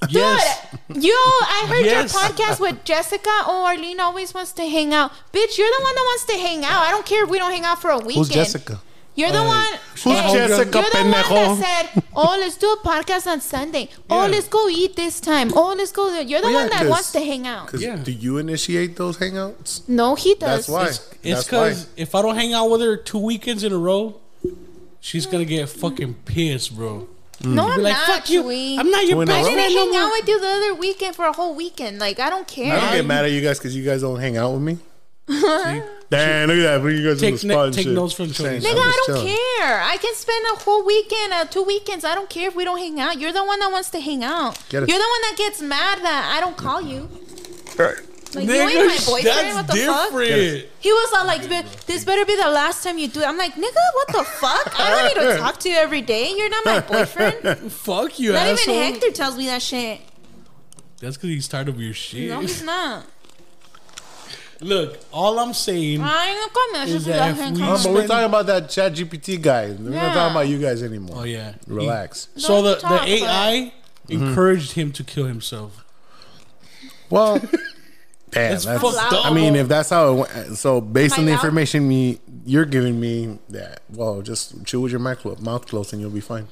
Speaker 5: why.
Speaker 4: no.
Speaker 7: Yes.
Speaker 4: Yo, I heard
Speaker 7: Yes.
Speaker 4: your podcast with Jessica. Oh, Arlene always wants to hang out. Bitch, you're the one that wants to hang out. I don't care if we don't hang out for a weekend.
Speaker 3: Who's Jessica?
Speaker 4: You're the
Speaker 3: Hey,
Speaker 4: one.
Speaker 3: who's Jessica,
Speaker 4: You're the one
Speaker 3: pendejo?
Speaker 4: that said, "Oh, let's do a podcast on Sunday. Oh, let's go eat this time. Oh, let's go." There. You're the
Speaker 3: Well, yeah,
Speaker 4: one that
Speaker 3: 'cause-
Speaker 4: wants to hang out.
Speaker 3: Because do you initiate those hangouts?
Speaker 4: No, he does.
Speaker 3: That's why.
Speaker 5: It's
Speaker 3: That's why.
Speaker 5: because if I don't hang out with her two weekends in a row, she's gonna get fucking pissed, bro.
Speaker 4: No,
Speaker 5: Hmm. Be
Speaker 4: I'm
Speaker 5: like,
Speaker 4: not.
Speaker 5: Fuck you.
Speaker 4: Chuy.
Speaker 5: I'm not your
Speaker 3: Two in a
Speaker 5: best
Speaker 3: row?
Speaker 4: I
Speaker 5: friend.
Speaker 4: didn't hang
Speaker 5: no
Speaker 4: out
Speaker 5: more."
Speaker 4: with you the other weekend for a whole weekend. Like I don't care.
Speaker 3: I don't get mad at you guys because you guys don't hang out with me. Damn, look at that. Look at You guys
Speaker 5: Take
Speaker 3: on the
Speaker 5: no-
Speaker 3: spot and
Speaker 5: take
Speaker 3: shit.
Speaker 5: notes from
Speaker 3: Just saying,
Speaker 5: Tony.
Speaker 4: Nigga,
Speaker 3: I'm
Speaker 4: I
Speaker 3: just
Speaker 4: don't
Speaker 3: chilling.
Speaker 4: care. I can spend a whole weekend, uh, two weekends. I don't care if we don't hang out. You're the one that wants to hang out.
Speaker 3: Get it.
Speaker 4: You're the one that gets mad that I don't call you. Like, you
Speaker 5: Nigga,
Speaker 4: ain't my boyfriend.
Speaker 5: that's
Speaker 4: What the
Speaker 5: different.
Speaker 4: fuck?
Speaker 5: Get it.
Speaker 4: He was all like, "Be- "This better be the last time you do it." I'm like, "Nigga, what the fuck? I don't need to talk to you every day. You're not my boyfriend.
Speaker 5: Fuck you,
Speaker 4: not
Speaker 5: asshole.
Speaker 4: even Hector tells me that shit.
Speaker 5: That's because he's tired of your shit.
Speaker 4: No, he's not.
Speaker 5: Look, all I'm saying.
Speaker 4: I ain't gonna call me. I
Speaker 5: Is
Speaker 4: just
Speaker 5: that
Speaker 4: love
Speaker 5: if
Speaker 4: him.
Speaker 5: we-
Speaker 3: Oh, but we're
Speaker 5: Spend-
Speaker 3: talking about that Chat GPT guy. We're
Speaker 4: Yeah.
Speaker 3: not talking about you guys anymore.
Speaker 5: Oh yeah,
Speaker 3: Relax. Mm-hmm.
Speaker 5: He- so
Speaker 4: Don't
Speaker 5: the
Speaker 4: talk,
Speaker 5: the AI encouraged him to kill himself.
Speaker 3: Well, damn,
Speaker 5: It's
Speaker 3: that's,
Speaker 5: fucked up.
Speaker 3: I mean, if that's how it went, so based
Speaker 4: Am I
Speaker 3: on the
Speaker 4: loud?
Speaker 3: information me you're giving me, that well, just chew with your mouth clo- mouth closed and you'll be fine.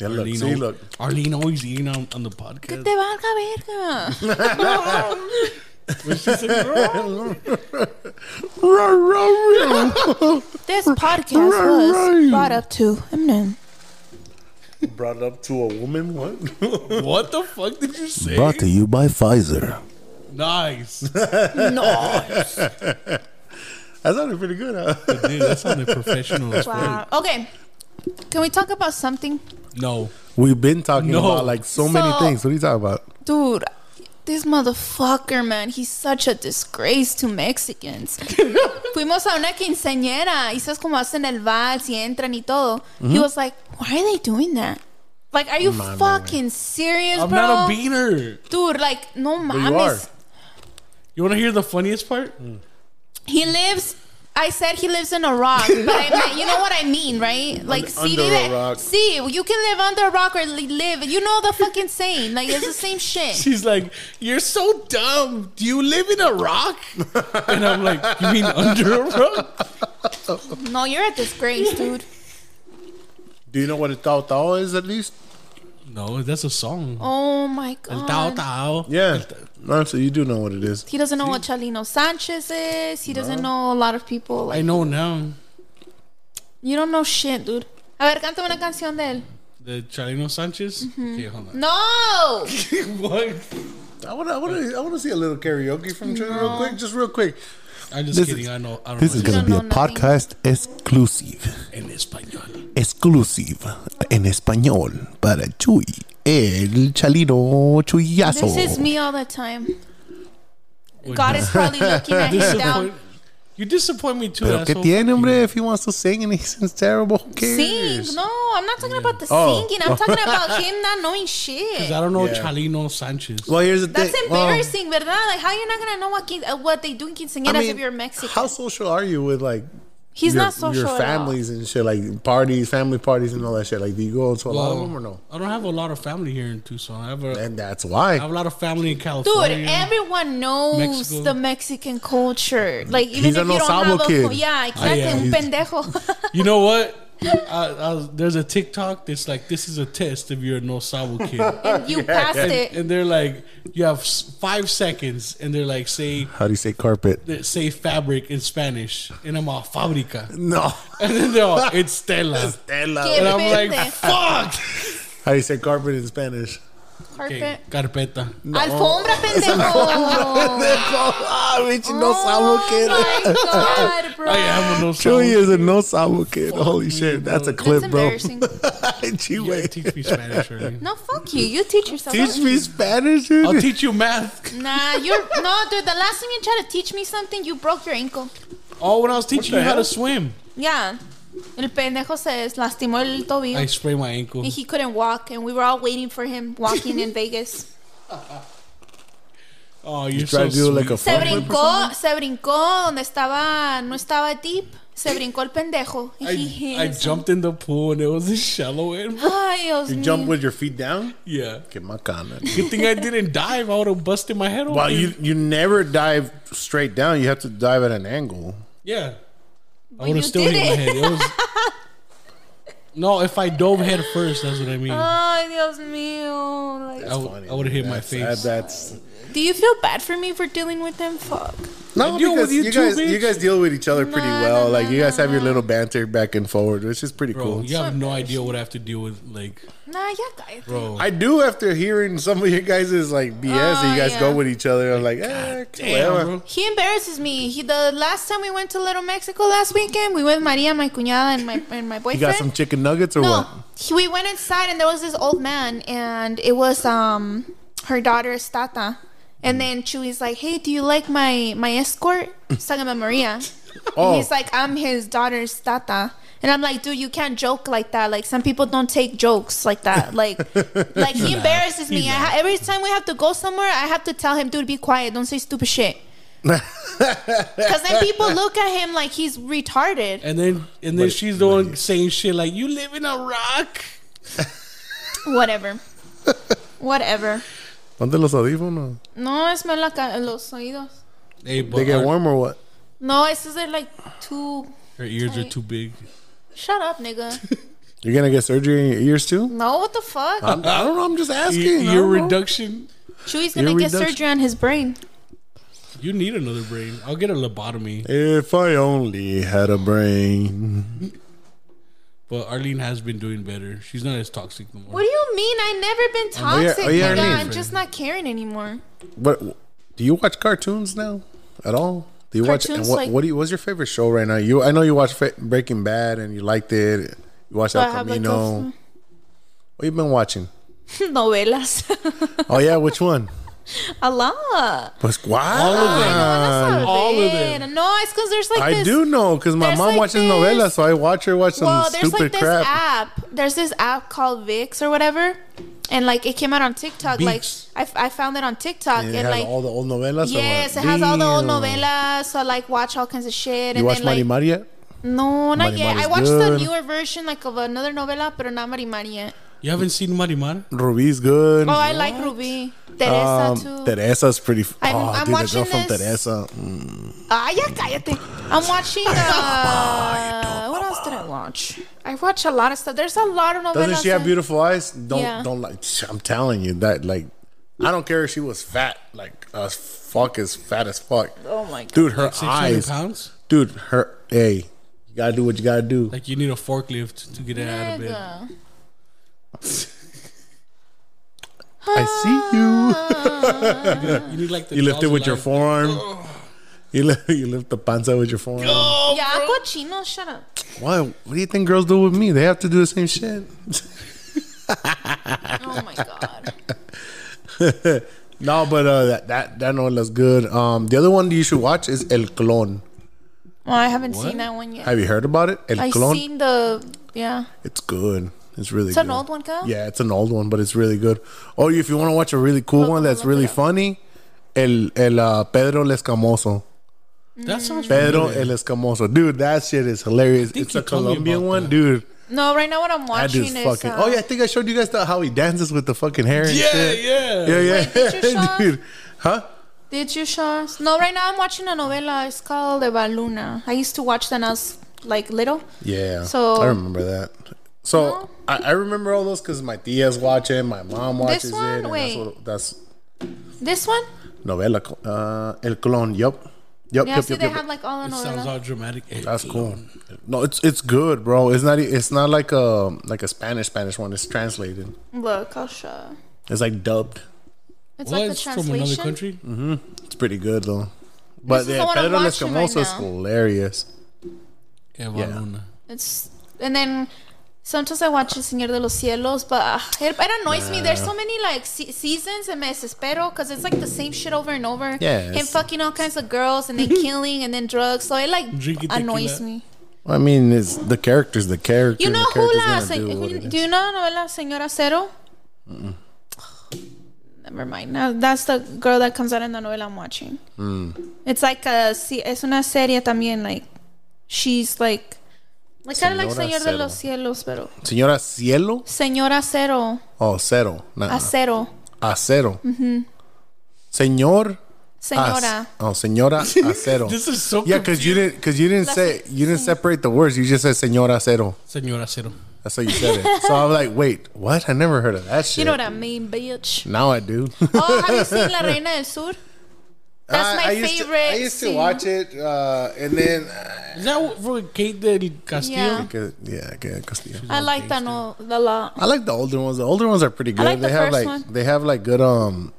Speaker 3: Yeah, look,
Speaker 5: Arlene,
Speaker 3: see, look,
Speaker 5: Arlene always eating on, on the podcast.
Speaker 4: Te valga verga. This podcast was brought up to Eminem.
Speaker 3: brought up to a woman. What?
Speaker 5: what the fuck did you say?
Speaker 3: brought to you by Pfizer.
Speaker 5: Nice,
Speaker 3: That sounded pretty good. Huh?
Speaker 5: dude. That sounded professional. as fuck.
Speaker 4: Wow. Uh, Okay. Can we talk about something?
Speaker 5: No,
Speaker 3: We've been talking
Speaker 5: No.
Speaker 3: about like so, many
Speaker 4: So-
Speaker 3: things. What are you talking about?
Speaker 4: Dude, this motherfucker, man, he's such a disgrace to Mexicans. Fuimos a una quinceañera y sabes cómo hacen el vals y entran y todo. He was like, why are they doing that? Like, are you
Speaker 3: Mm-hmm. Mame.
Speaker 4: fucking serious,
Speaker 5: I'm
Speaker 4: bro?
Speaker 5: not a beaner.
Speaker 4: Dude, like, no
Speaker 3: But you are.
Speaker 4: mames.
Speaker 5: You want to hear the funniest part?
Speaker 3: Mm.
Speaker 4: He lives. I said he lives in a rock, but I meant, you know what I mean, right? Like, see,
Speaker 3: under a
Speaker 4: that-
Speaker 3: rock.
Speaker 4: see, you can live under a rock or li- live. You know the fucking saying. Like, it's the same shit.
Speaker 5: She's like, "You're so dumb. Do you live in a rock?" and I'm like, "You mean under a rock?"
Speaker 4: No, you're a disgrace, dude.
Speaker 3: Do you know what a tao tao is at least?
Speaker 5: No, that's a song.
Speaker 4: Oh my
Speaker 5: El Tao
Speaker 4: god.
Speaker 5: Tao.
Speaker 3: Yeah. No, so you do know what it is.
Speaker 4: He doesn't know what Chalino Sanchez is. He doesn't know a lot of people.
Speaker 5: I
Speaker 4: Like,
Speaker 5: know now.
Speaker 4: you don't know shit, dude. A ver, canta una canción de él.
Speaker 5: The Chalino Sanchez. Okay, hold on.
Speaker 4: No.
Speaker 5: what?
Speaker 3: I want to I want to I want to see a little karaoke from Trey real quick, just real quick.
Speaker 5: I'm just
Speaker 3: This
Speaker 5: kidding.
Speaker 3: is-
Speaker 5: I know. I don't
Speaker 3: This is
Speaker 5: know.
Speaker 3: going to
Speaker 4: gonna
Speaker 3: be
Speaker 4: be
Speaker 3: a
Speaker 4: a nothing.
Speaker 3: podcast exclusive.
Speaker 5: in español.
Speaker 3: Exclusive en español para Chuy, el Chalino Chuyazo.
Speaker 4: This is me all the time. God is probably looking at him down.
Speaker 5: Disappoint- You disappoint me too,
Speaker 3: Pero qué
Speaker 5: asshole.
Speaker 3: tiene, hombre? If he wants to sing and he sings terrible, who
Speaker 4: Sing.
Speaker 3: cares?
Speaker 4: No, I'm not talking about the
Speaker 3: Oh.
Speaker 4: singing. I'm talking about him not knowing
Speaker 5: 'Cause
Speaker 4: shit.
Speaker 5: I don't know
Speaker 3: Yeah.
Speaker 5: Chalino Sanchez.
Speaker 3: Well, here's the
Speaker 4: That's
Speaker 3: thing. well,
Speaker 4: embarrassing, verdad? Like, how you're not gonna know what quin- uh, what they do in quinceañeras if you're Mexican?
Speaker 3: How social are you with like
Speaker 4: He's
Speaker 3: your,
Speaker 4: not social
Speaker 3: your
Speaker 4: at all.
Speaker 3: families and shit, like parties, family parties, and all that shit? Like, do you go to a lot of them or no?
Speaker 5: I don't have a lot of family here in Tucson. I have a,
Speaker 3: And that's
Speaker 5: I have
Speaker 3: why
Speaker 5: a lot of family in
Speaker 4: Dude,
Speaker 5: California.
Speaker 4: everyone knows
Speaker 5: Mexico.
Speaker 4: the Mexican culture. Like, even
Speaker 3: He's
Speaker 4: if
Speaker 3: an
Speaker 4: you don't
Speaker 3: Osama
Speaker 4: have a
Speaker 3: kid. Ah,
Speaker 4: co- yeah, exactly,
Speaker 5: yeah.
Speaker 4: un
Speaker 3: He's-
Speaker 4: pendejo.
Speaker 5: you know what? I, I was, there's a TikTok that's like, this is a test if you're a Nosawa kid.
Speaker 4: and you passed it.
Speaker 5: and they're like, you have s- five seconds. And they're like, say,
Speaker 3: How do you say carpet?
Speaker 5: that say fabric in Spanish. And I'm all, fabrica.
Speaker 3: No.
Speaker 5: And then they're all, it's Stella.
Speaker 4: Qué
Speaker 5: And I'm like,
Speaker 4: peste.
Speaker 5: fuck!
Speaker 3: How do you say carpet in Spanish?
Speaker 4: Carpet.
Speaker 5: Okay, carpeta.
Speaker 4: Alfombra, pendejo.
Speaker 3: Ah, bitch, no sabo
Speaker 4: Oh
Speaker 3: kid.
Speaker 4: my god, bro.
Speaker 5: I am a
Speaker 3: Chewy
Speaker 5: Nosawa.
Speaker 3: is a no sabo kid. Holy shit, that's a clip,
Speaker 4: That's
Speaker 3: bro.
Speaker 4: embarrassing.
Speaker 3: Chewy,
Speaker 5: You gotta teach me Spanish, really.
Speaker 4: No, fuck you. You teach yourself.
Speaker 3: teach me Spanish, dude.
Speaker 5: I'll teach you math.
Speaker 4: Nah, you're no, dude. The last time you tried to teach me something, you broke your ankle.
Speaker 5: Oh, when I was teaching you how to swim,
Speaker 4: Yeah, el pendejo se lastimó el tobillo.
Speaker 5: I sprained my ankle.
Speaker 4: And he couldn't walk, and we were all waiting for him walking in Vegas.
Speaker 5: Oh, you're
Speaker 3: Try
Speaker 5: so
Speaker 3: to do
Speaker 5: sweet.
Speaker 3: like a
Speaker 4: Se
Speaker 3: front flip.
Speaker 4: brincó, se brincó donde estaba, no estaba deep. Se brincó el pendejo. He
Speaker 5: I
Speaker 4: is-
Speaker 5: jumped in the pool and it was a shallow end.
Speaker 4: Ay, Dios
Speaker 3: You
Speaker 4: mío.
Speaker 3: jump with your feet down?
Speaker 5: Yeah.
Speaker 3: Get my comment.
Speaker 5: Good thing I didn't dive. I would have busted my head open.
Speaker 3: Well, you you never dive straight down. You have to dive at an angle.
Speaker 5: yeah. I
Speaker 4: But
Speaker 5: would
Speaker 4: you
Speaker 5: have still
Speaker 4: did
Speaker 5: hit my
Speaker 4: it.
Speaker 5: head. It was. no, if I dove head first, that's what I mean.
Speaker 4: Ay, Dios mío. Like,
Speaker 5: I would- I would have hit my face.
Speaker 3: that's
Speaker 4: do you feel bad for me for dealing with them? Fuck.
Speaker 3: No,
Speaker 4: I deal
Speaker 3: because
Speaker 4: with you
Speaker 3: you
Speaker 4: too,
Speaker 3: guys
Speaker 4: bitch.
Speaker 3: you guys deal with each other pretty well. like you guys have your little banter back and forward, which is pretty
Speaker 5: Bro,
Speaker 3: cool.
Speaker 5: you have no idea what I have to deal with. Like,
Speaker 4: Nah, ya cállate.
Speaker 5: bro.
Speaker 3: I do after hearing some of your guys' like BS that you guys
Speaker 4: Oh, yeah.
Speaker 3: go with each other. I'm like, eh, whatever.
Speaker 4: He embarrasses me. He, the last time we went to Little Mexico last weekend, we went with Maria, my cuñada, and my and my
Speaker 3: You
Speaker 4: boyfriend.
Speaker 3: got some chicken nuggets or
Speaker 4: no,
Speaker 3: what?
Speaker 4: he- we went inside and there was this old man, and it was um her daughter's tata. And then Chewy's like, "Hey, do you like my my escort?" He's talking about Maria.
Speaker 11: Oh.
Speaker 4: And he's like, "I'm his daughter's tata." And I'm like, dude, you can't joke like that. Like some people don't take jokes like that. Like, like he embarrasses me. I ha- every time we have to go somewhere, I have to tell him, dude, be quiet. Don't say stupid shit. Because then people look at him like he's retarded.
Speaker 5: And then and then she's the one saying shit like, "You live in a rock."
Speaker 4: Whatever. Whatever.
Speaker 3: Ponte los audífonos.
Speaker 4: No, es me la ca- los oídos.
Speaker 5: Hey,
Speaker 3: They
Speaker 5: but
Speaker 3: get
Speaker 5: our-
Speaker 3: warm or what?
Speaker 4: No, it's just they're like too.
Speaker 5: Her ears are too big.
Speaker 4: Shut up, nigga.
Speaker 3: You're gonna get surgery in your ears too?
Speaker 4: No, what the fuck?
Speaker 3: I'm- I don't know. I'm just asking.
Speaker 5: Ear-
Speaker 3: I
Speaker 5: ear
Speaker 3: don't know.
Speaker 5: reduction.
Speaker 4: Chewie's
Speaker 5: Ear
Speaker 4: gonna get
Speaker 5: reduction.
Speaker 4: surgery on his brain.
Speaker 5: You need another brain. I'll get a lobotomy.
Speaker 3: If I only had a brain.
Speaker 5: But Arlene has been doing better. She's not as toxic no more.
Speaker 4: What do you mean? I never been
Speaker 3: Oh, yeah-
Speaker 4: toxic,
Speaker 3: oh, yeah,
Speaker 4: nigga.
Speaker 3: Arlene.
Speaker 4: I'm just not caring anymore.
Speaker 3: What do you watch cartoons now at all? Do you watch and
Speaker 4: Cartoons,
Speaker 3: what?
Speaker 4: like-
Speaker 3: what do you, what's your favorite show right now? You I know you watched Fa- Breaking Bad and you liked it. You watched
Speaker 4: But I
Speaker 3: El
Speaker 4: have, like,
Speaker 3: Camino.
Speaker 4: those- mm?
Speaker 3: what you been watching?
Speaker 4: Novelas.
Speaker 3: Oh yeah, which one?
Speaker 4: A lot.
Speaker 3: Pues wow.
Speaker 4: All of them. No, it's because there's like
Speaker 3: I
Speaker 4: this.
Speaker 3: do know because my
Speaker 4: there's
Speaker 3: mom
Speaker 4: like
Speaker 3: watches
Speaker 4: this-
Speaker 3: novelas, so I watch her watch some
Speaker 4: well, there's
Speaker 3: stupid
Speaker 4: like this
Speaker 3: crap.
Speaker 4: app. There's this app called Vix or whatever, and like it came out on TikTok.
Speaker 3: Vix.
Speaker 4: Like I, I found it on TikTok,
Speaker 3: And
Speaker 4: and,
Speaker 3: it has
Speaker 4: like
Speaker 3: all the old novelas. or
Speaker 4: yes,
Speaker 3: what?
Speaker 4: it has all the old
Speaker 3: Damn.
Speaker 4: novelas. So like watch all kinds of shit.
Speaker 3: You
Speaker 4: and
Speaker 3: watch
Speaker 4: then,
Speaker 3: Mari
Speaker 4: like,
Speaker 3: Mari yet?
Speaker 4: No, not
Speaker 3: Mari
Speaker 4: yet.
Speaker 3: Mari's
Speaker 4: I watched the
Speaker 3: good.
Speaker 4: newer version like of another novela, but not Marimar yet.
Speaker 5: You haven't seen Marimar?
Speaker 3: Ruby's good.
Speaker 4: Oh, I like Ruby. Teresa
Speaker 3: Um,
Speaker 4: too.
Speaker 3: Teresa's pretty. F-
Speaker 4: I'm-
Speaker 3: oh,
Speaker 4: I'm
Speaker 3: dude, the
Speaker 4: watching
Speaker 3: girl from
Speaker 4: this-
Speaker 3: Teresa. Mm.
Speaker 4: Ah, yeah, cállate. I'm watching. Uh, what else did I watch? I watch a lot of stuff. There's a lot of novelas.
Speaker 3: Doesn't she have
Speaker 4: that-
Speaker 3: beautiful eyes? Don't
Speaker 4: Yeah.
Speaker 3: don't like. I'm telling you that like, I don't care if she was fat like as fuck as fat as fuck.
Speaker 4: Oh my god.
Speaker 3: Dude, her
Speaker 5: Like 600
Speaker 3: eyes.
Speaker 5: pounds?
Speaker 3: Dude, her. Hey, you gotta do what you gotta do.
Speaker 5: Like you need a forklift to get it out of bed.
Speaker 4: Nigga.
Speaker 3: I see you.
Speaker 5: You need, like, the
Speaker 3: You lift it
Speaker 5: jaws
Speaker 3: with your
Speaker 5: alive.
Speaker 3: forearm. You lift, you lift the panza with your forearm.
Speaker 4: yeah, cochino. Shut up.
Speaker 3: Why? What do you think girls do with me? They have to do the same shit.
Speaker 4: oh my god.
Speaker 3: no, but uh, that that that one looks good. Um, the other one you should watch is El Clon.
Speaker 4: Well, I haven't
Speaker 3: What?
Speaker 4: seen that one yet.
Speaker 3: Have you heard about it? El
Speaker 4: I've
Speaker 3: Clon.
Speaker 4: seen the yeah.
Speaker 3: It's good. It's really.
Speaker 4: It's
Speaker 3: good.
Speaker 4: an old one, Kyle?
Speaker 3: Yeah, it's an old one, but it's really good. Or if you want to watch a really cool one that's really funny, El El uh, Pedro el Escamoso.
Speaker 4: Mm.
Speaker 5: That sounds
Speaker 3: Pedro
Speaker 5: familiar.
Speaker 3: El Escamoso, dude, that shit is hilarious. It's a Colombian one, dude.
Speaker 4: No, right now what I'm
Speaker 3: That
Speaker 4: watching
Speaker 3: dude's
Speaker 4: is.
Speaker 3: fucking.
Speaker 4: uh,
Speaker 3: oh yeah, I think I showed you guys the, how he dances with the fucking hair. And
Speaker 5: Yeah,
Speaker 3: shit.
Speaker 5: yeah.
Speaker 3: yeah, yeah,
Speaker 4: Wait, did you show-
Speaker 3: dude. Huh?
Speaker 4: Did you show us? No, right now I'm watching a novela. It's called Eva Luna. I used to watch that when I was like little.
Speaker 3: Yeah.
Speaker 4: So-
Speaker 3: I remember that. So I, I remember all those because my tia's watching, my mom watches
Speaker 4: This one?
Speaker 3: it. and
Speaker 4: Wait.
Speaker 3: That's, what,
Speaker 4: This one?
Speaker 3: that's novela. co- Uh, El Clon. Yup. Yup.
Speaker 4: yeah,
Speaker 3: yup,
Speaker 4: see,
Speaker 3: yup,
Speaker 4: they
Speaker 3: yup.
Speaker 4: have like all the
Speaker 5: It sounds
Speaker 4: novelas.
Speaker 5: all dramatic.
Speaker 3: That's cool. No, it's it's good, bro. It's not e, it's not like a like a Spanish Spanish one. It's translated.
Speaker 4: Look, I'll show.
Speaker 3: It's like dubbed.
Speaker 4: It's like the translation.
Speaker 3: hmm It's pretty good though. But
Speaker 4: This is
Speaker 3: yeah,
Speaker 4: the one I'm
Speaker 3: Pedro
Speaker 4: watching right
Speaker 3: Escamoso is
Speaker 4: now.
Speaker 3: hilarious.
Speaker 5: Eva Luna.
Speaker 4: It's and then sometimes I watch El Señor de los Cielos, but uh, it, it annoys me. There's so many like se- seasons and me desespero because it's like the same shit over and over.
Speaker 3: Yes.
Speaker 4: And fucking all kinds of girls and then killing and then drugs. So it like
Speaker 5: Drinking tequila.
Speaker 4: annoys me.
Speaker 3: I mean, it's the characters, the character.
Speaker 4: You know
Speaker 3: the
Speaker 4: who
Speaker 3: character's
Speaker 4: la?
Speaker 3: gonna
Speaker 4: se-
Speaker 3: do
Speaker 4: who-
Speaker 3: what
Speaker 4: do,
Speaker 3: it is.
Speaker 4: you know la novela Señora Cero?
Speaker 3: Mm-mm.
Speaker 4: Never mind. Now that's the girl that comes out in the novela I'm watching.
Speaker 3: Mm.
Speaker 4: It's like a, se- es una serie también like she's like, like kind of like
Speaker 3: Señora
Speaker 4: Señor de los Cielos, pero
Speaker 3: Señora Cielo?
Speaker 4: Señora Cero,
Speaker 3: Oh, cero. Nah.
Speaker 4: Acero.
Speaker 3: Acero.
Speaker 4: Mm-hmm.
Speaker 3: Señor.
Speaker 4: Señora.
Speaker 3: Ac- oh, señora acero.
Speaker 5: This is so
Speaker 3: yeah, because you didn't because you didn't say you didn't separate the words. You just said señora acero.
Speaker 5: Señora Cero.
Speaker 3: That's how you said it. so I'm like, wait, what? I never heard of that shit.
Speaker 4: You know what I mean, bitch.
Speaker 3: Now I do.
Speaker 4: Oh, have you seen La Reina del Sur? That's
Speaker 3: Ah, I-
Speaker 4: my
Speaker 3: I used to-
Speaker 4: favorite.
Speaker 3: I used to
Speaker 4: scene.
Speaker 3: watch it, uh, and then
Speaker 5: Is that what- for Kate del Castillo?
Speaker 4: Yeah.
Speaker 3: Because- yeah, okay, Castillo.
Speaker 4: I like that no, a lot.
Speaker 3: I like the older ones. The older ones are pretty good.
Speaker 4: like
Speaker 3: they
Speaker 4: the
Speaker 3: have
Speaker 4: first
Speaker 3: like
Speaker 4: one.
Speaker 3: they have like good um,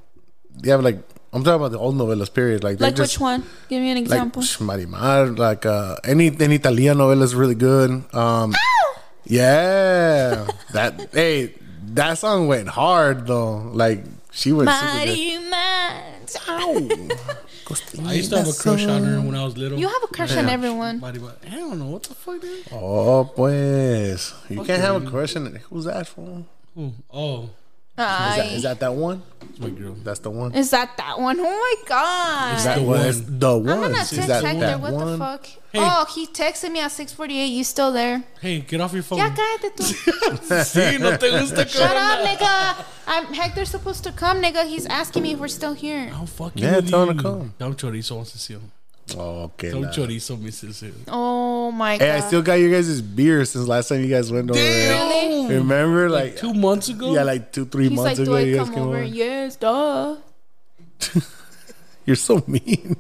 Speaker 3: they have like I'm talking about the old novellas period. Like they
Speaker 4: Like
Speaker 3: just
Speaker 4: which one? Give me an
Speaker 3: like
Speaker 4: example.
Speaker 3: psh, Marimar, like uh, any any Italia novela is really good.
Speaker 4: Ah!
Speaker 3: Um, yeah, that hey, that song went hard though. Like she was super good.
Speaker 4: Marimar.
Speaker 5: I used to have a crush on her when I was little.
Speaker 4: You have a crush on
Speaker 5: Yeah.
Speaker 4: everyone.
Speaker 5: Body, but I don't know what the fuck. Dude?
Speaker 3: Oh pues, you
Speaker 5: Fuck
Speaker 3: can't
Speaker 5: yeah,
Speaker 3: have a
Speaker 5: dude.
Speaker 3: crush in it. Who's that from?
Speaker 5: Who? Oh,
Speaker 3: Is that,
Speaker 4: Ay.
Speaker 3: is that that one?
Speaker 5: my girl.
Speaker 3: That's the one.
Speaker 4: Is that that one? Oh my god!
Speaker 3: that
Speaker 5: the
Speaker 3: one.
Speaker 5: one.
Speaker 3: That's the one.
Speaker 4: I'm gonna
Speaker 3: Is
Speaker 4: text
Speaker 3: that
Speaker 4: Hector.
Speaker 3: that
Speaker 4: what
Speaker 3: one?
Speaker 4: the fuck? Oh, he texted me at 6:48. You still there?
Speaker 5: Hey, get off
Speaker 3: Oh.
Speaker 5: your phone.
Speaker 4: Ya cállate tú.
Speaker 5: Sí, no te gusta
Speaker 4: Shut
Speaker 5: corona.
Speaker 4: up, nigga. I'm Hector's supposed to come, nigga. He's asking me if we're still here.
Speaker 5: Oh, fuck
Speaker 3: Yeah,
Speaker 5: you.
Speaker 3: tell her to
Speaker 5: dude.
Speaker 3: come.
Speaker 5: Don Chorizo wants to see him.
Speaker 3: Oh, okay.
Speaker 5: Don
Speaker 3: nah.
Speaker 5: Chorizo misses him.
Speaker 4: Oh my god.
Speaker 3: Hey, I still got you guys' beer since last time you guys went over.
Speaker 4: Really?
Speaker 3: Remember, like,
Speaker 5: Two months ago?
Speaker 3: yeah, like two, three
Speaker 4: He's like,
Speaker 3: months
Speaker 4: do
Speaker 3: ago,
Speaker 4: I
Speaker 3: you guys
Speaker 4: come
Speaker 3: came
Speaker 4: over?
Speaker 3: over.
Speaker 4: Yes, duh.
Speaker 3: You're so mean.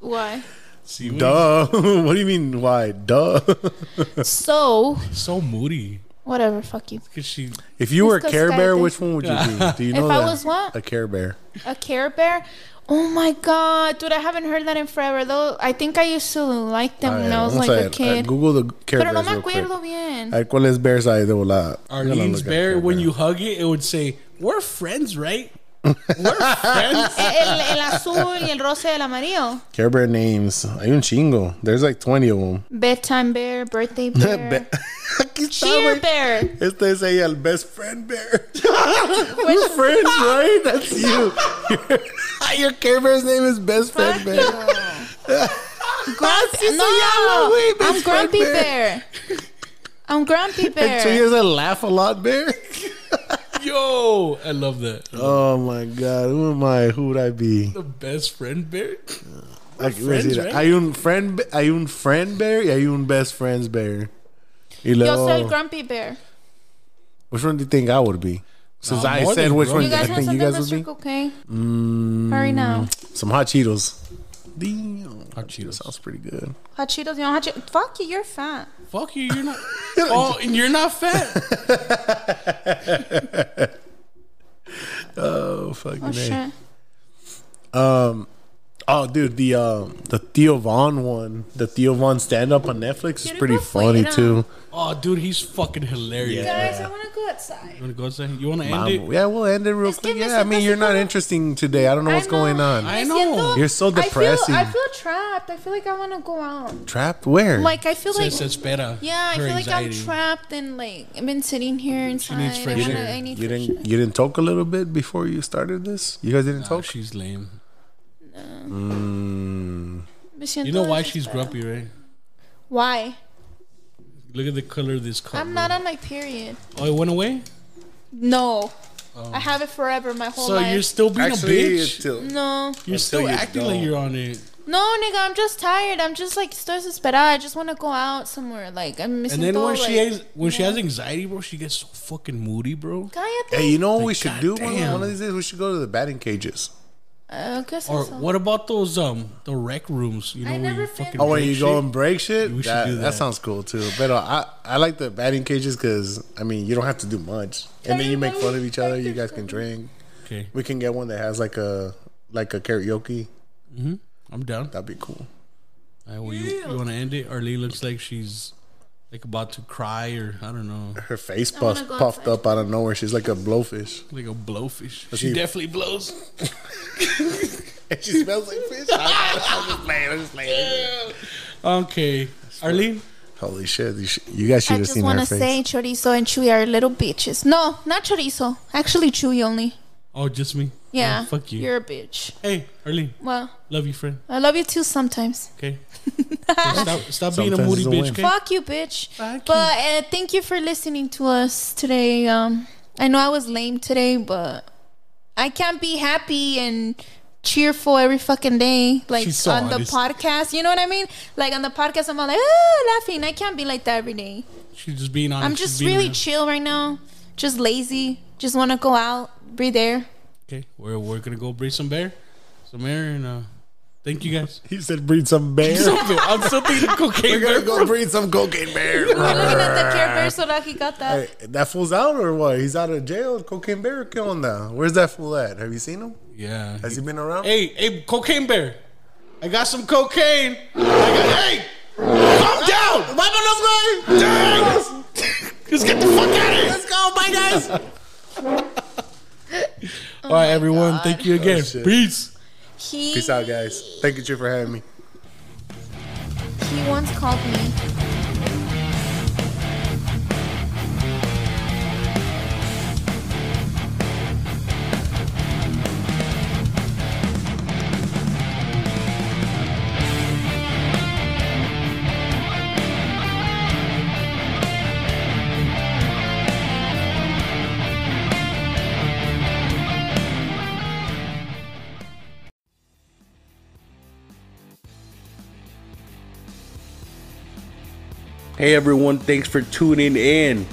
Speaker 4: Why?
Speaker 5: See,
Speaker 3: Duh. what do you mean? Why? Duh.
Speaker 4: So
Speaker 5: So moody.
Speaker 4: whatever. Fuck you.
Speaker 5: Because she.
Speaker 3: if you were a
Speaker 4: It's 'cause
Speaker 3: Care
Speaker 4: Sky
Speaker 3: Bear,
Speaker 4: did-
Speaker 3: which one would you be? Do you
Speaker 4: If
Speaker 3: know
Speaker 4: I
Speaker 3: that?
Speaker 4: was what?
Speaker 3: A Care Bear.
Speaker 4: A Care Bear. Oh my god, dude! I haven't heard that in forever. Though I think I used to like them
Speaker 3: All
Speaker 4: when
Speaker 3: right,
Speaker 4: I was
Speaker 3: vamos
Speaker 4: like
Speaker 3: a
Speaker 4: a
Speaker 3: ver. Uh,
Speaker 4: kid.
Speaker 3: Google the Care
Speaker 4: Pero no
Speaker 3: Bears
Speaker 4: me
Speaker 3: real quick.
Speaker 4: acuerdo bien.
Speaker 3: A ver, ¿Cuáles bears hay de volada? I'm gonna
Speaker 5: Arlene's
Speaker 3: look up
Speaker 5: bear,
Speaker 3: Care
Speaker 5: when
Speaker 3: Bear.
Speaker 5: you hug it, it would say, We're friends, right? We're friends.
Speaker 4: el, el azul y el rosa y el amarillo.
Speaker 3: Care Bear names. Hay un chingo. There's like 20 of them.
Speaker 4: Bedtime bear, birthday bear,
Speaker 3: Be- Aquí está,
Speaker 4: cheer
Speaker 3: güey.
Speaker 4: bear.
Speaker 3: Este es ella, el best friend bear. We're friends, right? That's you. Your, your Care Bear's name is best friend bear.
Speaker 4: Grumpy,
Speaker 3: Así se llama,
Speaker 4: no,
Speaker 3: güey, best
Speaker 4: I'm grumpy
Speaker 3: friend bear.
Speaker 4: bear. I'm grumpy
Speaker 3: And she
Speaker 4: bear.
Speaker 3: is a laugh a lot bear.
Speaker 5: Yo, I love that.
Speaker 3: Oh my god, who am I? Who would I be?
Speaker 5: The best friend bear?
Speaker 3: Like,
Speaker 5: friends,
Speaker 3: friends,
Speaker 5: right?
Speaker 3: Hay un friend, hay un friend bear, y hay un best friends bear. Y
Speaker 4: Yo soy
Speaker 3: luego,
Speaker 4: grumpy bear.
Speaker 3: which one do you think I would be? Since
Speaker 5: No,
Speaker 3: I
Speaker 5: more
Speaker 3: said
Speaker 5: than
Speaker 3: which
Speaker 5: grumpy.
Speaker 3: one,
Speaker 4: You
Speaker 3: I
Speaker 4: guys want
Speaker 3: think you
Speaker 4: something
Speaker 3: guys
Speaker 4: to
Speaker 3: would be Mm.
Speaker 4: drink? Okay. Hurry now.
Speaker 3: some hot Cheetos. Damn,
Speaker 5: Hot Cheetos.
Speaker 3: sounds pretty good.
Speaker 4: Hot Cheetos. You want hot Cheetos? Fuck you. You're fat.
Speaker 5: Fuck you, you're not. oh, and you're not fat.
Speaker 3: Oh fucking
Speaker 4: Oh
Speaker 3: A.
Speaker 4: shit.
Speaker 3: Um, oh, dude, the um, the Theo Vaughn one, the Theo Vaughn stand up on Netflix is pretty funny too.
Speaker 5: Oh, dude, he's fucking hilarious.
Speaker 4: Guys, I want to go outside.
Speaker 5: You want to go outside? You want to end
Speaker 3: Um,
Speaker 5: it?
Speaker 3: yeah, we'll end it real
Speaker 4: Just
Speaker 3: quick.
Speaker 4: give me
Speaker 3: Yeah, I mean,
Speaker 4: something
Speaker 3: you're
Speaker 4: to
Speaker 3: not
Speaker 4: do.
Speaker 3: interesting today. I don't know what's
Speaker 4: I
Speaker 3: going on.
Speaker 5: I
Speaker 4: Me
Speaker 5: know.
Speaker 4: siento-
Speaker 3: You're so depressing.
Speaker 4: I feel, I feel trapped. I feel like I want to go out.
Speaker 3: Trapped where?
Speaker 4: Like I feel
Speaker 5: Se
Speaker 4: like
Speaker 5: se espera.
Speaker 4: yeah, I
Speaker 5: her
Speaker 4: feel like I'm
Speaker 5: anxiety.
Speaker 4: trapped and like I've been sitting here inside.
Speaker 5: needs
Speaker 4: I,
Speaker 5: fresh
Speaker 4: wanna,
Speaker 5: air.
Speaker 4: I need
Speaker 3: you
Speaker 4: fresh air.
Speaker 3: didn't you didn't talk a little bit before you started this? You guys didn't
Speaker 5: Oh,
Speaker 3: talk.
Speaker 5: she's lame.
Speaker 4: Me siento
Speaker 5: You know why she's
Speaker 4: desesperada.
Speaker 5: grumpy, right?
Speaker 4: Why?
Speaker 5: Look at the color of this cup.
Speaker 4: I'm not on my period.
Speaker 5: Oh, it went away.
Speaker 4: No, I have it forever, my whole
Speaker 5: Oh. So
Speaker 4: life.
Speaker 5: you're still being a bitch.
Speaker 4: no,
Speaker 5: you're still
Speaker 3: you
Speaker 5: acting like you're on it.
Speaker 4: no, nigga, I'm just tired. I'm just like estoy desesperada. I just want to go out somewhere. Like I'm missing.
Speaker 5: And then when
Speaker 4: like,
Speaker 5: she has when she has anxiety, bro, she gets so fucking moody, bro.
Speaker 4: Cállate.
Speaker 3: Hey, you know what we should do? One,
Speaker 5: goddamn.
Speaker 3: one of these days, we should go to the batting cages.
Speaker 4: Uh, ¿qué es
Speaker 5: Or
Speaker 4: eso?
Speaker 5: what about those um the rec rooms? You know,
Speaker 4: I
Speaker 5: where
Speaker 4: never
Speaker 5: you
Speaker 4: been
Speaker 5: fucking
Speaker 4: there.
Speaker 3: Oh, when
Speaker 5: break
Speaker 3: you
Speaker 5: shit?
Speaker 3: go and break shit,
Speaker 5: We should
Speaker 3: that,
Speaker 5: do
Speaker 3: that
Speaker 5: that.
Speaker 3: sounds cool too. But uh, I I like the batting cages because I mean you don't have to do much, and then you make fun of each other. You guys can drink.
Speaker 5: Okay,
Speaker 3: We can get one that has like a like a karaoke.
Speaker 5: I'm down.
Speaker 3: That'd be cool.
Speaker 5: All right, well, you, you want to end it? Arlie looks like she's like about to cry, or I don't know,
Speaker 3: Her face
Speaker 4: wanna
Speaker 3: puffed
Speaker 4: go
Speaker 3: puffed
Speaker 4: outside.
Speaker 3: up out of nowhere. She's like a blowfish,
Speaker 5: like a blowfish.
Speaker 3: Let's
Speaker 5: she
Speaker 3: see.
Speaker 5: definitely blows.
Speaker 3: and she smells like fish. I'm just playing. I'm just playing.
Speaker 5: Okay, Arlene.
Speaker 3: Holy shit! You, sh- you guys should
Speaker 4: I
Speaker 3: have
Speaker 4: just
Speaker 3: seen her
Speaker 4: want to
Speaker 3: face.
Speaker 4: say chorizo and Chuy are little bitches. No, not chorizo. Actually, Chuy only.
Speaker 5: Oh, just me.
Speaker 4: Yeah.
Speaker 5: Oh, fuck you.
Speaker 4: You're a bitch.
Speaker 5: Hey, Arlene.
Speaker 4: Well,
Speaker 5: Love you, friend.
Speaker 4: I love you too sometimes.
Speaker 5: Okay. stop stop being a moody bitch. Okay?
Speaker 4: Fuck you, bitch. but Uh, thank you for listening to us today. Um, I know I was lame today, but I can't be happy and cheerful every fucking day, like
Speaker 11: She's so
Speaker 4: on
Speaker 11: honest.
Speaker 4: the podcast. You know what I mean? Like on the podcast, I'm all like, oh, laughing. I can't be like that every day.
Speaker 5: She's just being honest.
Speaker 4: I'm
Speaker 5: She's
Speaker 4: just
Speaker 5: being
Speaker 4: really
Speaker 5: real.
Speaker 4: chill right now. Just lazy. Just want to go out, breathe air.
Speaker 5: Okay, we're we're gonna go breed some bear, some air, and uh, thank you guys.
Speaker 3: He said breed some bear.
Speaker 5: Something. I'm still thinking cocaine
Speaker 3: We're gonna
Speaker 5: bear.
Speaker 3: go breed some cocaine bear.
Speaker 4: We're looking at the Care Bear, so lucky got that.
Speaker 3: Hey, that fool's out or what? He's out of jail. Cocaine bear killed now. Where's that fool at? Have you seen him?
Speaker 5: Yeah.
Speaker 3: Has he been around?
Speaker 5: Hey, hey, cocaine bear. I got some cocaine. I got, hey, calm down.
Speaker 3: Vámonos,
Speaker 5: güey. Dang. Just get the fuck out of here.
Speaker 3: Let's go. Bye, guys.
Speaker 5: All right,
Speaker 4: Oh
Speaker 5: everyone. Thank you again.
Speaker 3: Oh, shit.
Speaker 5: Peace.
Speaker 4: He
Speaker 3: Peace out, guys. Thank you, Drew, for having me.
Speaker 4: he once called me.
Speaker 12: Hey everyone, thanks for tuning in.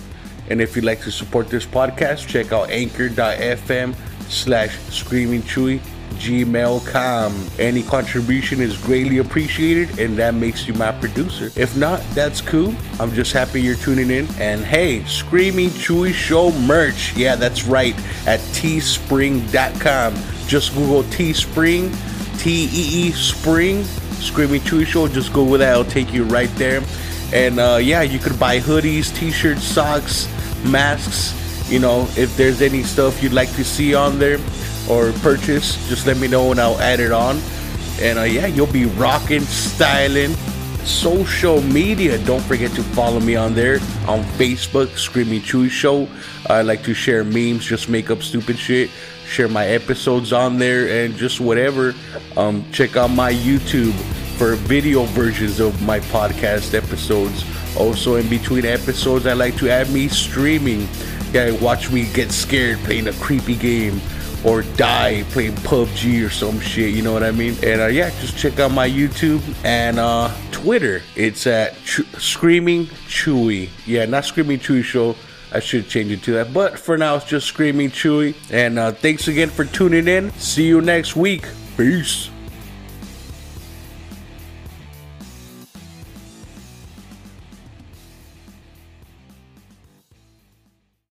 Speaker 12: And if you'd like to support this podcast, check out anchor.fm slash screaming chewy gmail.com. Any contribution is greatly appreciated and that makes you my producer. If not, that's cool. I'm just happy you're tuning in. And hey, Screaming Chewy Show merch. Yeah, that's right. At teespring.com. Just Google Teespring. T E E Spring Screaming Chewy Show. Just go with that; it'll take you right there. And uh, yeah, you could buy hoodies, T-shirts, socks, masks. You know, if there's any stuff you'd like to see on there or purchase, just let me know and I'll add it on. And uh, yeah, you'll be rocking, styling. Social media. Don't forget to follow me on there on Facebook, Screaming Chewy Show. I like to share memes, just make up stupid shit share my episodes on there and just whatever um, check out my youtube for video versions of my podcast episodes also in between episodes i like to add me streaming yeah watch me get scared playing a creepy game or die playing PUBG or some shit, you know what I mean? And uh, yeah, just check out my YouTube and uh, Twitter. It's at Ch- Screaming Chewy. Yeah, not Screaming Chewy Show. I should change it to that. But for now, it's just Screaming Chewy. And uh, thanks again for tuning in. See you next week. Peace.